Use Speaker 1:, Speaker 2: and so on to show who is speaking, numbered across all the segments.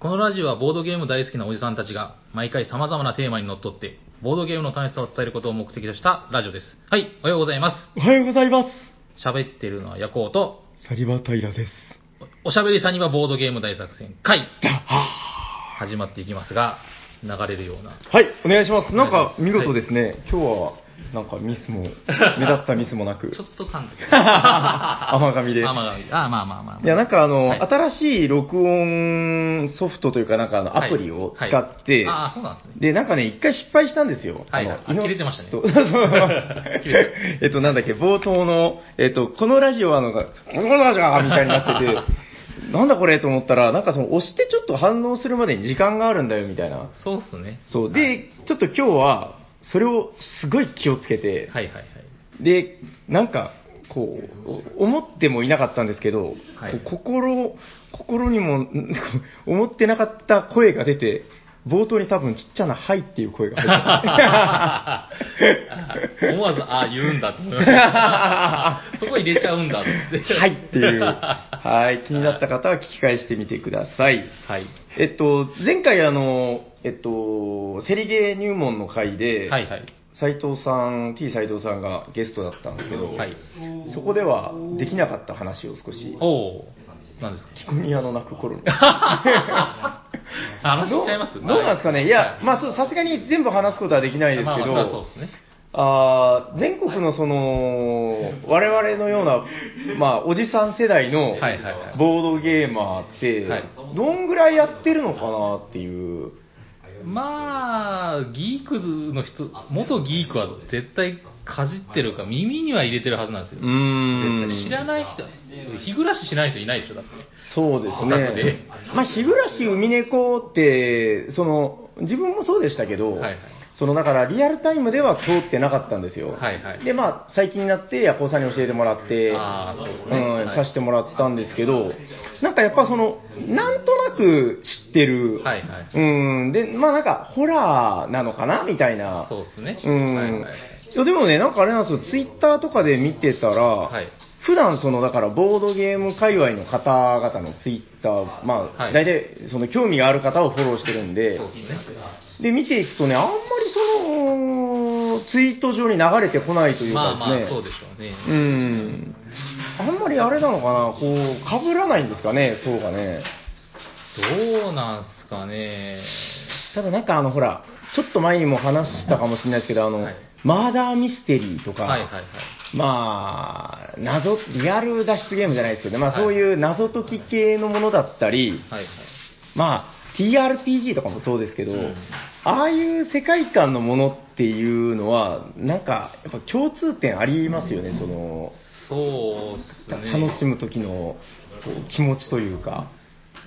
Speaker 1: このラジオはボードゲーム大好きなおじさんたちが、毎回様々なテーマにのっとって、ボードゲームの楽しさを伝えることを目的としたラジオです。はい、おはようございま
Speaker 2: おはようございます。
Speaker 1: す。喋ってるのはヤコウと、
Speaker 2: サリバタイラです。
Speaker 1: おおしゃべりさんにはボードゲーム大作戦 会、
Speaker 2: じゃは
Speaker 1: 始まっていきますが、流れるような。
Speaker 2: はい、お願いします。なんか
Speaker 1: お願い
Speaker 2: 見
Speaker 1: します
Speaker 2: 事ですね。今日は、なんかミス も、目立ったミスもなく
Speaker 1: ちょ。っと噛んで
Speaker 2: 甘噛み で。
Speaker 1: あ、まあまあまあまあまあ。
Speaker 2: いや、なんかあの、
Speaker 1: はい
Speaker 2: 新しい録音ソフトというか、なんかあの、
Speaker 1: はい
Speaker 2: アプリを使って、
Speaker 1: はいああ、そうなんですね。
Speaker 2: で、なんかね、一回失敗したんですよ。
Speaker 1: はい
Speaker 2: あ
Speaker 1: あ
Speaker 2: の
Speaker 1: 切れてましたね
Speaker 2: そうそうそうえっと、なんだっけ、冒頭の、えっと、このラジオはあの、このラジオはみたいになっ てて、なんだこれと思ったら、なんかその、押してちょっと反応するまでに時間があるんだよ、みたいな。
Speaker 1: そうっすね。
Speaker 2: そう。
Speaker 1: は
Speaker 2: で
Speaker 1: い、
Speaker 2: ちょっと今日は、それをすごい気をつけて、
Speaker 1: はいはいはい。
Speaker 2: で、なんか、こう、お思ってもいなかったんですけど、
Speaker 1: はい
Speaker 2: こう心、心にも、 ん思ってなかった声が出て、冒頭に多分ちっちゃな、はいっていう声が 入 って
Speaker 1: 思わず、ああ、言うんだと思いました。そこ入れちゃうんだと思って。
Speaker 2: てはいっていう、
Speaker 1: は
Speaker 2: はい、気になった方は聞き返してみてください。
Speaker 1: い。
Speaker 2: えっと、前回あの、えっと、セリゲー入門の回で、
Speaker 1: はいはい。
Speaker 2: 斉藤さん、T 斉藤さんがゲストだったんですけど、
Speaker 1: はい
Speaker 2: そこではできなかった話を少し、
Speaker 1: おお。何ですか
Speaker 2: 聞く宮の泣 く頃に。
Speaker 1: 話しちゃいます
Speaker 2: どうどうなんですかね、いや、まあ、ちょっとさすがに全部話すことはできないですけど、
Speaker 1: まあまあ、そりゃそうですね。
Speaker 2: あー全国のその、我々のような、まあ、おじさん世代の
Speaker 1: はいはいはい
Speaker 2: ボードゲーマーって
Speaker 1: はい、
Speaker 2: どんぐらいやってるのかなっていう、
Speaker 1: まあ、ギークの人、元ギークは絶対かじってるか、耳には入れてるはずなんですよ。
Speaker 2: うーん
Speaker 1: 絶対知らない人、日暮らししない人いないでしょ、だって。
Speaker 2: そうで
Speaker 1: オ
Speaker 2: す
Speaker 1: タクで
Speaker 2: ね。まあ、日暮らし海猫って、その、自分もそうでしたけど、
Speaker 1: はいはい
Speaker 2: その、だから、リアルタイムでは通ってなかったんですよ。
Speaker 1: はいはい
Speaker 2: で、まあ、最近になって、ヤコウさんに教えてもらって、
Speaker 1: あーそうですね
Speaker 2: ん
Speaker 1: はい、
Speaker 2: させてもらったんですけど、なんかやっぱその、なんとなく知ってる、
Speaker 1: はいはい
Speaker 2: うん、で、まあなんか、ホラーなのかなみたいな。
Speaker 1: そうですね。
Speaker 2: うん、
Speaker 1: はい
Speaker 2: い
Speaker 1: はい。
Speaker 2: やでもね、なんかあれなんですよ、ツイッターとかで見てたら、
Speaker 1: い
Speaker 2: 普段そのだからボードゲーム界隈の方々のツイッター、まあ、
Speaker 1: はい
Speaker 2: 大体その興味がある方をフォローしてるんで、
Speaker 1: そうですね。
Speaker 2: で見ていくとね、あんまりそのツイート上に流れてこないという
Speaker 1: まあ
Speaker 2: か
Speaker 1: ま
Speaker 2: で
Speaker 1: あ、
Speaker 2: す
Speaker 1: そう
Speaker 2: ね
Speaker 1: でしょうね。
Speaker 2: うん、あんまりあれなのかな、こうかぶらないんですかね、そうがね。
Speaker 1: どうなんすかね。
Speaker 2: ただなんかあのほら、ちょっと前にも話したかもしれないですけど、あの、
Speaker 1: はい
Speaker 2: マーダーミステリーとか、
Speaker 1: はいはいはい。
Speaker 2: まあ、謎、リアル脱出ゲームじゃないですけど、まあ
Speaker 1: はい
Speaker 2: そういう謎解き系のものだったり、
Speaker 1: はいはい。
Speaker 2: まあ TRPG とかもそうですけど、
Speaker 1: うん
Speaker 2: ああいう世界観のものっていうのは、なんかやっぱ共通点ありますよね、その、
Speaker 1: そうです
Speaker 2: た
Speaker 1: ね。
Speaker 2: 楽しむ時のこう気持ちというか。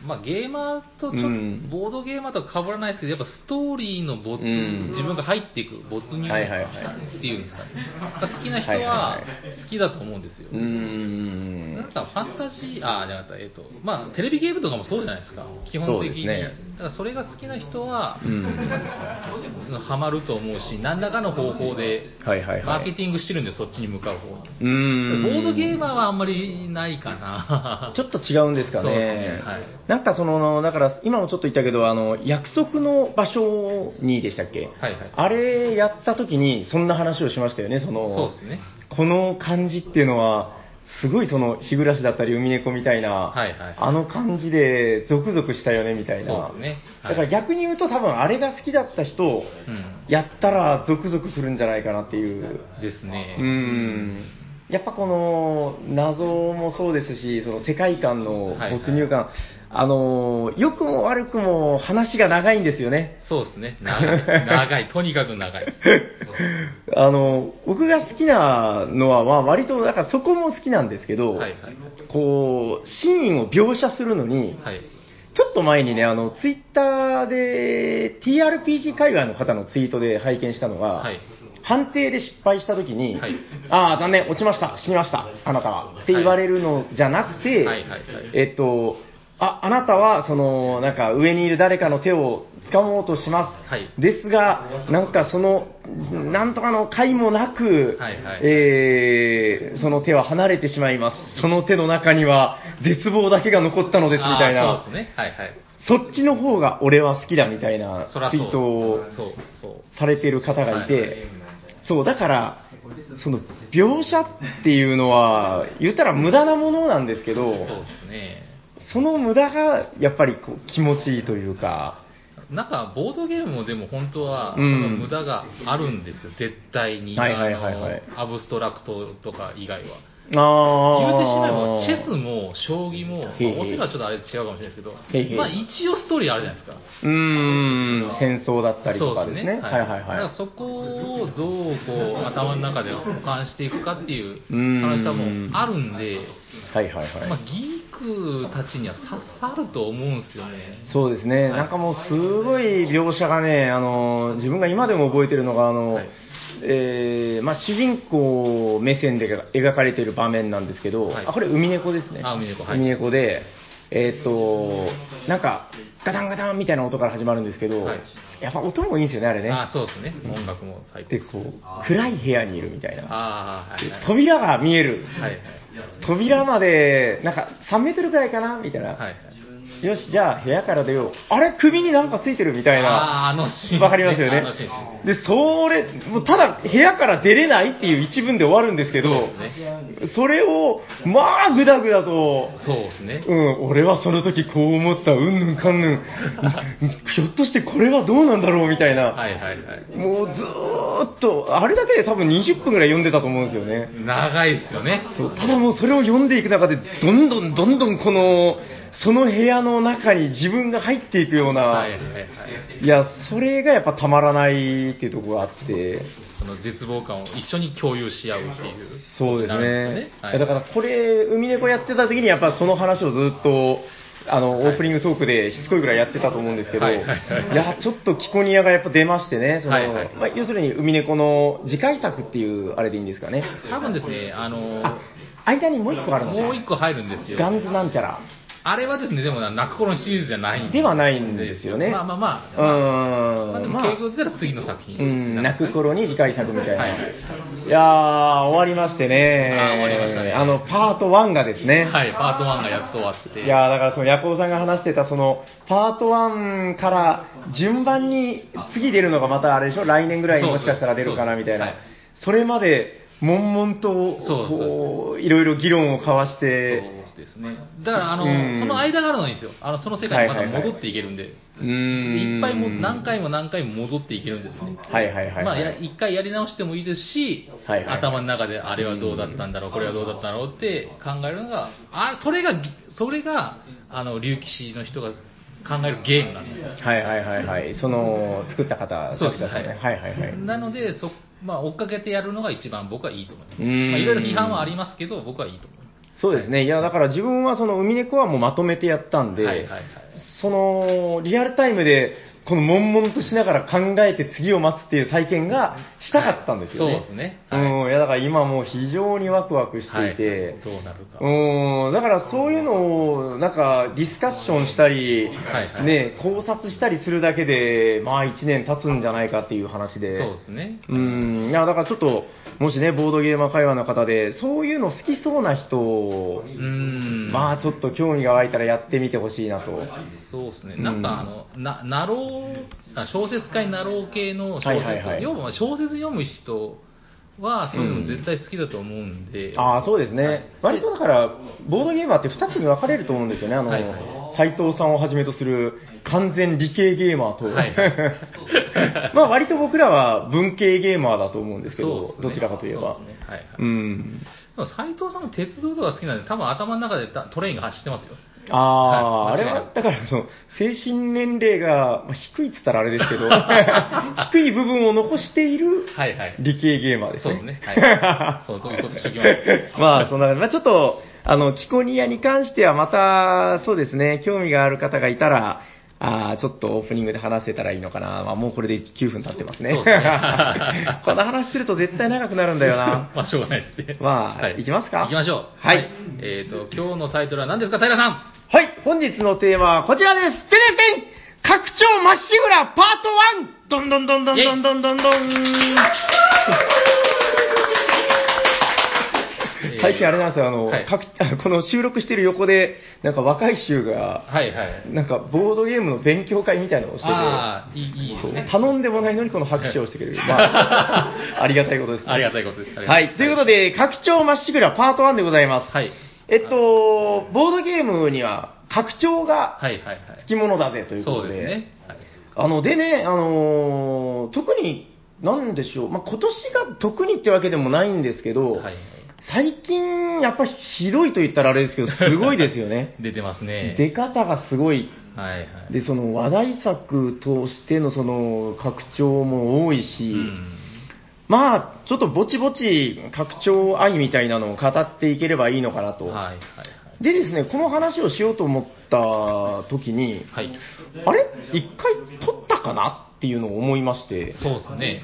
Speaker 1: まあ、ゲーマーとちょっと、
Speaker 2: うん
Speaker 1: ボードゲーマーとは被らないですけど、やっぱストーリーの没、
Speaker 2: うん
Speaker 1: 自分が入っていく、没入
Speaker 2: はいはいはい
Speaker 1: っていうんですかね。だから好きな人
Speaker 2: はいは
Speaker 1: はい好きだと思うんですよ。
Speaker 2: うーん
Speaker 1: なんかファンタジー、あーじゃなかった、えっと、まあ、テレビゲームとかもそうじゃないですか、基本的に。
Speaker 2: そうですね
Speaker 1: だからそれが好きな人は、
Speaker 2: うん
Speaker 1: ハマると思うし、何らかの方法で、
Speaker 2: はいはいはい
Speaker 1: マーケティングしてるんで、そっちに向かう方に。
Speaker 2: うーん
Speaker 1: ボードゲーマーはあんまりないかな。
Speaker 2: ちょっと違うんですかね。
Speaker 1: そうですねはい
Speaker 2: なんかその、だから今もちょっと言ったけど、あの、約束の場所にでしたっ
Speaker 1: は
Speaker 2: け、
Speaker 1: いはい
Speaker 2: あれやった時にそんな話をしましたよね、その、
Speaker 1: そうですね。
Speaker 2: この感じっていうのは、すごいその、日暮らしだったり、海猫みたいな、
Speaker 1: はいはい
Speaker 2: あの感じで、ゾクゾクしたよね、みたいな。
Speaker 1: そうですねはい
Speaker 2: だから逆に言うと、多分あれが好きだった人、
Speaker 1: うん。
Speaker 2: やったらゾクゾクするんじゃないかなっていう。
Speaker 1: ですね。
Speaker 2: うんやっぱこの謎もそうですし、その世界観の没入感、あの良くも悪くも話が長いんですよ ね。
Speaker 1: そうです ね。長い。長い。とにかく長いです。
Speaker 2: あの僕が好きなのは、まあ、割とだからそこも好きなんですけど、
Speaker 1: はいはい。
Speaker 2: こうシーンを描写するのに、
Speaker 1: はい。
Speaker 2: ちょっと前にね、あのツイッターで TRPG 界隈の方のツイートで拝見したのが、
Speaker 1: はい
Speaker 2: 判定で失敗したときに、
Speaker 1: はい
Speaker 2: ああ、残念、落ちました、死にました、あなたはって言われるのじゃなくて、
Speaker 1: はいはいはい
Speaker 2: えっと、ああなたはそのなんか上にいる誰かの手を掴もうとします、
Speaker 1: はい
Speaker 2: ですが、なんかその、なんとかの解もなく、
Speaker 1: はいはい
Speaker 2: えーその手は離れてしまいます、その手の中には絶望だけが残ったのですみたいな。
Speaker 1: あーそうですね。はいはい。
Speaker 2: そっちの方が俺は好きだみたいな
Speaker 1: そら
Speaker 2: ツ
Speaker 1: そ
Speaker 2: イ
Speaker 1: う
Speaker 2: ートを
Speaker 1: そうそう
Speaker 2: されてる方がいて、
Speaker 1: はい
Speaker 2: そう、だから、その描写っていうのは、言ったら無駄なものなんですけど、
Speaker 1: そうですね
Speaker 2: その無駄がやっぱりこう気持ちいいというか、
Speaker 1: なんかボードゲームもでも本当はそ
Speaker 2: うん
Speaker 1: の無駄があるんですよ、絶対に、
Speaker 2: はいはいはいはい
Speaker 1: あのアブストラクトとか以外は言
Speaker 2: あ
Speaker 1: う
Speaker 2: ー
Speaker 1: てしまえばチェスも将棋も、まあ、
Speaker 2: へえ
Speaker 1: オセロはちょっとあれ違うかもしれないですけど
Speaker 2: へえへえ
Speaker 1: まあ、一応ストーリーあるじゃないですか
Speaker 2: うーん、戦争だったりとかですね。
Speaker 1: は
Speaker 2: はいい
Speaker 1: は
Speaker 2: はいい
Speaker 1: はい、だから
Speaker 2: はい。
Speaker 1: そこをどうこう頭の中で保管していくかっていう
Speaker 2: うん
Speaker 1: 楽しさもあるんで、
Speaker 2: はいはい
Speaker 1: まあ、
Speaker 2: はい。
Speaker 1: ギークたちには刺さると思うんですよね。
Speaker 2: そうですね、なんかもうすごい描写がね、あの自分が今でも覚えてるのが、あの
Speaker 1: はい
Speaker 2: えーまあ、主人公目線で描かれている場面なんですけど、
Speaker 1: はい
Speaker 2: あこれ、海猫ですね、
Speaker 1: あ海猫はい
Speaker 2: 海猫で、えーっと、なんか、ガタンガタンみたいな音から始まるんですけど、
Speaker 1: はい
Speaker 2: やっぱ音もいいんですよね、あれね。
Speaker 1: あそうですね。音楽も最高
Speaker 2: で
Speaker 1: です。
Speaker 2: こう暗い部屋にいるみたいな、
Speaker 1: ああ、はいはい。
Speaker 2: 扉が見える、
Speaker 1: はいはい
Speaker 2: 扉までなんか3メートルくらいかなみたいな、
Speaker 1: はいはい。
Speaker 2: よし、じゃあ部屋から出よう、あれ、首になんかついてるみたいな、
Speaker 1: ああー、あのシーンね。
Speaker 2: わかりますよ
Speaker 1: あ
Speaker 2: ね
Speaker 1: のシーンですね。
Speaker 2: で、それ、もうただ部屋から出れないっていう一文で終わるんですけど、それを、まあ、ぐだぐだと、
Speaker 1: そうですね。
Speaker 2: うん、俺はその時こう思った、うんぬんか んぬん、ひょっとしてこれはどうなんだろうみたいな、
Speaker 1: はいはいはい。
Speaker 2: もうずーっと、あれだけで多分20分ぐらい読んでたと思うんですよね。
Speaker 1: 長いですよね。
Speaker 2: そうただもうそれを読んでいく中で、どんどんどんどんこの、その部屋の中に自分が入っていくような、
Speaker 1: はいはいはい。
Speaker 2: いや、それがやっぱたまらないっていうところがあって、
Speaker 1: その絶望感を一緒に共有し合うっていう。
Speaker 2: そうです
Speaker 1: なるんですよ
Speaker 2: ね
Speaker 1: ね。
Speaker 2: い
Speaker 1: はい
Speaker 2: やだからこれ、海猫やってた時に、やっぱその話をずっと、あの、オープニングトークでしつこいぐらいやってたと思うんですけど、
Speaker 1: はい
Speaker 2: い
Speaker 1: はいはい
Speaker 2: や、ちょっとキコニアがやっぱ出ましてね、その、
Speaker 1: はいはい
Speaker 2: まあ、要するに海猫の次回作っていうあれでいいんですかね。
Speaker 1: 多分ですね、あの
Speaker 2: あ、間にもう一個あるんです
Speaker 1: もう
Speaker 2: よ。
Speaker 1: 一個入るんですよ。
Speaker 2: ガンズなんちゃら。
Speaker 1: あれはですね、でもな泣く頃のシリーズじゃないん
Speaker 2: ではないんですよね
Speaker 1: まあまあまあ、まあ、
Speaker 2: う
Speaker 1: で
Speaker 2: ーん。
Speaker 1: も
Speaker 2: ま
Speaker 1: 敬
Speaker 2: あ
Speaker 1: 語で言ったら次の作品
Speaker 2: うん、泣く頃に次回作みたいな。
Speaker 1: はい
Speaker 2: い
Speaker 1: はい
Speaker 2: やー、終わりましてね。
Speaker 1: あー終わりましたね
Speaker 2: あの、パート1がですね。
Speaker 1: はい、パート1がやっと終わって。
Speaker 2: いやーだからそのヤコウさんが話してたそのパート1から順番に次出るのがまたあれでしょ来年ぐらいにもしかしたら出るかなみたいなそれまで悶々
Speaker 1: そう
Speaker 2: と
Speaker 1: そう
Speaker 2: こういろいろ議論を交わし
Speaker 1: そう
Speaker 2: て
Speaker 1: ですね。だから、あの、
Speaker 2: うん
Speaker 1: その間があるのにですよ。あの、その世界にまた戻っていけるんで。
Speaker 2: うー
Speaker 1: で
Speaker 2: ん
Speaker 1: いっぱいもう何回も何回も戻っていけるんですよね。
Speaker 2: はいはいはいはい
Speaker 1: まあや、一回やり直してもいいですし、
Speaker 2: はいはい
Speaker 1: 頭の中であれはどうだったんだろう、これはどうだったんだろうって考えるのが、あ、それが、それが、あの、竜騎士の人が考えるゲームなんですよ。
Speaker 2: はいはいはいはいその作った方
Speaker 1: そうですね
Speaker 2: 作者さん
Speaker 1: は
Speaker 2: はいはいはい
Speaker 1: なので、そまあ、追っかけてやるのが一番僕はいいと思います。
Speaker 2: うーん
Speaker 1: まあ、いろいろ批判はありますけど、僕はいいと思いま
Speaker 2: そうですねいやだから自分はその海猫はもうまとめてやった
Speaker 1: す。
Speaker 2: んで、
Speaker 1: はいはいはい。
Speaker 2: そのリアルタイムでこの悶々としながら考えて次を待つっていう体験がしたかったんですよね。
Speaker 1: そうですねは
Speaker 2: うん、いやだから今もう非常にワクワクしていて、
Speaker 1: はいどうなるか。
Speaker 2: うん、だからそういうのをなんかディスカッションしたり、
Speaker 1: はいはい
Speaker 2: ね、考察したりするだけで、まあ1年経つんじゃないかっていう話で。
Speaker 1: そうですね。
Speaker 2: うん、いや、だからちょっと、もしね、ボードゲーマー会話の方で、そういうの好きそうな人、
Speaker 1: うーん。
Speaker 2: まあちょっと興味が湧いたらやってみてほしいなと。
Speaker 1: そうですね。
Speaker 2: うん
Speaker 1: なんか、あの、な、なろう、あ小説家になろう系の小説、
Speaker 2: はいはいはい
Speaker 1: 要は小説読む人は、そういうの絶対好きだと思うんで、
Speaker 2: ああそうですね、割とだから、ボードゲーマーって2つに分かれると思うんですよね、あの
Speaker 1: はいはい
Speaker 2: 斉藤さんをはじめとする完全理系ゲーマーと、
Speaker 1: はい はい
Speaker 2: まあ割と僕らは文系ゲーマーだと思うんですけ
Speaker 1: そう
Speaker 2: ど、
Speaker 1: ですね
Speaker 2: どちらかといえば。
Speaker 1: そうですねはいはい
Speaker 2: うん
Speaker 1: でも斉藤さんも鉄道とか好きなんで、多分頭の中でたトレインが走ってますよ。
Speaker 2: ああー、
Speaker 1: はい
Speaker 2: あれ
Speaker 1: 間違いない
Speaker 2: は、だからその、精神年齢がまあ低いって言ったらあれですけ ど、低い部分を残している
Speaker 1: はいはい。
Speaker 2: 理系ゲーマーです
Speaker 1: そう
Speaker 2: ね。
Speaker 1: ですね。 はい。そう、そういうことにしておきます。
Speaker 2: まあ、そんな感じ。まあ、ちょっと、あの、キコニアに関してはまた、そうですね、興味がある方がいたら、あーちょっとオープニングで話せたらいいのかな。まあ、もうこれで9分経ってますね。
Speaker 1: そうですね
Speaker 2: この話すると絶対長くなるんだよな。
Speaker 1: まあ、しょうがないですね。
Speaker 2: まあ
Speaker 1: はい
Speaker 2: 行きますか
Speaker 1: 行きましょう。
Speaker 2: はい
Speaker 1: えっ、と、今日のタイトルは何ですか、平さん
Speaker 2: はい、本日のテーマはこちらです。てれぺん拡張まっしぐらパート 1! どんどんどんどんどんどんどんどん。
Speaker 1: えで。
Speaker 2: 最近あれなんですよ、あの、
Speaker 1: はい
Speaker 2: 各 この収録してる横で、なんか若い衆が、
Speaker 1: はいはい。
Speaker 2: なんかボードゲームの勉強会みたいなのをしてて、
Speaker 1: ああ、いい、いいです
Speaker 2: そう
Speaker 1: ね。
Speaker 2: 頼んでもないのにこの拍手をしてくれる。まあ、あ りがたいことです、
Speaker 1: ありがたいことです。ありが
Speaker 2: は
Speaker 1: た
Speaker 2: い。ということで、拡張まっしぐらパート1でございます。
Speaker 1: はい。
Speaker 2: えっと、ボードゲームには拡張が
Speaker 1: はいはい
Speaker 2: つきものだぜと
Speaker 1: はいい。
Speaker 2: うこ
Speaker 1: そう
Speaker 2: と
Speaker 1: で
Speaker 2: で。
Speaker 1: すね。はい
Speaker 2: あの、でね、あのー特に、なんでしょう、まあ、今年が特にってわけでもないんですけど、
Speaker 1: はい。
Speaker 2: 最近、やっぱりひどいと言ったらあれですけど、すごいですよね
Speaker 1: 出てますね。
Speaker 2: 出方がすごい。
Speaker 1: はいはい。
Speaker 2: で、その話題作としてのその拡張も多いし、
Speaker 1: うん
Speaker 2: まあ、ちょっとぼちぼち拡張愛みたいなのを語っていければいいのかなと。
Speaker 1: はいはい
Speaker 2: でですね、この話をしようと思った時に、
Speaker 1: はい。はい。
Speaker 2: あれ一回撮ったかなっていうのを思いまして、
Speaker 1: そうですね。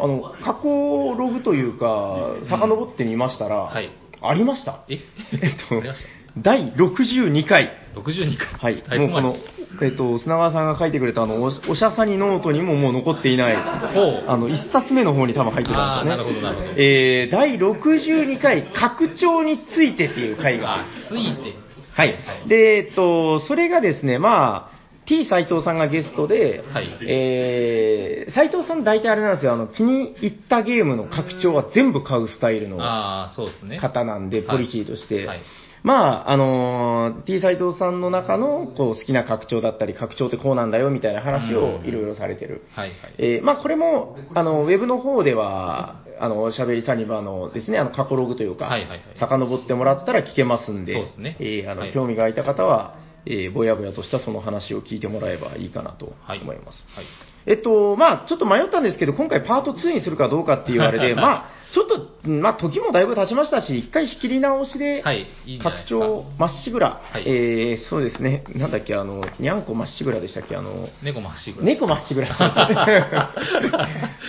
Speaker 2: あの、過去ログというか、遡ってみましたら、
Speaker 1: はい
Speaker 2: ありました。
Speaker 1: え
Speaker 2: えっ
Speaker 1: ありまし
Speaker 2: と、第62回。
Speaker 1: た ?62 回。
Speaker 2: はい
Speaker 1: だ。いぶ
Speaker 2: もうこ
Speaker 1: 前
Speaker 2: の
Speaker 1: です、
Speaker 2: えっと、砂川さんが書いてくれたあの、おおしゃさにノートにももう残っていない、
Speaker 1: ほう
Speaker 2: あの、一冊目の方に多分入ってたんですよね。
Speaker 1: あーなるほどなるほど
Speaker 2: えー、第62回、拡張についてっていう回が
Speaker 1: あ、ついて。
Speaker 2: はい。で、えっと、それがですね、まあ、T 斎藤さんがゲストで、
Speaker 1: はい
Speaker 2: えー、斎藤さん大体あれなんですよ、あの、気に入ったゲームの拡張は全部買うスタイルの
Speaker 1: ああ、そうですね。
Speaker 2: 方なんで、
Speaker 1: はい
Speaker 2: ポリシーとして。
Speaker 1: はい
Speaker 2: まあ、あのー T 斎藤さんの中の、こう、好きな拡張だったり、拡張ってこうなんだよ、みたいな話をいろいろされてる。
Speaker 1: はいはい。
Speaker 2: えーまあ、これも、あの、ウェブの方では、あの、おしゃべりサニバーのですね、あの、過去ログというか、
Speaker 1: はいはいはい
Speaker 2: 遡ってもらったら聞けますんで、
Speaker 1: そうですね
Speaker 2: えーあの、
Speaker 1: はい
Speaker 2: 興味が湧いた方は、えーぼやぼやとしたその話を聞いてもらえばいいかなと
Speaker 1: はい。
Speaker 2: 思います。
Speaker 1: はい。
Speaker 2: えっと、まあ、ちょっと迷ったんですけど、今回パート2にするかどうかっていうあ れで、まあ、ちょっと、まあ、時もだいぶ経ちましたし、一回仕切り直しで、
Speaker 1: はいいいんじゃない
Speaker 2: 拡
Speaker 1: ですか
Speaker 2: 張まっしぐら、
Speaker 1: はい
Speaker 2: えーそうですね、なんだっけ、あの、にゃんこまっしぐらでしたっけ、あの、
Speaker 1: 猫も走る。
Speaker 2: 猫ま っしぐら。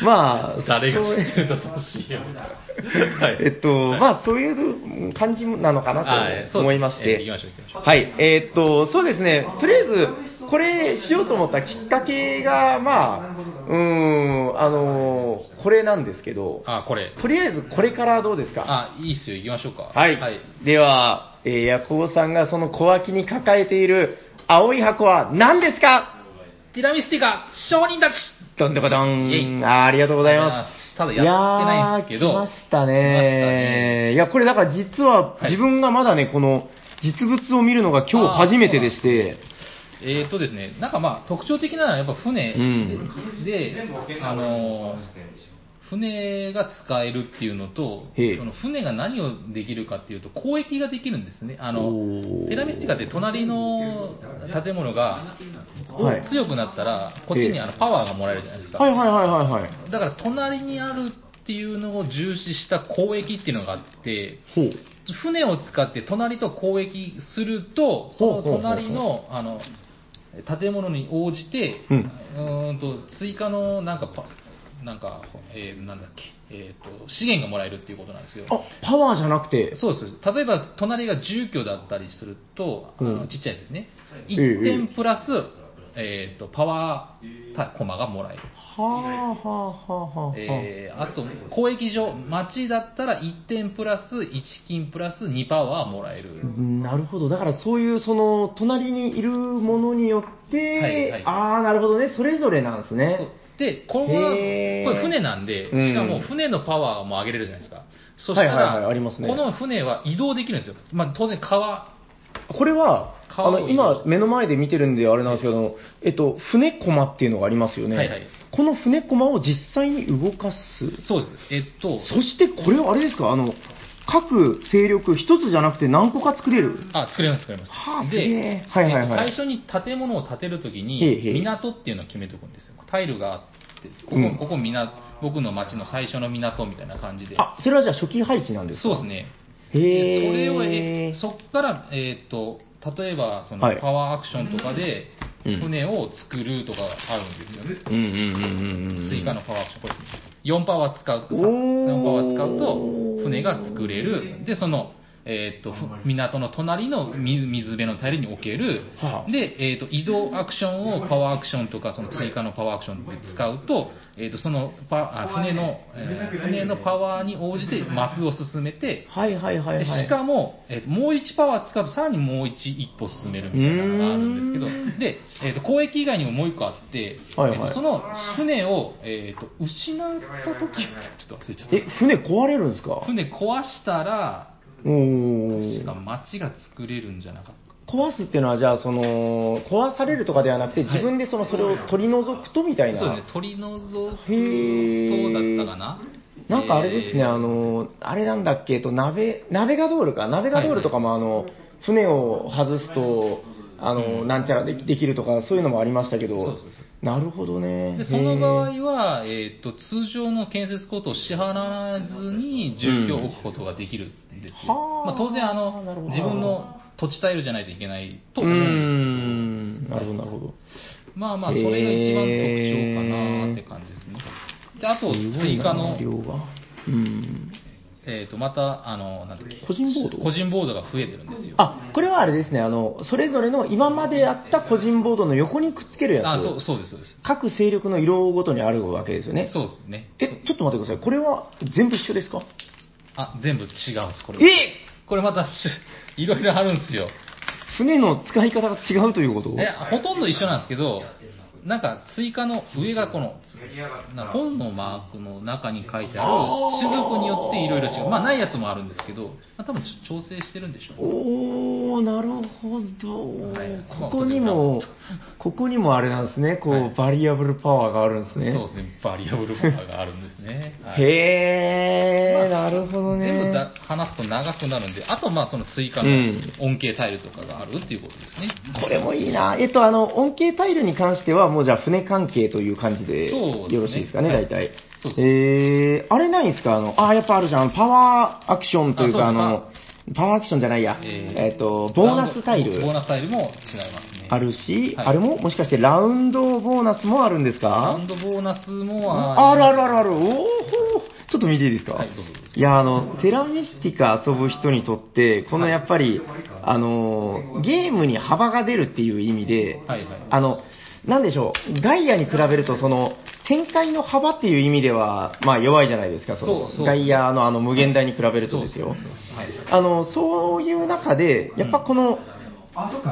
Speaker 2: まあ、
Speaker 1: 誰が
Speaker 2: そう
Speaker 1: 知ってるんだ、その CM。はい。
Speaker 2: えっと、まあ、そういう感じなのか
Speaker 1: はい
Speaker 2: な
Speaker 1: そうで
Speaker 2: と
Speaker 1: すね
Speaker 2: 思いまし
Speaker 1: え
Speaker 2: て。
Speaker 1: ー行きましょう行きましょう
Speaker 2: はい。えっと、そうですね。とりあえず、これしようと思ったきっかけが、まあ、うーん、あの、これなんですけど、
Speaker 1: あ、これ。
Speaker 2: とりあえずこれからどうですか
Speaker 1: あ、いいっすよ、行きましょうか。
Speaker 2: はい。
Speaker 1: はい。
Speaker 2: では、えー、ヤコウさんがその小脇に抱えている青い箱は何ですか
Speaker 1: ティラミスティカ、商人たち
Speaker 2: どんどこど
Speaker 1: イェ
Speaker 2: ん。
Speaker 1: イ
Speaker 2: あーありがとうございます。
Speaker 1: ただやってないんですけど。
Speaker 2: いやー来まし
Speaker 1: 来まし
Speaker 2: たね
Speaker 1: たね
Speaker 2: いや、これだから実は
Speaker 1: はい
Speaker 2: 自分がまだね、この実物を見るのが今日初めてでして、
Speaker 1: えーっとですね、なんかまあ特徴的なのはやっぱ船で、
Speaker 2: うん
Speaker 1: であのー船が使えるっていうのと、
Speaker 2: へえ
Speaker 1: その船が何をできるかっていうと、交易ができるんですね。あ
Speaker 2: お
Speaker 1: の
Speaker 2: ー
Speaker 1: テラミスティカって隣の建物が、
Speaker 2: はい
Speaker 1: 強くなったら、こっちにあのパワーがもらえるじゃないですか。
Speaker 2: はいはいはいはいはい。
Speaker 1: だから隣にあるっていうのを重視した交易っていうのがあって、
Speaker 2: ほう。
Speaker 1: 船を使って隣と交易すると、そ
Speaker 2: ほうほうほう
Speaker 1: の隣のあの建物に応じて、
Speaker 2: う
Speaker 1: うんーんと追加のなんかパ、なんか、えーなんだっけ、えーと、資源がもらえるっていうことなんですよ。
Speaker 2: あ、パワーじゃなくて、
Speaker 1: そうです例えば隣が住居だったりすると、あ
Speaker 2: うん
Speaker 1: のちっちゃいですね、
Speaker 2: ええ
Speaker 1: 1点プラス、えーとパワーたコマがもらえる。
Speaker 2: はあはあはあはあ。
Speaker 1: えーあと、交易所、町だったら1点プラス1金プラス2パワーもらえる。
Speaker 2: なるほど、だからそういうその隣にいるものによって、
Speaker 1: はいはい
Speaker 2: ああ、なるほどね、それぞれなんですね
Speaker 1: そう。で、これは、こ
Speaker 2: へー
Speaker 1: れ船なんで、
Speaker 2: うん
Speaker 1: しかも船のパワーも上げれるじゃないですか。そしたら、
Speaker 2: はいはいはいありますね
Speaker 1: この船は移動できるんですよ。まあ、当然川、
Speaker 2: これは、あ
Speaker 1: 川を
Speaker 2: の今、目の前で見てるんであれなんですけど、えっと、船駒っていうのがありますよね、
Speaker 1: はいはい
Speaker 2: この船駒を実際に動かす、
Speaker 1: そうです。えっと、
Speaker 2: そしてこれはあれですか、あの各勢力、一つじゃなくて何個か作れる、
Speaker 1: あ、作れます、作れます。
Speaker 2: はあすげ
Speaker 1: で、
Speaker 2: えはいはいはい
Speaker 1: えっと最初に建物を建てるとき
Speaker 2: へえへえ
Speaker 1: に、港っていうのを決めておくんですよ。タイルがあって、ここ、
Speaker 2: うん
Speaker 1: ここ港、僕の町の最初の港みたいな感じで。
Speaker 2: あそれはじゃあ初期配置なんですか、
Speaker 1: そうですね。
Speaker 2: へ
Speaker 1: で
Speaker 2: え
Speaker 1: それをえそこから、えー、と例えばその
Speaker 2: はい
Speaker 1: パワーアクションとかで
Speaker 2: うん
Speaker 1: 船を作るとかあるんですよね、
Speaker 2: うんうんうんうんうん
Speaker 1: 追加のパワーアクションこれですね4パワー使う
Speaker 2: おー
Speaker 1: 4パワー使うと船が作れるでそのえー、と港の隣の水水辺の平りに置ける、
Speaker 2: はあ
Speaker 1: で、えー、と移動アクションをパワーアクションとかその追加のパワーアクションで使うと,、えー、とそのパあ船の、えー船のパワーに応じてマスを進めて
Speaker 2: はいはいはいは
Speaker 1: で
Speaker 2: い。
Speaker 1: しかも、えー、ともう1パワー使うとさらにもう 1, 一歩進めるみたいなのがあるんですけど
Speaker 2: うー
Speaker 1: で、えー、と交易以外にももう1個あって、
Speaker 2: はいはい
Speaker 1: えーとその船を、えー、と失った時ちょっと忘れちゃった
Speaker 2: え、船壊れるんですか
Speaker 1: 船壊したら
Speaker 2: おー
Speaker 1: 確か町が作れるんじゃなかった
Speaker 2: 壊すっていうのは、じゃあ、その、壊されるとかではなくて、自分でその、それを取り除くとみたいな。
Speaker 1: そうですね、取り除く
Speaker 2: へー
Speaker 1: どうだったかな。
Speaker 2: なんかあれですね、
Speaker 1: えー
Speaker 2: あの、あれなんだっけ、えっと、ナベ、ナベガドールか、ナベガドールとかも、あの、船を外すと、あの、なんちゃらでできるとか、そういうのもありましたけど、
Speaker 1: そうそうそう
Speaker 2: なるほどね。
Speaker 1: でその場
Speaker 2: へー、
Speaker 1: 合は、えー、と通常の建設工程を支払わずに住居を置くことができるんですよ。
Speaker 2: うん
Speaker 1: まあ、当然あ
Speaker 2: はあなる
Speaker 1: の
Speaker 2: ほど
Speaker 1: 自分の土地タイルじゃないといけないと
Speaker 2: うー
Speaker 1: 思うんで
Speaker 2: ん、なるほど、なるほど。
Speaker 1: すまあまあそれが一番特徴かなって感じですね。であと追加の
Speaker 2: すごいな量が。うん。
Speaker 1: えー、とまたあのなんだっけ
Speaker 2: 個人ボード
Speaker 1: 個人ボードが増えてるんですよ。
Speaker 2: あ、これはあれですね、あの、それぞれの今まであった個人ボードの横にくっつけるやつ。
Speaker 1: あそうそうですそうです。
Speaker 2: 各勢力の色ごとにあるわけですよね。
Speaker 1: そうですね。
Speaker 2: え、ちょっと待ってください。これは全部一緒ですか
Speaker 1: あ全部違うんですこれは。
Speaker 2: え
Speaker 1: これまたし、いろいろあるんですよ。
Speaker 2: 船の使い方が違うということ
Speaker 1: いや、ほとんど一緒なんですけど、なんか追加の上がこの、な本のマークの中に書いてある
Speaker 2: あー
Speaker 1: 種族によっていろいろ違う。まあ、ないやつもあるんですけど、まあ、多分調整してるんでしょうね。
Speaker 2: おー、なるほど。
Speaker 1: はい
Speaker 2: ここにも、ここにもあれなんですね、こう、
Speaker 1: はい
Speaker 2: バリアブルパワーがあるんですね。
Speaker 1: そうですね、バリアブルパワーがあるんですね。はい
Speaker 2: へー、
Speaker 1: ま
Speaker 2: なるほどね。
Speaker 1: 全部ざ話すと長くなるんで、あとまあその追加の
Speaker 2: うん
Speaker 1: 音形タイルとかがあるっていうことですね。
Speaker 2: これもいいな。えっと、あの、音形タイルに関しては、もうじゃあ船関係という感じで、
Speaker 1: そうですね
Speaker 2: よろしいですかね、
Speaker 1: は
Speaker 2: 大
Speaker 1: い
Speaker 2: 体。
Speaker 1: そうです
Speaker 2: えー、あれないんですかあの、あ、やっぱあるじゃん。パワーアクションというか、あ
Speaker 1: あそうです
Speaker 2: の、パワーアクションじゃないや。え
Speaker 1: えー
Speaker 2: っと、ボーナスタイル
Speaker 1: ボーナスタイルも違いますね。
Speaker 2: あるし、
Speaker 1: はい
Speaker 2: あれももしかしてラウンドボーナスもあるんです
Speaker 1: ラウ
Speaker 2: か
Speaker 1: ンドボーナスもりま
Speaker 2: あるあ
Speaker 1: す
Speaker 2: るあるある。おーほーちょっと見ていいですか、
Speaker 1: はいどうぞどうぞ
Speaker 2: いや、あの、テラミスティカ遊ぶ人にとって、このやっぱり、あの、ゲームに幅が出るっていう意味で、
Speaker 1: はいはい
Speaker 2: あの、なんでしょう、ガイアに比べると、その、展開の幅っていう意味では、まあ弱いじゃないですか、その
Speaker 1: そうそう
Speaker 2: ガイアのあの無限大に比べる
Speaker 1: そ
Speaker 2: と
Speaker 1: う
Speaker 2: ですよ。
Speaker 1: そうそうはい
Speaker 2: あの、そういう中で、やっぱこの、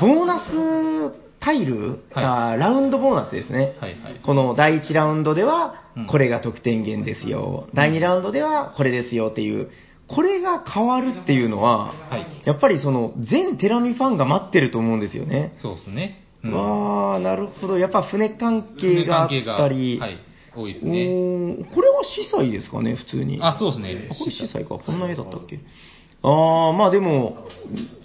Speaker 2: ボーナスタイ
Speaker 1: は
Speaker 2: ル、
Speaker 1: い
Speaker 2: あーラウンドボーナスですね。
Speaker 1: はいはい
Speaker 2: この第1ラウンドでは
Speaker 1: うん、
Speaker 2: これが得点源ですよ。第2ラウンドでは、これですよっていう。これが変わるっていうのは、
Speaker 1: はい
Speaker 2: やっぱりその、全テラミファンが待ってると思うんですよね。
Speaker 1: そうですね。うん
Speaker 2: わー、なるほど。やっぱ船関係があったり。
Speaker 1: はい、多いです
Speaker 2: お
Speaker 1: ね。
Speaker 2: ーこれは司祭ですかね、普通に。
Speaker 1: あ、そうですね。
Speaker 2: これ司祭か、こんな絵だったっけ。ああ、まあでも、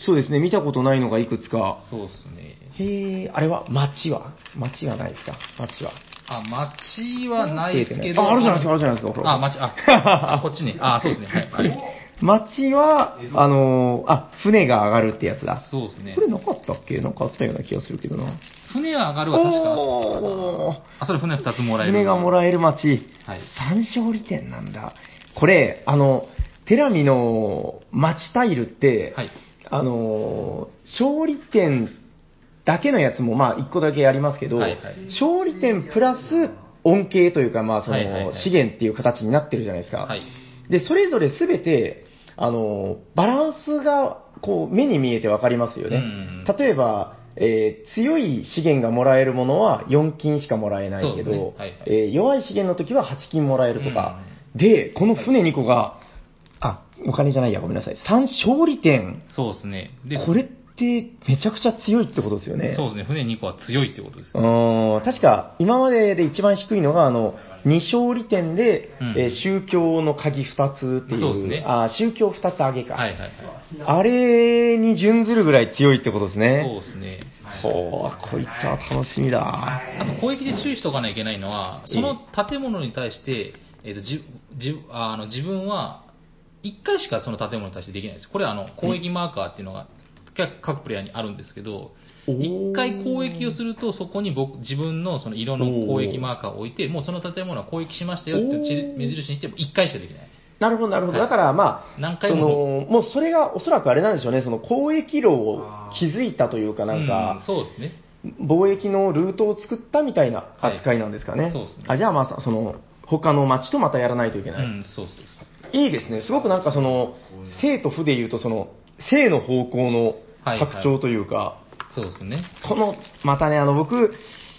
Speaker 2: そうですね、見たことないのがいくつか。
Speaker 1: そうですね。
Speaker 2: へえ、あれは、町は町はないですか町は。
Speaker 1: あ、町はないですけど。
Speaker 2: ああるじゃないですかあるじゃないですかほら
Speaker 1: あ、町、 あ、こっちね。あ、そうですね。はい。はい、
Speaker 2: 町は、あのーあ、船が上がるってやつだ。
Speaker 1: そうですね
Speaker 2: こ。れなかったっけなんかあったような気がするけどな。
Speaker 1: 船は上がるは確か。
Speaker 2: おー
Speaker 1: あ、それ船二つもらえる。
Speaker 2: 船がもらえる町。
Speaker 1: はい
Speaker 2: 三勝利点なんだ。これ、あの、テラミの町タイルって、
Speaker 1: はい
Speaker 2: あの、勝利点だけのやつも、まあ、一個だけありますけど、
Speaker 1: はいはい
Speaker 2: 勝利点プラス恩恵というか、まあ、その、
Speaker 1: はいはいはい
Speaker 2: 資源っていう形になってるじゃないですか。
Speaker 1: はい
Speaker 2: で、それぞれすべて、あの、バランスが、こう、目に見えてわかりますよね。
Speaker 1: うん
Speaker 2: 例えば、えー強い資源がもらえるものは4金しかもらえないけ
Speaker 1: そうで
Speaker 2: ど、
Speaker 1: すねはいはい
Speaker 2: えー弱い資源の時は8金もらえるとか、で、この船2個が、あ、お金じゃないや、ごめんなさい、3勝利点、
Speaker 1: そうですね。で、
Speaker 2: これってめちゃくちゃ強いってことですよね。
Speaker 1: そうですね。船2個は強いってことです。
Speaker 2: うーん確か、今までで一番低いのが、あの、2勝利点で、
Speaker 1: うん
Speaker 2: えー宗教の鍵2つっていう、
Speaker 1: そうですね
Speaker 2: あー宗教2つ上げか、
Speaker 1: はいはいはい。
Speaker 2: あれに準ずるぐらい強いってことですね。
Speaker 1: そうですね。
Speaker 2: ほう、こいつは楽しみだ。
Speaker 1: あと攻撃で注意しとかないといけないのは、その建物に対して、えー、とじじあの自分は1回しかその建物に対してできないです。これはあの攻撃マーカーっていうのが各各プレイヤーにあるんですけど、
Speaker 2: おー
Speaker 1: 1回攻撃をすると、そこに僕自分のその色の攻撃マーカーを置いて、もうその建物は攻撃しましたよっていうち目印にしても1回しかできない。
Speaker 2: なるほど、なるほど。
Speaker 1: は
Speaker 2: だ
Speaker 1: い
Speaker 2: から、まあ、
Speaker 1: 何回
Speaker 2: その
Speaker 1: も、
Speaker 2: もうそれがおそらくあれなんでしょうね、その交易路を築いたというか、なん
Speaker 1: う
Speaker 2: か、
Speaker 1: そうですね。
Speaker 2: 貿易のルートを作ったみたいな扱いなんですかね。
Speaker 1: はいそうですね
Speaker 2: あ、じゃあ、まあ、その、他の町とまたやらないといけ
Speaker 1: う
Speaker 2: ない。
Speaker 1: ん、そうそうそ
Speaker 2: いいですね。すごくなんかその、生と負で言うと、その、生の方向の
Speaker 1: はい
Speaker 2: 拡張というか、
Speaker 1: う。そうですね。
Speaker 2: この、またね、あの、僕、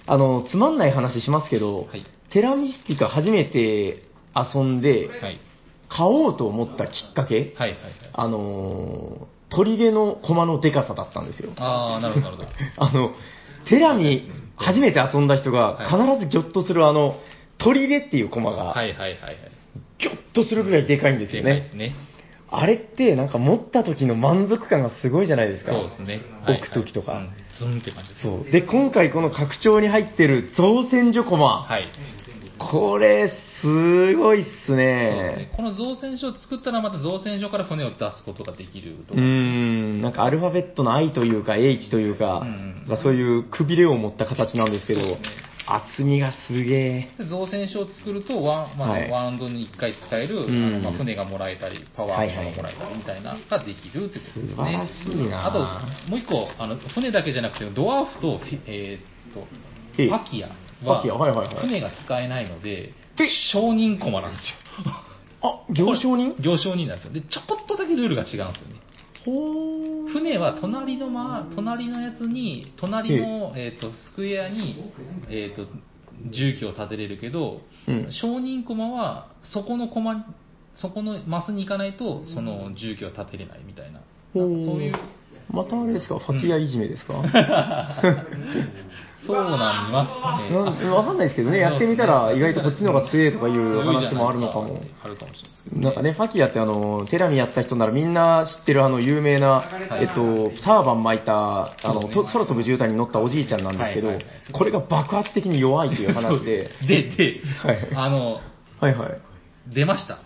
Speaker 2: あの、つまんない話しますけど、
Speaker 1: はい
Speaker 2: テラミスティカ初めて遊んで、
Speaker 1: はい。
Speaker 2: 買おうと思ったきっかけ、
Speaker 1: はいはいはい。
Speaker 2: あのー、砦の駒のデカさだったんですよ。
Speaker 1: ああ、なるほど、なるほど。
Speaker 2: あの、テラミ、初めて遊んだ人が
Speaker 1: は
Speaker 2: 必ずギョッとするあの、砦っていう駒
Speaker 1: は
Speaker 2: が、
Speaker 1: いはいはいはい。
Speaker 2: ギョッとするぐらいでかいんです
Speaker 1: 正
Speaker 2: よ
Speaker 1: 解
Speaker 2: ね
Speaker 1: で。すね。
Speaker 2: あれってなんか持った時の満足感がすごいじゃないですか。
Speaker 1: そうですね。
Speaker 2: 置く時とか
Speaker 1: はいはいうんズンって感じです。
Speaker 2: そうで、今回この拡張に入ってる造船所コマ。
Speaker 1: はい。
Speaker 2: これ、すごいっす
Speaker 1: そうです
Speaker 2: ね
Speaker 1: ね。。この造船所を作ったらまた造船所から船を出すことができると
Speaker 2: うーん、なんかアルファベットの I というか H というか、
Speaker 1: うん
Speaker 2: まあそういうくびれを持った形なんですけど、
Speaker 1: そうですね
Speaker 2: 厚みがすげえ。
Speaker 1: で造船所を作るとワン,、まあ
Speaker 2: はい
Speaker 1: ワウンドに1回使える、
Speaker 2: ん
Speaker 1: あのまあ、船がもらえたりパワーがもらえたりみたいなのができるってことですね、
Speaker 2: 素晴らしいな
Speaker 1: あともう一個あの船だけじゃなくてドワーフと,、えーっと
Speaker 2: ええ
Speaker 1: パキア
Speaker 2: パキア
Speaker 1: は
Speaker 2: はいはいはい
Speaker 1: 船が使えないので
Speaker 2: で
Speaker 1: 商人駒なんですよ
Speaker 2: あ、行商人
Speaker 1: 行商人なんですよでちょこっとだけルールが違うんですよね
Speaker 2: ほー。
Speaker 1: 船は隣の、ま、隣のやつに、隣の、えー、とスクエアに、えー、と住居を建てれるけど、
Speaker 2: うん
Speaker 1: 商人駒はそこの駒、そこのマスに行かないと、その住居を建てれないみたいな、
Speaker 2: ほ
Speaker 1: なんかそういう、
Speaker 2: またあれですか、ファキアいじめですか、
Speaker 1: そうなんますね。
Speaker 2: なわかんないですけどね、やってみたら意外とこっちの方が強いとかいう話もあるのかも。
Speaker 1: あるかもしれないですけ
Speaker 2: なんかね、ファキアってあの、テラミやった人ならみんな知ってるあの有名な、えっと、ターバン巻いた、あの、と空飛ぶ絨毯に乗ったおじいちゃんなんですけど
Speaker 1: はいはいはい、
Speaker 2: これが爆発的に弱いという話で、
Speaker 1: ど。で、で、
Speaker 2: はい
Speaker 1: あの、
Speaker 2: はいはい。
Speaker 1: 出ました。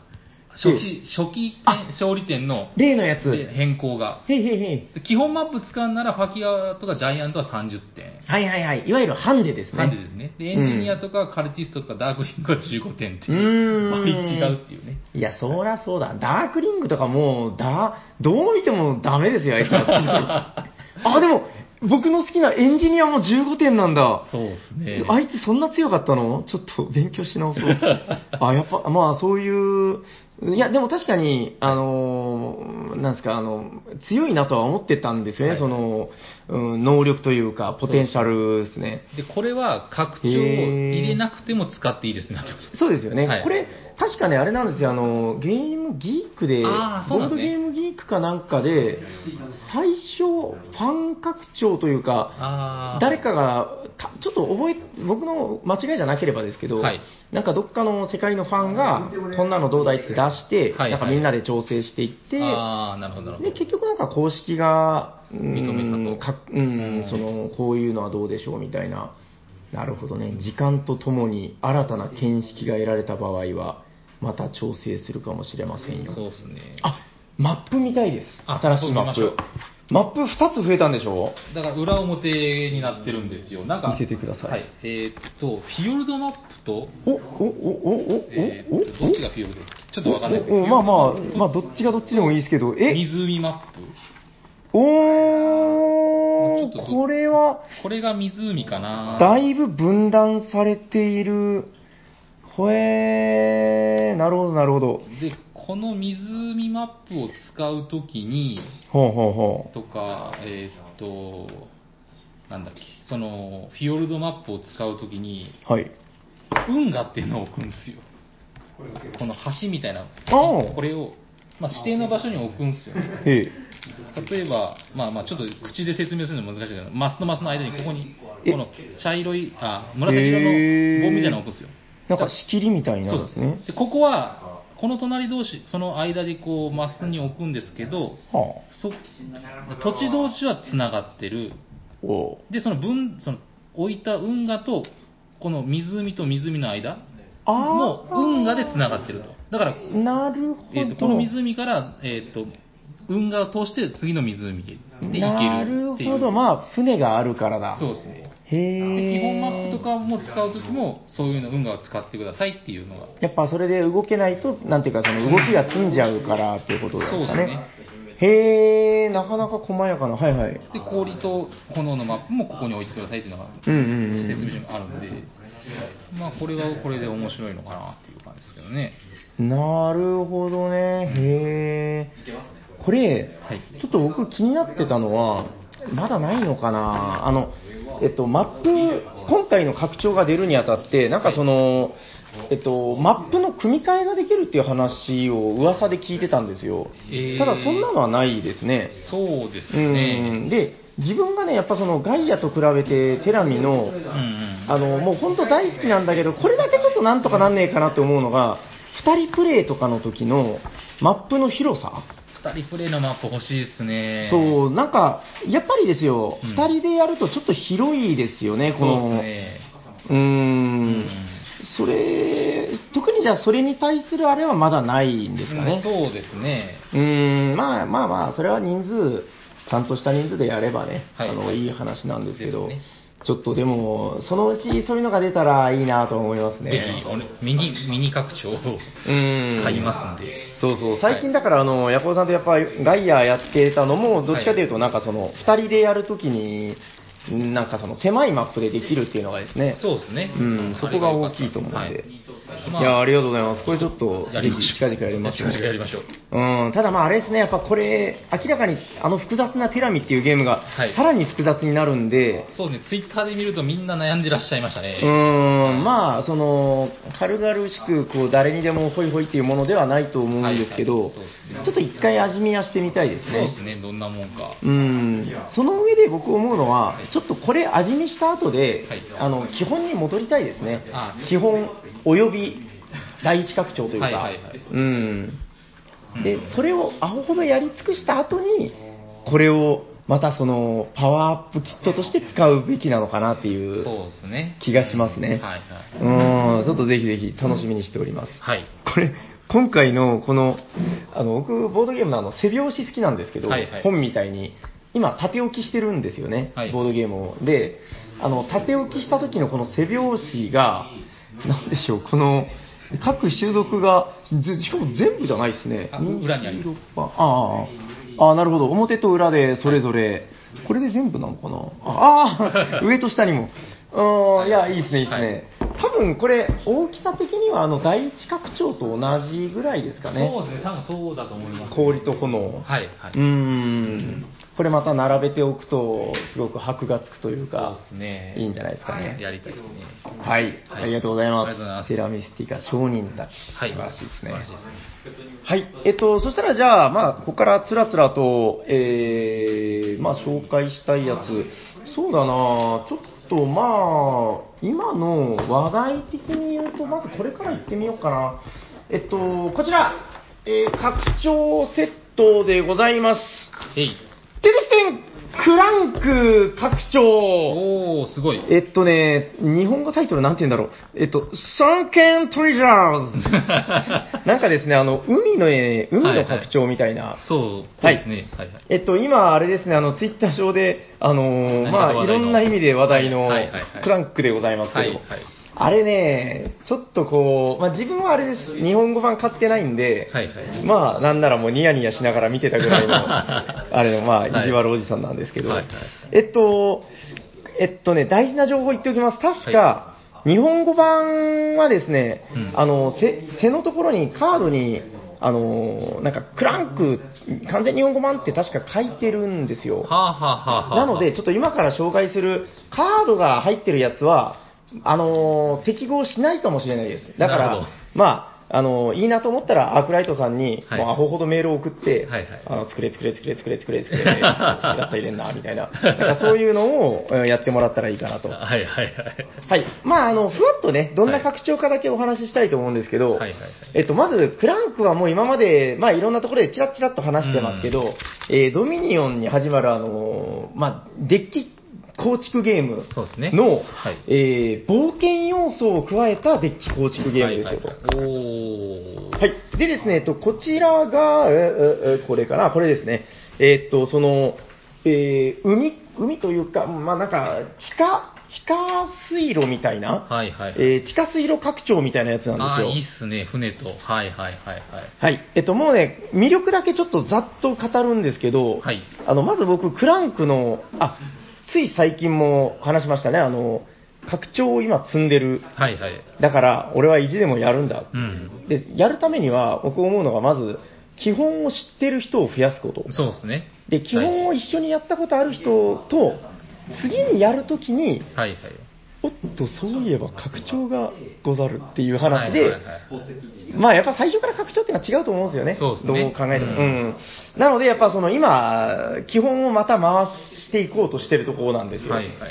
Speaker 1: 初期、初期店勝利点の
Speaker 2: 例のやつ、へ
Speaker 1: 変更が。
Speaker 2: いへいへい。
Speaker 1: 基本マップ使うならファキアとかジャイアントは30点。
Speaker 2: はいはいはい。いわゆるハンデです
Speaker 1: なんで
Speaker 2: ね。
Speaker 1: ですね。で、エンジニアとかカルティストとかダークリンクは15点ってい
Speaker 2: う
Speaker 1: う。
Speaker 2: ーん
Speaker 1: 倍違うっていうね。
Speaker 2: いや、そりゃそうだ。ダークリングとかもう、だ、どう見てもダメですよ、あい つらあ、でも、僕の好きなエンジニアも15点なんだ。
Speaker 1: そうですね。
Speaker 2: あいつそんな強かったのちょっと勉強し直そう。 あ、やっぱ、まあそういう、いや、でも確かに、あのー、なんですか、あの、強いなとは思ってたんですよね、
Speaker 1: はい
Speaker 2: その、うん、能力というか、ポテンシャルですね。
Speaker 1: で、これは拡張を入れなくても使っていいですね、なってました
Speaker 2: そうですよね、
Speaker 1: はい
Speaker 2: これ、確かね、あれなんですよ、あのゲームギークで、
Speaker 1: あーそう
Speaker 2: ボ
Speaker 1: なん
Speaker 2: ード
Speaker 1: です
Speaker 2: ゲ
Speaker 1: ね
Speaker 2: ームギークかなんかで、最初、ファン拡張というか、
Speaker 1: あー
Speaker 2: 誰かが、たちょっと覚え、僕の間違いじゃなければですけど、
Speaker 1: はい
Speaker 2: なんかどっかの世界のファンが、こんなのどうだいって出して、
Speaker 1: はいはい
Speaker 2: なんかみんなで調整していって、
Speaker 1: あー、なるほど、なる
Speaker 2: で
Speaker 1: ほ
Speaker 2: 結局なんか公式が、う
Speaker 1: 認め
Speaker 2: ん
Speaker 1: たと
Speaker 2: かうん、そのこういうのはどうでしょうみたいな、なるほどね、時間とともに新たな見識が得られた場合は、また調整するかもしれません
Speaker 1: ど。
Speaker 2: よ。
Speaker 1: そうですね。
Speaker 2: あマップ見たいです、
Speaker 1: あ
Speaker 2: 新しいマッ
Speaker 1: そうし
Speaker 2: プ
Speaker 1: まし。
Speaker 2: マップ2つ増えたんでしょ
Speaker 1: だから裏表になってるんですよ。なんか、
Speaker 2: 見せてください
Speaker 1: はい。えーっと、フィヨルドマップと、
Speaker 2: おおおお
Speaker 1: えーっ
Speaker 2: おおお
Speaker 1: とどっちがフィヨルドちょっとわかんないですけ
Speaker 2: お
Speaker 1: ど。
Speaker 2: おまあまあ、まあ、どっちがどっちでもいいですけど、え
Speaker 1: 湖マップ。
Speaker 2: お
Speaker 1: ちょっと
Speaker 2: ー、
Speaker 1: ど
Speaker 2: これは。
Speaker 1: これが湖かな
Speaker 2: だいぶ分断されている。ほえー、なるほど、なるほど。
Speaker 1: で、この湖マップを使うときに、
Speaker 2: ほうほうほ
Speaker 1: とか、えーっと、なんだっけ、その、フィヨルドマップを使うときに、
Speaker 2: う。はい。
Speaker 1: 運河っていうのを置くんですよ。この橋みたいな、
Speaker 2: おう
Speaker 1: これを、まあ、指定の場所に置くんですよね。
Speaker 2: え
Speaker 1: 例えば、まあまあ、ちょっと口で説明するの難しいけど、マスとマスの間にここに、
Speaker 2: え
Speaker 1: この茶色い、あ、紫色の棒みたいなのを置くんですよ。
Speaker 2: なんか仕切りみたいにな
Speaker 1: そう
Speaker 2: る
Speaker 1: で
Speaker 2: んですすね。
Speaker 1: でここは、この隣同士、その間でこう、マスに置くんですけど、
Speaker 2: は
Speaker 1: そ土地同士はつながってる。
Speaker 2: あ。おう
Speaker 1: で、その分、その置いた運河と、この湖と湖の間
Speaker 2: あ
Speaker 1: も
Speaker 2: ー
Speaker 1: 運河でつながってると。だから、
Speaker 2: なるほど。
Speaker 1: えーとこの湖から、えー、と運河を通して次の湖へで行ける
Speaker 2: な
Speaker 1: っていう。
Speaker 2: るほど。まあ、船があるからだ。
Speaker 1: そうですね。
Speaker 2: へ
Speaker 1: で
Speaker 2: え。
Speaker 1: 基本マップとかも使うときも、そういうの、運河を使ってくださいっていうのが、
Speaker 2: やっぱそれで動けないと、なんていうか、その動きが積んじゃうからっていうことです
Speaker 1: そうで
Speaker 2: か
Speaker 1: す
Speaker 2: ね
Speaker 1: ね。。
Speaker 2: へえ、なかなか細やかな。はいはい。
Speaker 1: で、氷と炎のマップもここに置いてくださいっていうのが、
Speaker 2: うんうんう
Speaker 1: 説明書
Speaker 2: ん
Speaker 1: にあるんで、まあ、これはこれで面白いのかなっていう感じですけどね。。
Speaker 2: なるほどね。へえ。これ、
Speaker 1: はい。
Speaker 2: ちょっと僕気になってたのは、まだないのかな、あのえっと、マップ、今回の拡張が出るにあたって、なんかその、えっと、マップの組み替えができるっていう話を噂で聞いてたんですよ、
Speaker 1: えー
Speaker 2: ただそんなのはないですね。
Speaker 1: そうです
Speaker 2: う
Speaker 1: ね。
Speaker 2: んで自分がね、やっぱそのガイアと比べて、テラミ
Speaker 1: う
Speaker 2: の
Speaker 1: んうん。
Speaker 2: あのもう本当大好きなんだけど、これだけちょっとなんとかなんねえかなって思うのが、2人プレイとかの時のマップの広さ、
Speaker 1: 二人プレイのマップ欲しいですね。
Speaker 2: そう、なんか、やっぱりですよ、
Speaker 1: うん
Speaker 2: 二2人でやるとちょっと広いですよね、こ
Speaker 1: そうで
Speaker 2: の。
Speaker 1: すね。
Speaker 2: うー
Speaker 1: うんん。
Speaker 2: それ、特にじゃあ、それに対するあれはまだないんですかね。
Speaker 1: そうですね。
Speaker 2: うーん、まあまあまあ、それは人数、ちゃんとした人数でやればね、
Speaker 1: はい
Speaker 2: い、あのいい話なんですけど、
Speaker 1: ですね
Speaker 2: ちょっとでも、そのうちそういうのが出たらいいなと思います
Speaker 1: ぜ
Speaker 2: ね
Speaker 1: ひ。おね、ミニ、ミニ拡張を
Speaker 2: うーん
Speaker 1: 買いますんで。
Speaker 2: そうそう、最近だから、あの、ヤコウさんとやっぱガイアやってたのも、どっちかというと、なんかその、二人でやるときに、なんかその、狭いマップでできるっていうのがですね、
Speaker 1: そうですね。
Speaker 2: うん、そこが大きいと思うんで、、
Speaker 1: はいまあ
Speaker 2: や、ありがとうございます。これちょっと、
Speaker 1: や
Speaker 2: ぜ
Speaker 1: りまし
Speaker 2: ひ
Speaker 1: ょう。
Speaker 2: 近々やりましょう。
Speaker 1: 近々やりましょう。
Speaker 2: うん、ただまああれですね、やっぱこれ、明らかにあの複雑なテラミっていうゲームが
Speaker 1: はい、
Speaker 2: さらに複雑になるんで、
Speaker 1: そうですね、ツイッターで見るとみんな悩んでらっしゃいましたね。
Speaker 2: うーん、まあ、その、軽々しく、こう、誰にでもホイホイっていうものではないと思うんですけ
Speaker 1: は
Speaker 2: ど
Speaker 1: いはいそうですね、
Speaker 2: ちょっと一回味見はしてみたいです
Speaker 1: そうで
Speaker 2: ね。
Speaker 1: すね、どんなもんか。
Speaker 2: うん、その上で僕思うのは、ちょっとこれ味見した後で、
Speaker 1: はい
Speaker 2: あの、基本に戻りたいですね
Speaker 1: あ。
Speaker 2: 基本、および第一拡張というか、
Speaker 1: はいはいはい
Speaker 2: う
Speaker 1: う
Speaker 2: ん。
Speaker 1: ん
Speaker 2: で、それをアホほどやり尽くした後に、これをまたその、パワーアップキットとして使うべきなのかなっていう
Speaker 1: そうですね。
Speaker 2: 気がしますね。
Speaker 1: はい
Speaker 2: うん、ちょっとぜひぜひ楽しみにしております。
Speaker 1: はい。
Speaker 2: これ、今回のこの、あの、僕、ボードゲームのあの、背表紙好きなんですけど、
Speaker 1: はいはい
Speaker 2: 本みたいに、今、縦置きしてるんですよね、
Speaker 1: はい
Speaker 2: ボードゲームを。で、あの、縦置きした時のこの背表紙が、なんでしょう、この、各種族が、ずしかも全部じゃないですね。
Speaker 1: あ裏にあります
Speaker 2: あああああ、なるほど。表と裏でそれぞれ。これで全部なのかな ああー、上と下にも。うん、いや、いいですね、いいですね。多分これ、大きさ的にはあの第一拡張と同じぐらいですか
Speaker 1: そう
Speaker 2: ね、
Speaker 1: ですね、多分そうだと思います。
Speaker 2: 氷と炎、
Speaker 1: はいは
Speaker 2: うー
Speaker 1: い。
Speaker 2: ん、これまた並べておくと、すごく箔がつくという
Speaker 1: そう
Speaker 2: か、
Speaker 1: ですね。
Speaker 2: いいんじゃないですかね
Speaker 1: やりたいですね。
Speaker 2: はい、
Speaker 1: はい
Speaker 2: ありがとうござい
Speaker 1: ありがとうござい
Speaker 2: ま、
Speaker 1: ますす
Speaker 2: テラミスティカ商人たち、
Speaker 1: はい。
Speaker 2: 素晴らしいです
Speaker 1: 素晴
Speaker 2: ね
Speaker 1: らし。いですね。
Speaker 2: はい、えっと、そしたらじゃあ、まあ、ここからつらつらと、えー、まあ、紹介したいやつ、そうだな、ちょっとまあ、今の話題的に言うと、まずこれから行ってみようかな。えっと、こちら、えー、拡張セットでございます。
Speaker 1: えい。
Speaker 2: テレステンクランク拡張
Speaker 1: おー、す ごい。
Speaker 2: えっとね、日本語タイトルなんて言うんだろう。えっと、sunken treasures なんかですね、あの、海の、えー海の拡張みたいな、
Speaker 1: そうですね。はいはい。
Speaker 2: えっと、今、あれですね、あの、ツイッター上で、あのー
Speaker 1: 何
Speaker 2: ま
Speaker 1: かと
Speaker 2: あ、い
Speaker 1: 話題の
Speaker 2: ろんな意味で話題の
Speaker 1: はいはいはい
Speaker 2: クランクでございますけど、
Speaker 1: はいはい。
Speaker 2: あれね、ちょっとこう、まあ、自分はあれです、日本語版買ってないんで、
Speaker 1: はいはい。
Speaker 2: まあ、なんならもうニヤニヤしながら見てたぐ らいの、あれの、まあ、意地悪おじさんなんですけど、
Speaker 1: はいはい
Speaker 2: えっと、えっとね、大事な情報言っておきます。確か、日本語版はですね、
Speaker 1: うん
Speaker 2: あの、背背のところにカードに、あの、なんか、クランク、完全日本語版って確か書いてるんですよ。
Speaker 1: はあはあはあは
Speaker 2: な
Speaker 1: あ
Speaker 2: ので、、ちょっと今から紹介するカードが入ってるやつは、あのー適合しないかもしれないです。だか
Speaker 1: なるほ
Speaker 2: ら
Speaker 1: ど、
Speaker 2: まあ、あのーいいなと思ったら、アークライトさんに、
Speaker 1: はい
Speaker 2: もうアホほどメールを送って、
Speaker 1: はいはい
Speaker 2: あの作れ作れ作れ作れ作れ作れ、やった入れんな、みたいな。なんかそういうのをえーやってもらったらいい かなと。は
Speaker 1: はいはいはい。
Speaker 2: い。まあ、あの、ふわっとね、どんな拡張かだけお話ししたいと思うんですけど、
Speaker 1: はいはいはい
Speaker 2: えっと、まず、クランクはもう今まで、まあ、いろんなところでチラッチラッと話してますけど、えードミニオンに始まる、あのーまあ、デッキ構築ゲーム
Speaker 1: そうですね。
Speaker 2: の、
Speaker 1: はい
Speaker 2: えー冒険要素を加えたデッキ構築ゲームですよと。
Speaker 1: は
Speaker 2: はい
Speaker 1: はいおー。
Speaker 2: いでですね、えっと、こちらが、えーえーえーこれかな、これですね。えーっと、その、えー海海というか、まあなんか、地下、地下水路みたいな、
Speaker 1: はいはい。
Speaker 2: えー地下水路拡張みたいなやつ
Speaker 1: あ
Speaker 2: なん
Speaker 1: あ
Speaker 2: です
Speaker 1: ー、
Speaker 2: よ。
Speaker 1: いいっすね、船と。はいはいはいはい。
Speaker 2: はい。えっと、もうね、魅力だけちょっとざっと語るんですけど、
Speaker 1: はい
Speaker 2: あの、まず僕、クランクの、あ、つい最近も話しましたね、あの、拡張を今積んでる。
Speaker 1: はいはい。
Speaker 2: だから、俺は意地でもやるんだ。
Speaker 1: うん。
Speaker 2: で、やるためには、僕思うのが、まず、基本を知ってる人を増やすこと。
Speaker 1: そうですね。
Speaker 2: で、基本を一緒にやったことある人と、次にやるときに、
Speaker 1: はいはい。
Speaker 2: おっと、そういえば拡張がござるっていう話
Speaker 1: は
Speaker 2: で、
Speaker 1: いはいはい
Speaker 2: まあやっぱ最初から拡張っていうのは違うと思うんですよね、
Speaker 1: そうです
Speaker 2: どう
Speaker 1: ね
Speaker 2: 考えても。
Speaker 1: う
Speaker 2: うんんなので、やっぱその今、基本をまた回していこうとしてるところなんですよ。
Speaker 1: はいはいは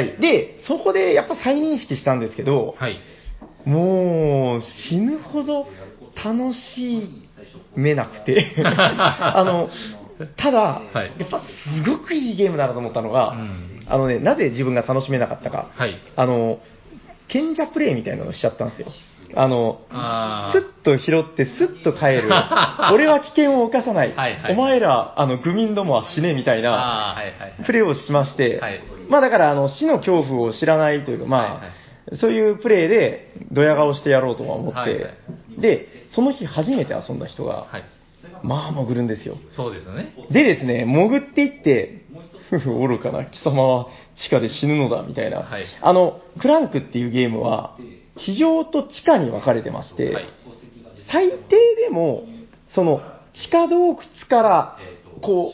Speaker 1: い。
Speaker 2: はいで、そこでやっぱ再認識したんですけど、
Speaker 1: はい。
Speaker 2: もう死ぬほど楽しめな くて、あのただ、
Speaker 1: はい
Speaker 2: やっぱすごくいいゲームだなと思ったのが、
Speaker 1: うん
Speaker 2: あのね、なぜ自分が楽しめなかったか、
Speaker 1: はい
Speaker 2: あの賢者プレイみたいなのをしちゃったんですよ。あの
Speaker 1: あ
Speaker 2: スッと拾ってスッと帰 る俺は危険を犯さない
Speaker 1: はいはい
Speaker 2: お前らあの愚民どもは死ねみたい
Speaker 1: あ。
Speaker 2: な
Speaker 1: ああ、はいはいはい。
Speaker 2: プレーをしまして、
Speaker 1: はい
Speaker 2: まあだからあの死の恐怖を知らないというか、まあ
Speaker 1: はいは
Speaker 2: そういうプレーでドヤ顔してやろうとは思って、
Speaker 1: はいは
Speaker 2: でその日初めて遊んだ人が、
Speaker 1: はい。
Speaker 2: まあ潜るんですよ
Speaker 1: そうですよね。
Speaker 2: でですね潜っていってふふ愚かな貴様は地下で死ぬのだみたいな、
Speaker 1: はい
Speaker 2: あのクランクっていうゲームは地上と地下に分かれてまして、
Speaker 1: はい
Speaker 2: 最低でもその地下洞窟からこ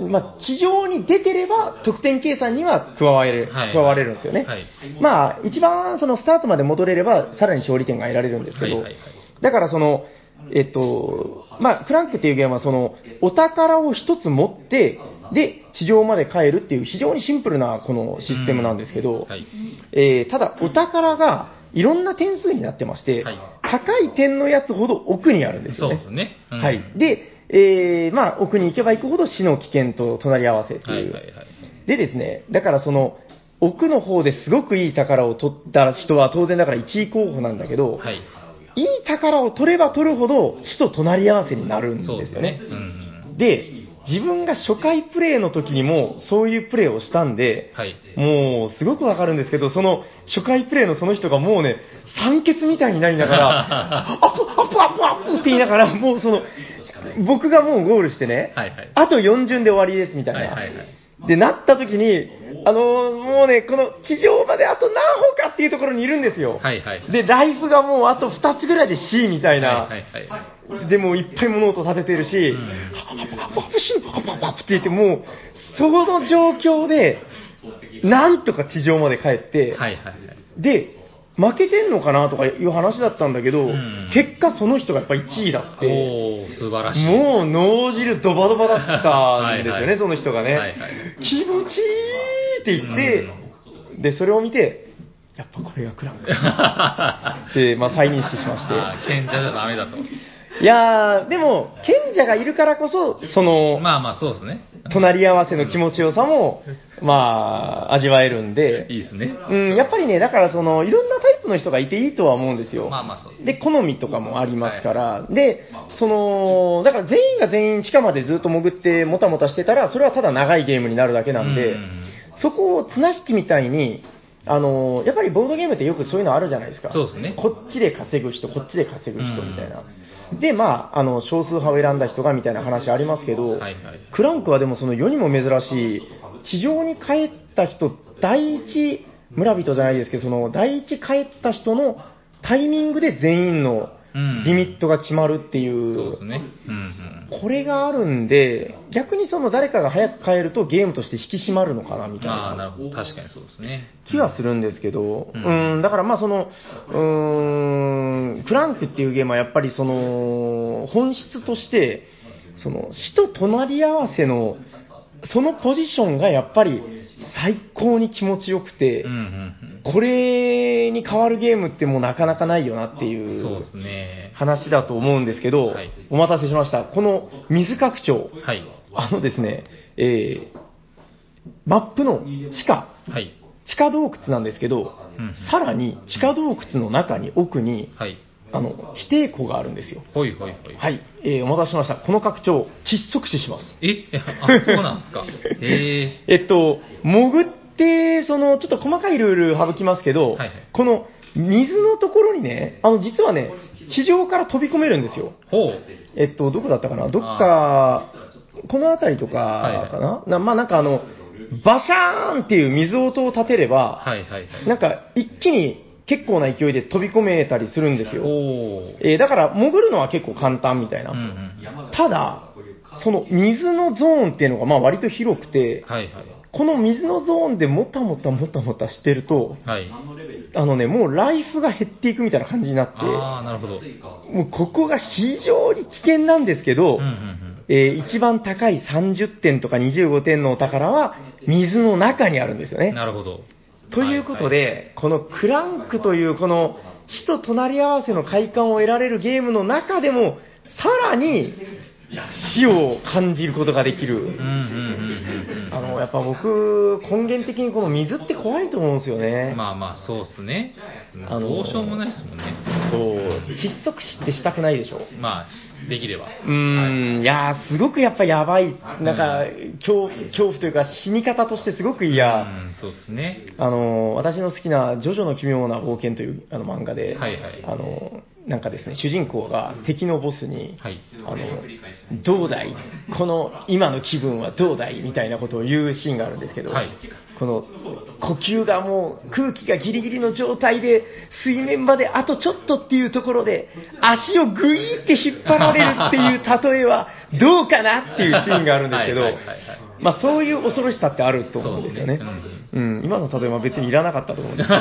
Speaker 2: うう、まあ、地上に出てれば得点計算には加われる,、
Speaker 1: はい
Speaker 2: 加われるんですよね、
Speaker 1: はい
Speaker 2: まあ、一番そのスタートまで戻れればさらに勝利点が得られるんですけど、
Speaker 1: はいはいはい
Speaker 2: だからその、えっとまあ、クランクっていうゲームはそのお宝を一つ持ってで地上まで帰るっていう非常にシンプルなこのシステムなんですけ
Speaker 1: うん
Speaker 2: ど、
Speaker 1: はい
Speaker 2: えーただ、お宝がいろんな点数になってまして、
Speaker 1: はい
Speaker 2: 高い点のやつほど奥にあるんです
Speaker 1: そ
Speaker 2: よ
Speaker 1: う
Speaker 2: ね。
Speaker 1: ですね。うん
Speaker 2: はい、で、えーまあ、奥に行けば行くほど死の危険と隣り合わせって、
Speaker 1: はいいうはいはい。
Speaker 2: でですね、だからその、奥の方ですごくいい宝を取った人は当然だから1位候補なんだけど、
Speaker 1: はい。
Speaker 2: いい宝を取れば取るほど死と隣り合わせになるんです
Speaker 1: そう
Speaker 2: よ
Speaker 1: ですね
Speaker 2: ね。。
Speaker 1: うん。
Speaker 2: で、自分が初回プレイの時にもそういうプレイをしたんで、
Speaker 1: はい。
Speaker 2: もうすごくわかるんですけど、その初回プレイのその人がもうね、酸欠みたいになりな がら、アップアップアップアップって言いながら、もうその、僕がもうゴールしてね、
Speaker 1: はいはい
Speaker 2: あと4巡で終わりですみたいな。
Speaker 1: はいはいはい
Speaker 2: で、なった時に、あのーもうね、この地上まであと何歩かっていうところにいるんですよ。
Speaker 1: はいはい。
Speaker 2: で、ライフがもうあと2つぐらいで C みたいな。
Speaker 1: はいはいはい。
Speaker 2: でもういっぱい物音立ててるし、ハッパッパッパップシュッハッパッパップって言って、もう、その状況で、なんとか地上まで帰って、
Speaker 1: はいはいはい。
Speaker 2: で、負けてんのかなとかいう話だったんだけど、
Speaker 1: ん
Speaker 2: 結果その人がやっぱ1位だって、
Speaker 1: おー、素晴らしい。
Speaker 2: もう脳汁ドバドバだったんですよね、
Speaker 1: はいはい
Speaker 2: その人が
Speaker 1: は
Speaker 2: ね、
Speaker 1: いはい
Speaker 2: 気持ちいいって言って、で、それを見て、やっぱこれが クランクだって、まあ、再認識しまして。
Speaker 1: あー賢者じゃダメだと。
Speaker 2: いやー、でも、賢者がいるからこそ、その、
Speaker 1: まあまあ、そうですね。
Speaker 2: 隣り合わせの気持ちよさも、まあ、味わえるんで、
Speaker 1: いいですね。
Speaker 2: うん、やっぱりね、だからその、いろんなタイプの人がいていいとは思うんですよ。
Speaker 1: まあまあそうですね
Speaker 2: で、好みとかもありますから、で、その、だから全員が全員地下までずっと潜って、もたもたしてたら、それはただ長いゲームになるだけなんで、
Speaker 1: うん
Speaker 2: そこを綱引きみたいに、あのやっぱりボードゲームってよくそういうのあるじゃないですか。
Speaker 1: そうですね
Speaker 2: こっちで稼ぐ人、こっちで稼ぐ人みたいな。で、まあ、あの、少数派を選んだ人がみたいな話ありますけど、
Speaker 1: はいはい
Speaker 2: クランクはでもその世にも珍しい、地上に帰った人、第一、村人じゃないですけど、その第一帰った人のタイミングで全員の
Speaker 1: うん
Speaker 2: リミットが決まるってい
Speaker 1: そうで
Speaker 2: う
Speaker 1: す、ね。うんうん。
Speaker 2: これがあるんで、逆にその誰かが早く帰るとゲームとして引き締まるのかなみたい
Speaker 1: まあ、な
Speaker 2: な
Speaker 1: るほど。確かにそうですね。
Speaker 2: 気はするんですけど、
Speaker 1: う
Speaker 2: うんん、だからまあその、うーん、クランクっていうゲームはやっぱりその、本質として、その死と隣り合わせの、そのポジションがやっぱり最高に気持ちよくて、
Speaker 1: うんうん
Speaker 2: これに変わるゲームってもうなかなかないよなって
Speaker 1: う
Speaker 2: い
Speaker 1: ん。そう
Speaker 2: う
Speaker 1: ですね。
Speaker 2: 話だと思うんですけど、
Speaker 1: はい
Speaker 2: お待たせしました。この水拡張、
Speaker 1: はい。
Speaker 2: あのですね、えーマップの地下、
Speaker 1: はい。
Speaker 2: 地下洞窟なんですけど、
Speaker 1: うんうん
Speaker 2: さらに地下洞窟の中に奥に
Speaker 1: はい。
Speaker 2: あの、指定庫があるんですよ。
Speaker 1: ほいほいほい。
Speaker 2: はい、えーお待たせしました。この拡張、窒息死します。
Speaker 1: え あ、そうなんですか。え
Speaker 2: えっと、潜って、その、ちょっと細かいルール省きますけど、
Speaker 1: はいはい
Speaker 2: この水のところにね、あの、実はね、地上から飛び込めるんですよ。
Speaker 1: ー、ほう。
Speaker 2: えっと、どこだったかなどっか、この辺りとかかな、なまあなんかあの、バシャーンっていう水音を立てれば、
Speaker 1: はいはいはい。
Speaker 2: なんか一気に結構な勢いで飛び込めたりするんですよ。
Speaker 1: おー。
Speaker 2: えーだから潜るのは結構簡単みたいな。
Speaker 1: うんうん。
Speaker 2: ただ、その水のゾーンっていうのがまあ割と広くて、
Speaker 1: はいはい。
Speaker 2: この水のゾーンでもたもたもたもたしてると、
Speaker 1: はい。
Speaker 2: あのね、もうライフが減っていくみたいな感じになっ
Speaker 1: ああ、なるほど。うん
Speaker 2: て、もうここが非常に危険なんですけ
Speaker 1: う
Speaker 2: ど、
Speaker 1: んうん。
Speaker 2: えー一番高い30点とか25点のお宝は水の中にあるんですよね。
Speaker 1: なるほど。
Speaker 2: ということ
Speaker 1: は
Speaker 2: で、このクランクというこの死と隣り合わせの快感を得られるゲームの中でも、さらに死を感じることができる
Speaker 1: い。はい。うんうんうんうん
Speaker 2: あの、やっぱ僕、根源的にこの水って怖いと思うんですよ
Speaker 1: う
Speaker 2: ね
Speaker 1: ん。。まあまあ、そうっすね。
Speaker 2: あのー
Speaker 1: どうしようもないですもんね。
Speaker 2: そう。窒息死ってしたくないでしょ。
Speaker 1: まあ、できれば。
Speaker 2: うーん、いやー、すごくやっぱやばい。なんか、恐恐怖というか死に方としてすごく
Speaker 1: う
Speaker 2: 嫌。
Speaker 1: ん、そうっすね。
Speaker 2: あの、私の好きな、ジョジョの奇妙な冒険というあの漫画で、
Speaker 1: はいはい
Speaker 2: あの、なんかですね、主人公が敵のボスに、
Speaker 1: はい。
Speaker 2: あの、どうだいこの今の気分はどうだいみたいなことを言うシーンがあるんですけど、
Speaker 1: はい
Speaker 2: この呼吸がもう空気がギリギリの状態で水面まであとちょっとっていうところで足をグイーって引っ張られるっていう例えはどうかなっていうシーンがあるんですけど
Speaker 1: はいはいはいはい、
Speaker 2: まあそういう恐ろしさってあると思うんですよね。
Speaker 1: そうですね
Speaker 2: うん、今の例えは別にいらなかったと思うんですけど。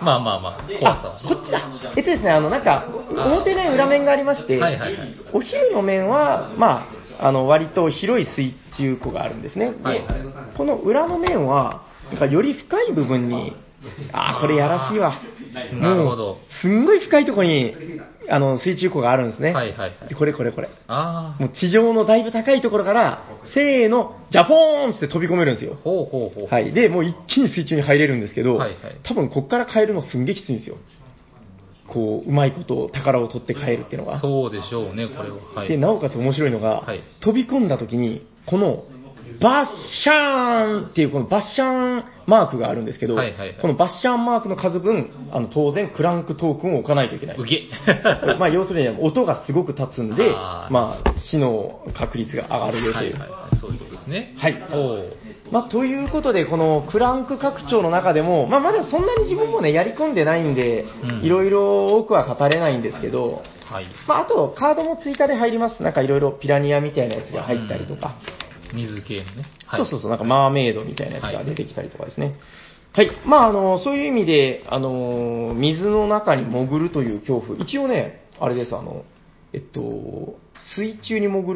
Speaker 1: まあまあまあ、怖さ
Speaker 2: あ
Speaker 1: は、。
Speaker 2: こっちだ。えっとですね、あの、なんか、表面、裏面がありまして、
Speaker 1: はいはいはい
Speaker 2: お昼の面は、まあ、あの、割と広い水中庫があるんですね。で
Speaker 1: はいはい
Speaker 2: この裏の面は、なんかより深い部分に、あーこれやらしいわ。
Speaker 1: なるほど
Speaker 2: もうすんごい深いところに、あの、水中庫があるんですね。
Speaker 1: はいはいはい
Speaker 2: でこれこれこれ。
Speaker 1: ああ
Speaker 2: も、う地上のだいぶ高いところから、せーの、ジャポーンって飛び込めるんですよ。
Speaker 1: ほうほうほう。
Speaker 2: はい、でもう一気に水中に入れるんですけど、
Speaker 1: はいはい
Speaker 2: 多分ここから変えるのすんげえきついんですよ、こううまいこと宝を取って帰るっていうのが、
Speaker 1: そうでしょうね、これは。はい。
Speaker 2: でなおかつ面白いのが、
Speaker 1: はい
Speaker 2: 飛び込んだ時に、このバッシャーンっていうこのバッシャーンマークがあるんですけど、
Speaker 1: はいはいはい。
Speaker 2: このバッシャーンマークの数分、あの当然、クランクトークンを置かないといけないう
Speaker 1: げ。
Speaker 2: まあ要するに音がすごく立つんで、
Speaker 1: あー
Speaker 2: まあ、死の確率が上がるよと、
Speaker 1: はいいうはいはい、そういうことですね。
Speaker 2: はい
Speaker 1: おう
Speaker 2: まあ、ということで、このクランク拡張の中でも、まあ、まだそんなに自分もね、やり込んでないんで
Speaker 1: うん、
Speaker 2: いろいろ多くは語れないんですけど、
Speaker 1: はい。
Speaker 2: まあ、あと、カードも追加で入ります。なんかいろいろピラニアみたいなやつが入ったりとか、
Speaker 1: 水系のね。
Speaker 2: そうそう
Speaker 1: う。
Speaker 2: そう、なんかマーメイドみたいなやつが出てきたりとかですね。はい。まあ、あの、そういう意味で、あの、水の中に潜るという恐怖。一応ね、あれです、あの、えっと、水中に潜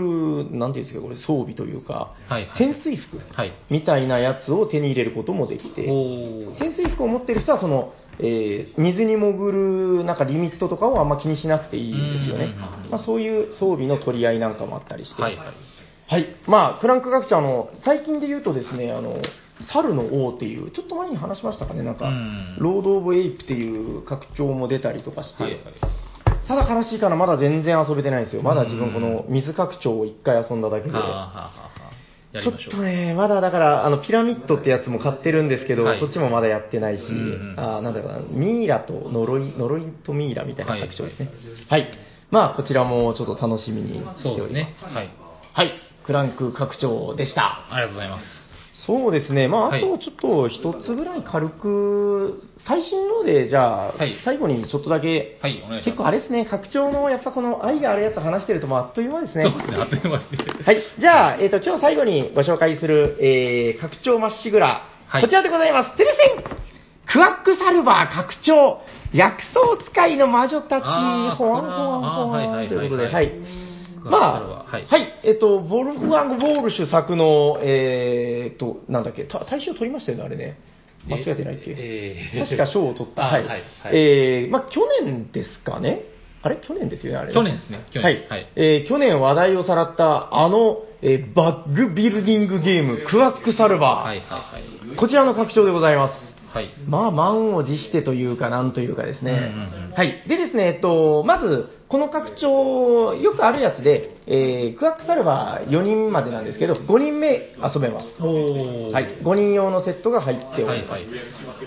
Speaker 2: る、なんていうんですか、これ、装備というか、
Speaker 1: はいはい
Speaker 2: 潜水服。
Speaker 1: はい。
Speaker 2: みたいなやつを手に入れることもできて、
Speaker 1: おう
Speaker 2: 潜水服を持ってる人はその、えー水に潜るなんかリミットとかをあんま気にしなくていいんですよ
Speaker 1: うん
Speaker 2: ね
Speaker 1: うん、
Speaker 2: まあ、そういう装備の取り合いなんかもあったりして、
Speaker 1: はいはい。
Speaker 2: はいまあ、クランク学長あの、最近で言うとですね、あの猿の王っていう、ちょっと前に話しましたかね、なんか、
Speaker 1: うん
Speaker 2: ロード・オブ・エイプっていう拡張も出たりとかして、
Speaker 1: はいはい。
Speaker 2: ただ悲しいから、まだ全然遊べてないんですよ、まだ自分、この水拡張を1回遊んだだけで。
Speaker 1: はあはあはあはあ。やりましょ
Speaker 2: ちょっと
Speaker 1: う。
Speaker 2: ね、まだだから、あの、ピラミッドってやつも買ってるんですけど、
Speaker 1: はい
Speaker 2: そっちもまだやってないし、
Speaker 1: うんうん
Speaker 2: あーなんだろうな、ミイラと呪い、呪いとミイラみたいな拡張ですね。はい。まあ、こちらもちょっと楽しみに
Speaker 1: そ
Speaker 2: して
Speaker 1: う
Speaker 2: お
Speaker 1: です
Speaker 2: ります。
Speaker 1: ね。はい。
Speaker 2: はい。クランク拡張でした。
Speaker 1: ありがとうございます。
Speaker 2: そうですね。まあ、
Speaker 1: は
Speaker 2: あ
Speaker 1: い
Speaker 2: とちょっと一つぐらい軽く、最新ので、じゃあ、
Speaker 1: はい
Speaker 2: 最後にちょっとだけ、
Speaker 1: はい、お願いします。
Speaker 2: 結構あれですね、拡張のやっぱこの愛があるやつ話してるともうあっという間ですね。
Speaker 1: そうですね、あっという間ですね。
Speaker 2: はい。じゃあ、えっ、と、今日最後にご紹介する、えー、拡張まっしぐら。
Speaker 1: はい
Speaker 2: こちらでございます。テレセンクワックサルバー拡張薬草使いの魔女たち
Speaker 1: あー、
Speaker 2: ほわん
Speaker 1: こ
Speaker 2: ほ
Speaker 1: れ
Speaker 2: わ
Speaker 1: はあーはい
Speaker 2: んほわ
Speaker 1: は
Speaker 2: ん
Speaker 1: い
Speaker 2: ということで、
Speaker 1: はい
Speaker 2: は
Speaker 1: はいい。
Speaker 2: まあ、
Speaker 1: クワックサルバーはい
Speaker 2: えっ、と、ボルフガング・ボールシュ作の、えっ、と、なんだっけ、た大賞取りましたよね、あれね。間違えてないっけ、
Speaker 1: えー
Speaker 2: 確か賞を取っ
Speaker 1: あ
Speaker 2: た。
Speaker 1: ー
Speaker 2: はい。
Speaker 1: はいはい
Speaker 2: えー、まあ、去年ですかね。あれ去年ですよね、あれ、
Speaker 1: 去年ですね去年
Speaker 2: はい。
Speaker 1: はい
Speaker 2: えー去年話題をさらったあの、えーバッグビルディングゲーム、クワックサルバー。
Speaker 1: はいはいはい。
Speaker 2: こちらの拡張でございます。
Speaker 1: はい。
Speaker 2: まあ、満を持してというか、なんというかですね。
Speaker 1: うんうんうん
Speaker 2: はい。でですね、えっと、まず、この拡張、よくあるやつで、えークワックサルバー4人までなんですけど、5人目遊べます。
Speaker 1: お
Speaker 2: はい。5人用のセットが入っております。
Speaker 1: はいは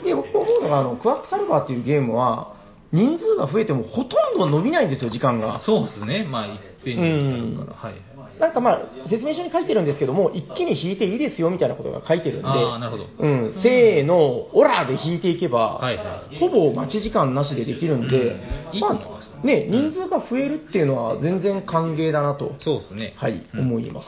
Speaker 1: い
Speaker 2: で、僕思うのが、あの、クワックサルバーっていうゲームは、人数が増えてもほとんど伸びないんですよ、時間が。
Speaker 1: そうですね。まあ、いっぺんにやるから。はい。
Speaker 2: なんかまあ、説明書に書いてるんですけども、一気に引いていいですよみたいなことが書いてるんで、
Speaker 1: ああ、なるほど。
Speaker 2: うん、せーの、オラーで引いていけば、
Speaker 1: はいはい
Speaker 2: ほぼ待ち時間なしでできるんで、
Speaker 1: うんいいと思い
Speaker 2: ま
Speaker 1: ます
Speaker 2: あね、人数が増えるっていうのは全然歓迎だなと。
Speaker 1: そうですね。
Speaker 2: はい、
Speaker 1: うん
Speaker 2: 思います。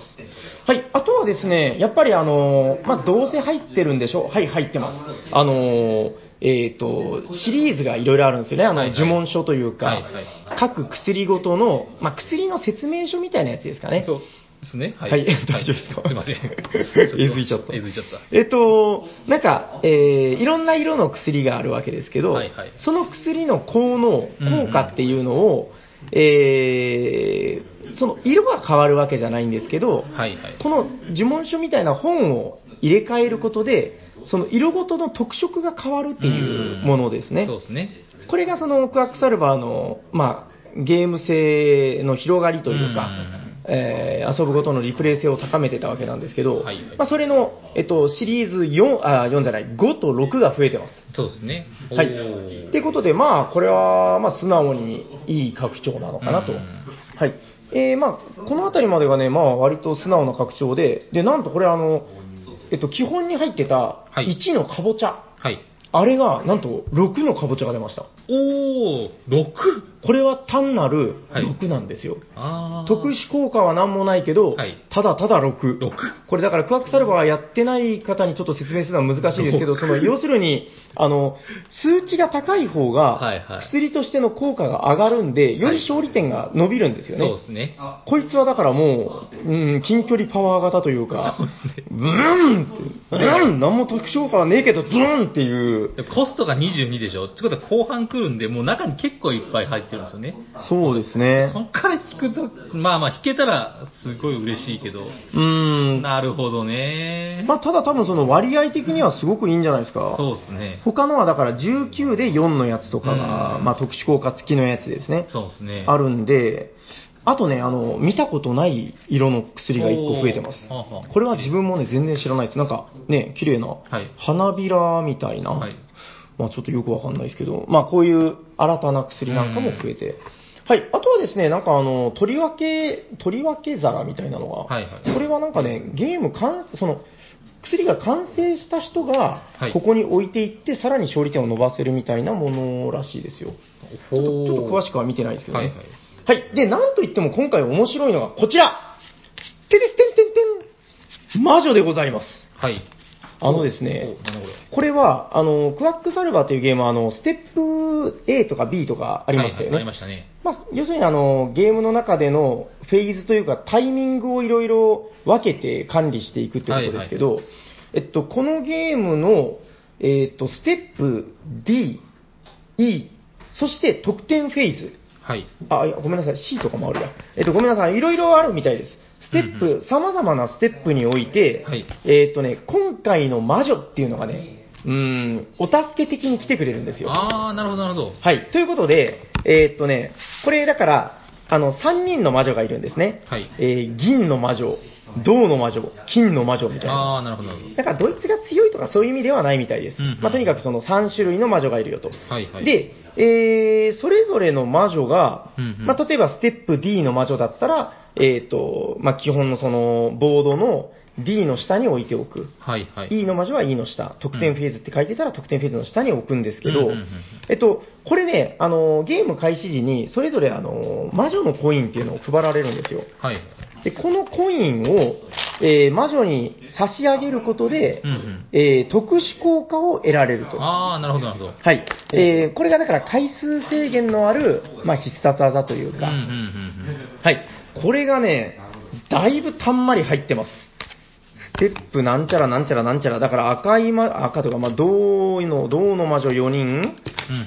Speaker 2: はい、あとはですね、やっぱりあのー、まあ、どうせ入ってるんでしょう。はい、入ってます。あのー、えっ、と、シリーズがいろいろあるんですよね。あ
Speaker 1: はい
Speaker 2: の、
Speaker 1: はい
Speaker 2: 呪文書というか、
Speaker 1: はいはい
Speaker 2: 各薬ごとの、まあ、薬の説明書みたいなやつですかね。
Speaker 1: そうですね。は
Speaker 2: はい 大丈夫ですか
Speaker 1: すいません。
Speaker 2: えずいちゃった
Speaker 1: えずいちゃった。
Speaker 2: えっと、なんか、えーいろんな色の薬があるわけですけど、
Speaker 1: はいはい
Speaker 2: その薬の効能、
Speaker 1: うんうん
Speaker 2: 効果っていうのを、えーその色が変わるわけじゃないんですけど、
Speaker 1: はいはい。
Speaker 2: この呪文書みたいな本を入れ替えることで、その色ごとの特色が変わるっていうものですね。
Speaker 1: そうですね。
Speaker 2: これがそのクワックサルバーの、まあ、ゲーム性の広がりというか、えー遊ぶことのリプレイ性を高めてたわけなんですけど、
Speaker 1: はい
Speaker 2: まあ、それの、えっと、シリーズ4あ4じゃない5と6が増えてます。
Speaker 1: そうですね。
Speaker 2: はい、
Speaker 1: お
Speaker 2: っ
Speaker 1: ー
Speaker 2: ていうことで、まあ、これは、まあ、素直にいい拡張なのかなと。
Speaker 1: うん
Speaker 2: はい。えーまあ、この辺りまでがね、まあ、割と素直な拡張で、で、なんとこれ、あの、えっと、基本に入ってた
Speaker 1: はい
Speaker 2: 1のかぼちゃ、
Speaker 1: はい。
Speaker 2: あれが、なんと6のかぼちゃが出ました。
Speaker 1: おー、6!
Speaker 2: これは単なる
Speaker 1: はい
Speaker 2: 6なんですよ。
Speaker 1: あー。
Speaker 2: 特殊効果は何もないけど、
Speaker 1: はい
Speaker 2: ただただ6。
Speaker 1: 6
Speaker 2: これだから、クワックサルバーはやってない方にちょっと説明するのは難しいですけど、
Speaker 1: 六
Speaker 2: その、要するに、あの、数値が高い方
Speaker 1: は
Speaker 2: が
Speaker 1: いはい、
Speaker 2: 薬としての効果が上がるんで、より勝利点が伸びるんですよね。
Speaker 1: そうですね。
Speaker 2: こいつはだからもう、うん、近距離パワー型というか、ブーンって、ブーン何も特殊効果はねえけど、ズーンっていう、
Speaker 1: でコストが22でしょってことは後半来るんで、もう中に結構いっぱい入ってるんですよね。
Speaker 2: そうですね
Speaker 1: そ。っから引くと、まあまあ引けたらすごい嬉しいけど。
Speaker 2: うん、
Speaker 1: なるほどね。
Speaker 2: まあ、ただ多分その割合的にはすごくいいんじゃないですか。
Speaker 1: そうですね。
Speaker 2: 他のはだから19で4のやつとかが、
Speaker 1: うん
Speaker 2: まあ特殊効果付きのやつですね。
Speaker 1: そうですね。
Speaker 2: あるんで、あとね、あの、見たことない色の薬が1個増えてます
Speaker 1: おーはあはあ。
Speaker 2: これは自分もね、全然知らないです。なんかね、綺麗な、
Speaker 1: い
Speaker 2: 花びらみたいな、
Speaker 1: はい
Speaker 2: まあちょっとよくわかんないですけど、まあこういう新たな薬なんかも増えて、はい、あとはですね、なんかあの、取り分け、取り分け皿みたいなのが、
Speaker 1: はいはい
Speaker 2: これはなんかね、ゲーム完、その、薬が完成した人が
Speaker 1: はい、
Speaker 2: ここに置いていって、さらに勝利点を伸ばせるみたいなものらしいですよ。ちょっとちょっと詳しくは見てないですけどね。
Speaker 1: はいはい
Speaker 2: はい。で、なんといっても今回面白いのがこちらてですてんてんてん魔女でございます。
Speaker 1: はい。
Speaker 2: あのですね
Speaker 1: お、なんだこれ
Speaker 2: これは、あの、クワックサルバーというゲームは、あの、ステップ A とか B とかありました
Speaker 1: はいはい
Speaker 2: よね。
Speaker 1: ありましたね。
Speaker 2: まあ、要するにあの、ゲームの中でのフェーズというかタイミングをいろいろ分けて管理していくってことですけど、えっと、このゲームの、えっと、ステップ D、E、そして得点フェーズ。
Speaker 1: はい。
Speaker 2: あ、いやごめんなさい、C とかもあるや。えっと、ごめんなさい、いろいろあるみたいです。ステッ
Speaker 1: うん
Speaker 2: プ、様々なステップにおいて、
Speaker 1: はい
Speaker 2: えっとね、今回の魔女っていうのがね、うーん、お助け的に来てくれるんですよ。
Speaker 1: あー、なるほどなるほど。
Speaker 2: はい。ということで、えーっとね、これだから、あの、3人の魔女がいるんですね。
Speaker 1: はい
Speaker 2: えー銀の魔女、銅の魔女、金の魔女みたいな。
Speaker 1: あー、なるほどなるほど。
Speaker 2: だからドイツが強いとかそういう意味ではないみたいです。
Speaker 1: うんうん
Speaker 2: まあ、とにかくその3種類の魔女がいるよと。
Speaker 1: はいはい
Speaker 2: で、えーそれぞれの魔女が、
Speaker 1: うんうん
Speaker 2: まあ、例えばステップ D の魔女だったら、えーっ、と、まあ、基本のそのボードの D の下に置いておく。
Speaker 1: はいはい。
Speaker 2: E の魔女は E の下、得点フェーズって書いてたら得点フェーズの下に置くんですけ
Speaker 1: うん
Speaker 2: ど
Speaker 1: うんうんうん、
Speaker 2: えっと、これね、あの、ゲーム開始時に、それぞれ、あの、魔女のコインっていうのを配られるんですよ。
Speaker 1: はい。
Speaker 2: で、このコインを、えー魔女に差し上げることで
Speaker 1: うんう、ん。
Speaker 2: えー特殊効果を得られると。は
Speaker 1: あー、なるほどなるほど。
Speaker 2: い。えーこれがだから回数制限のある、まあ、必殺技という
Speaker 1: うんう
Speaker 2: か、
Speaker 1: んうん
Speaker 2: はい。これがね、だいぶたんまり入ってます。ステップなんちゃらなんちゃらなんちゃら。だから赤いま、赤とか、まあ、銅の、銅の魔女4人、
Speaker 1: うん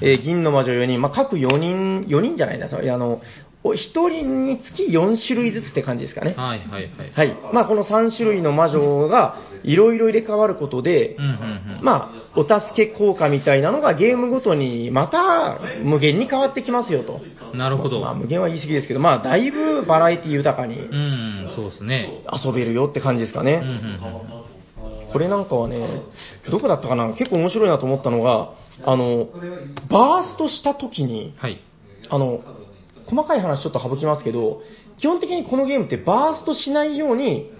Speaker 2: えー銀の魔女4人、まあ、各4人、4人じゃないな、そういやあの、お一人につき4種類ずつって感じですかね。
Speaker 1: はいはいはい。
Speaker 2: はい。まあ、この3種類の魔女が、いろいろ入れ替わることで
Speaker 1: う、んうんうん。
Speaker 2: まあ、お助け効果みたいなのがゲームごとにまた無限に変わってきますよと。
Speaker 1: なるほど。
Speaker 2: まあ、
Speaker 1: う
Speaker 2: 無限は言い過ぎですけど、まあ、だいぶバラエティ豊かに
Speaker 1: ん、そうですね。
Speaker 2: 遊べるよって感じですか
Speaker 1: うんうん
Speaker 2: ね。
Speaker 1: うん
Speaker 2: これなんかはね、どこだったかな結構面白いなと思ったのが、あの、バーストした時に
Speaker 1: うん。、はい。
Speaker 2: あの、細かい話ちょっと省きますけど、基本的にこのゲームってバーストしないように、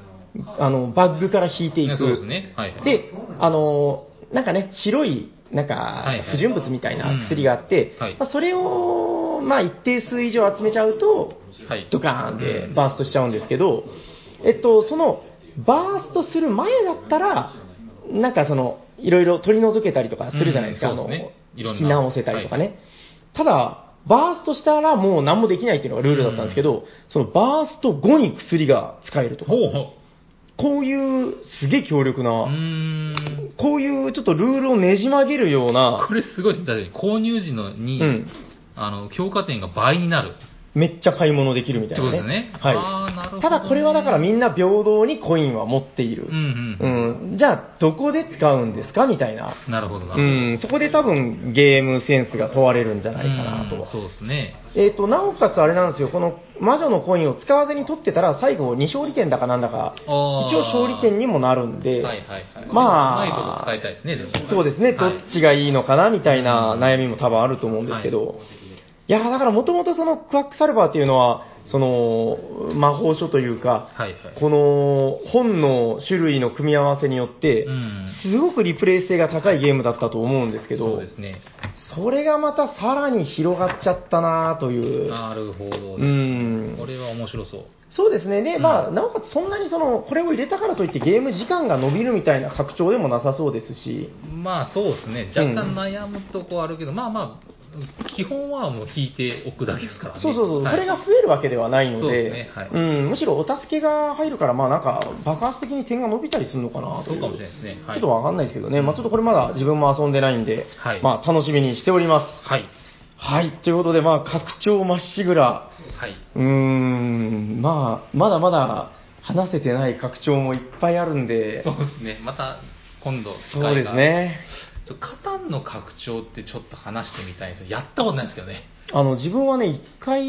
Speaker 2: あの、バッグから引いてい
Speaker 1: ね
Speaker 2: く。
Speaker 1: そうですね。はいはい。
Speaker 2: で、あのーなんかね、白い、なんか
Speaker 1: はいはい、
Speaker 2: 不純物みたいな薬があって、
Speaker 1: うんはい
Speaker 2: まあそれを、まあ、一定数以上集めちゃうと、
Speaker 1: はい。
Speaker 2: ドカーンってバーストしちゃうんですけど、えっと、その、バーストする前だったら、なんかその、いろいろ取り除けたりとかするじゃないですか、
Speaker 1: うんそうですね
Speaker 2: あ
Speaker 1: いろん
Speaker 2: の、
Speaker 1: な
Speaker 2: 引き直せたりとかね。ただ、バーストしたらもう何もできないっていうのがルールだったんですけど、そのバースト後に薬が使えるとか
Speaker 1: ほ、うほ
Speaker 2: こういうすげえ強力な、
Speaker 1: う。うーん。
Speaker 2: こういうちょっとルールをねじ曲げるような
Speaker 1: こ、れすごいです。確かに購入時のに、
Speaker 2: うん
Speaker 1: あの、評価点が倍になる。
Speaker 2: めっちゃ買い物できるみたいな、ね。
Speaker 1: ってことですねあーなるほ
Speaker 2: は
Speaker 1: どね
Speaker 2: い。ただこれはだからみんな平等にコインは持っている
Speaker 1: う。ん
Speaker 2: う
Speaker 1: うん。
Speaker 2: ん。じゃあ、どこで使うんですかみたいな。
Speaker 1: なるほどな
Speaker 2: う
Speaker 1: る
Speaker 2: ん。そこで多分ゲームセンスが問われるんじゃ
Speaker 1: ほど。
Speaker 2: ないかなと。
Speaker 1: うんそうですね。
Speaker 2: えっと、なおかつあれなんですよ、この魔女のコインを使わずに取ってたら、最後、2勝利点だかなんだか、
Speaker 1: 一応
Speaker 2: 一応勝利点にもなるん
Speaker 1: はい
Speaker 2: で、
Speaker 1: はいはい。
Speaker 2: まあ
Speaker 1: うまいこと使いたいですね、でも
Speaker 2: そうですね、ど
Speaker 1: は
Speaker 2: っ
Speaker 1: い
Speaker 2: ちがいいのかなみたいな悩みも多分あると思うんですけど、い、やーだからもともとそのクワックサルバーっていうのは、その魔法書というか、
Speaker 1: はいはい。
Speaker 2: この本の種類の組み合わせによって
Speaker 1: う、ん。
Speaker 2: すごくリプレイ性が高いゲームだったと思うんですけ
Speaker 1: そう
Speaker 2: ど
Speaker 1: で、すね。
Speaker 2: それがまたさらに広がっちゃったなという。
Speaker 1: なるほど。
Speaker 2: うん
Speaker 1: これは面白そう。
Speaker 2: そうですね。で、まあ、
Speaker 1: うん
Speaker 2: なおかつそんなにその、これを入れたからといってゲーム時間が伸びるみたいな拡張でもなさそうですし、
Speaker 1: まあそうですね、若干悩むとこあるけど、まあまあ、基本はもう引いておくだけですからね。
Speaker 2: そうそうそう、
Speaker 1: はい
Speaker 2: それが増えるわけではないの
Speaker 1: そう
Speaker 2: で、
Speaker 1: ですねはい
Speaker 2: うん、むしろお助けが入るから、まあなんか爆発的に点が伸びたりするのかなと
Speaker 1: そ
Speaker 2: いうう。
Speaker 1: かもしれないですね。はい、
Speaker 2: ちょっとわかんないですけどね、まあちょっとこれまだ自分も遊んでないんで、
Speaker 1: はい
Speaker 2: まあ楽しみにしております。
Speaker 1: はい。
Speaker 2: はい、ということで、まあ拡張まっしぐら、
Speaker 1: はい。
Speaker 2: うーん、まあまだまだ話せてない拡張もいっぱいあるんで、
Speaker 1: そうですね、また今度、機会が
Speaker 2: そうです。ね。
Speaker 1: ちょカタンの拡張ってちょっと話してみたいんですよ。やったことないですけどね。
Speaker 2: あの自分はね、一回、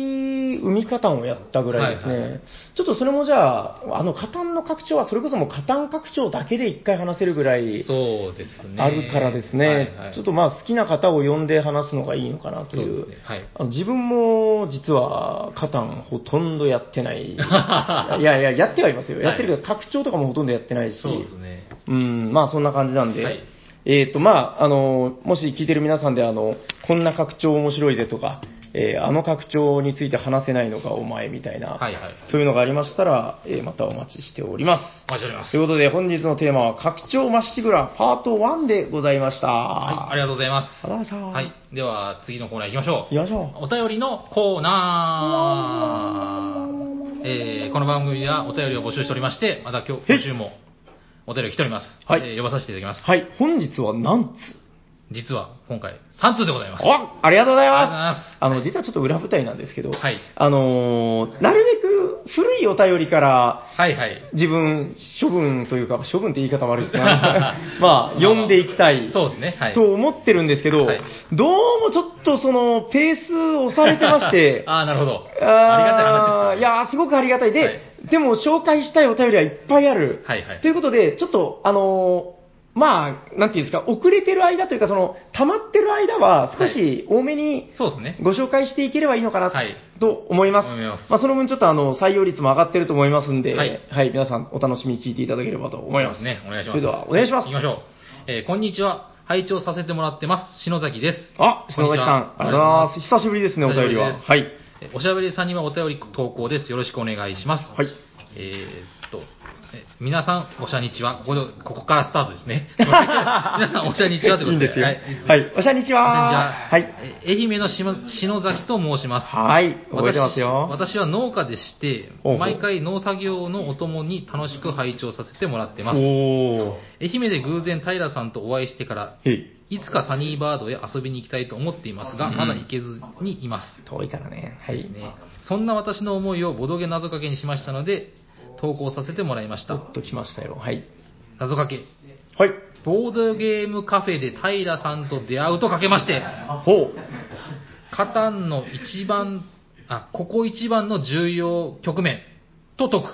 Speaker 2: 海カタンをやったぐらいですね、
Speaker 1: はいは
Speaker 2: ちょっとそれもじゃあ、あのカタンの拡張は、それこそもうカタン拡張だけで一回話せるぐらい
Speaker 1: そうですね。
Speaker 2: あるからですね、
Speaker 1: はいはい、
Speaker 2: ちょっとまあ好きな方を呼んで話すのがいいのかなと
Speaker 1: そう
Speaker 2: い
Speaker 1: で
Speaker 2: う、
Speaker 1: すね。はい。
Speaker 2: あの自分も実はカタンほとんどやっ てない、いやいや、やってはいますよ、
Speaker 1: はい
Speaker 2: やってるけど、拡張とかもほとんどやってないし。
Speaker 1: そうですね。
Speaker 2: うん、まあそんな感じなんで、
Speaker 1: はい
Speaker 2: えっ、と、まあ、あの、もし聞いてる皆さんで、あの、こんな拡張面白いぜとか、えーあの拡張について話せないのか、お前みたいな、
Speaker 1: はいはい。
Speaker 2: そういうのがありましたら、えーまたお待ちしております。
Speaker 1: お待ちしております。
Speaker 2: ということで、本日のテーマは、拡張まっしぐらパート1でございました。
Speaker 1: はい、あ
Speaker 2: は
Speaker 1: りがとうございます。
Speaker 2: ありがとうございました
Speaker 1: はい。では、次のコーナー行きましょう。
Speaker 2: 行きましょ
Speaker 1: お便りのコーナー。えーこの番組ではお便りを募集しておりまして、また今日、今週もお便りが来ております。
Speaker 2: はい
Speaker 1: えー呼ばさせていただきます。
Speaker 2: はい、本日は何通
Speaker 1: 実は、今回、3通でございます。
Speaker 2: あありがとうございます。
Speaker 1: あ
Speaker 2: あの、実はちょっと裏舞台なんですけど、
Speaker 1: はい
Speaker 2: あのーなるべく古いお便りから、
Speaker 1: はいはい。
Speaker 2: 自分、処分というか、処分って言い方悪いです ね。まあ、読んでいきたい。
Speaker 1: そうですね。はい。
Speaker 2: と思ってるんですけど、
Speaker 1: はい
Speaker 2: どうもちょっとその、ペース押されてまし て、
Speaker 1: ああ、なるほど。あり
Speaker 2: あー
Speaker 1: がたい話です、ね。
Speaker 2: いやー、すごくありがたい。で、
Speaker 1: はい
Speaker 2: でも紹介したいお便りはいっぱいある。
Speaker 1: はいはい
Speaker 2: ということで、ちょっと、あのーまあ、なんていうんですか、遅れてる間というか、その、溜まってる間は少し多めに
Speaker 1: そうですね。
Speaker 2: ご紹介していければいいのかな
Speaker 1: はい
Speaker 2: と思います。
Speaker 1: 思います
Speaker 2: あ、その分ちょっとあの採用率も上がってると思いますんで、
Speaker 1: は
Speaker 2: はいい、皆さんお楽しみに聞いていただければと思います。
Speaker 1: そうですね。お願いします。
Speaker 2: それではお願いします
Speaker 1: 行きましょう。えーこんにちは。拝聴させてもらってます。篠崎です。
Speaker 2: あ、
Speaker 1: こん
Speaker 2: 篠
Speaker 1: にち
Speaker 2: 崎さ
Speaker 1: は
Speaker 2: ん、ありがとうございます。久しぶりですね、お便りは。
Speaker 1: 久
Speaker 2: は
Speaker 1: しぶ。
Speaker 2: い
Speaker 1: りです。おしゃべりさんにはお便り投稿です。よろしくお願いします。
Speaker 2: はい。
Speaker 1: えーっと、え皆さん、おしゃにちは。ここでここからスタートです ね。皆さん、おしゃにちはということで。
Speaker 2: いいんですよ。
Speaker 1: は。
Speaker 2: はいい。おしゃにち
Speaker 1: おし
Speaker 2: は。
Speaker 1: ゃ
Speaker 2: は
Speaker 1: にち
Speaker 2: い。
Speaker 1: は。え愛媛のしま篠崎と申します。
Speaker 2: はい。覚えてますよ。
Speaker 1: 私私は農家でして
Speaker 2: おうお、う
Speaker 1: 毎回農作業のお供に楽しく拝聴させてもらってます。
Speaker 2: おー。
Speaker 1: 愛媛で偶然平さんとお会いしてから
Speaker 2: へい。
Speaker 1: いつかサニーバードへ遊びに行きたいと思っていますが、
Speaker 2: うん
Speaker 1: まだ行けずにいます。
Speaker 2: 遠いからね。は
Speaker 1: で
Speaker 2: い
Speaker 1: す。ねそんな私の思いをボドゲ謎かけにしましたので、投稿させてもらいました。
Speaker 2: おっと来ましたよ。はい。
Speaker 1: 謎かけ。
Speaker 2: はい。
Speaker 1: ボードゲームカフェで平さんと出会うとかけまして、
Speaker 2: ほう。
Speaker 1: カタンの一番、あ、ここ一番の重要局面と解く。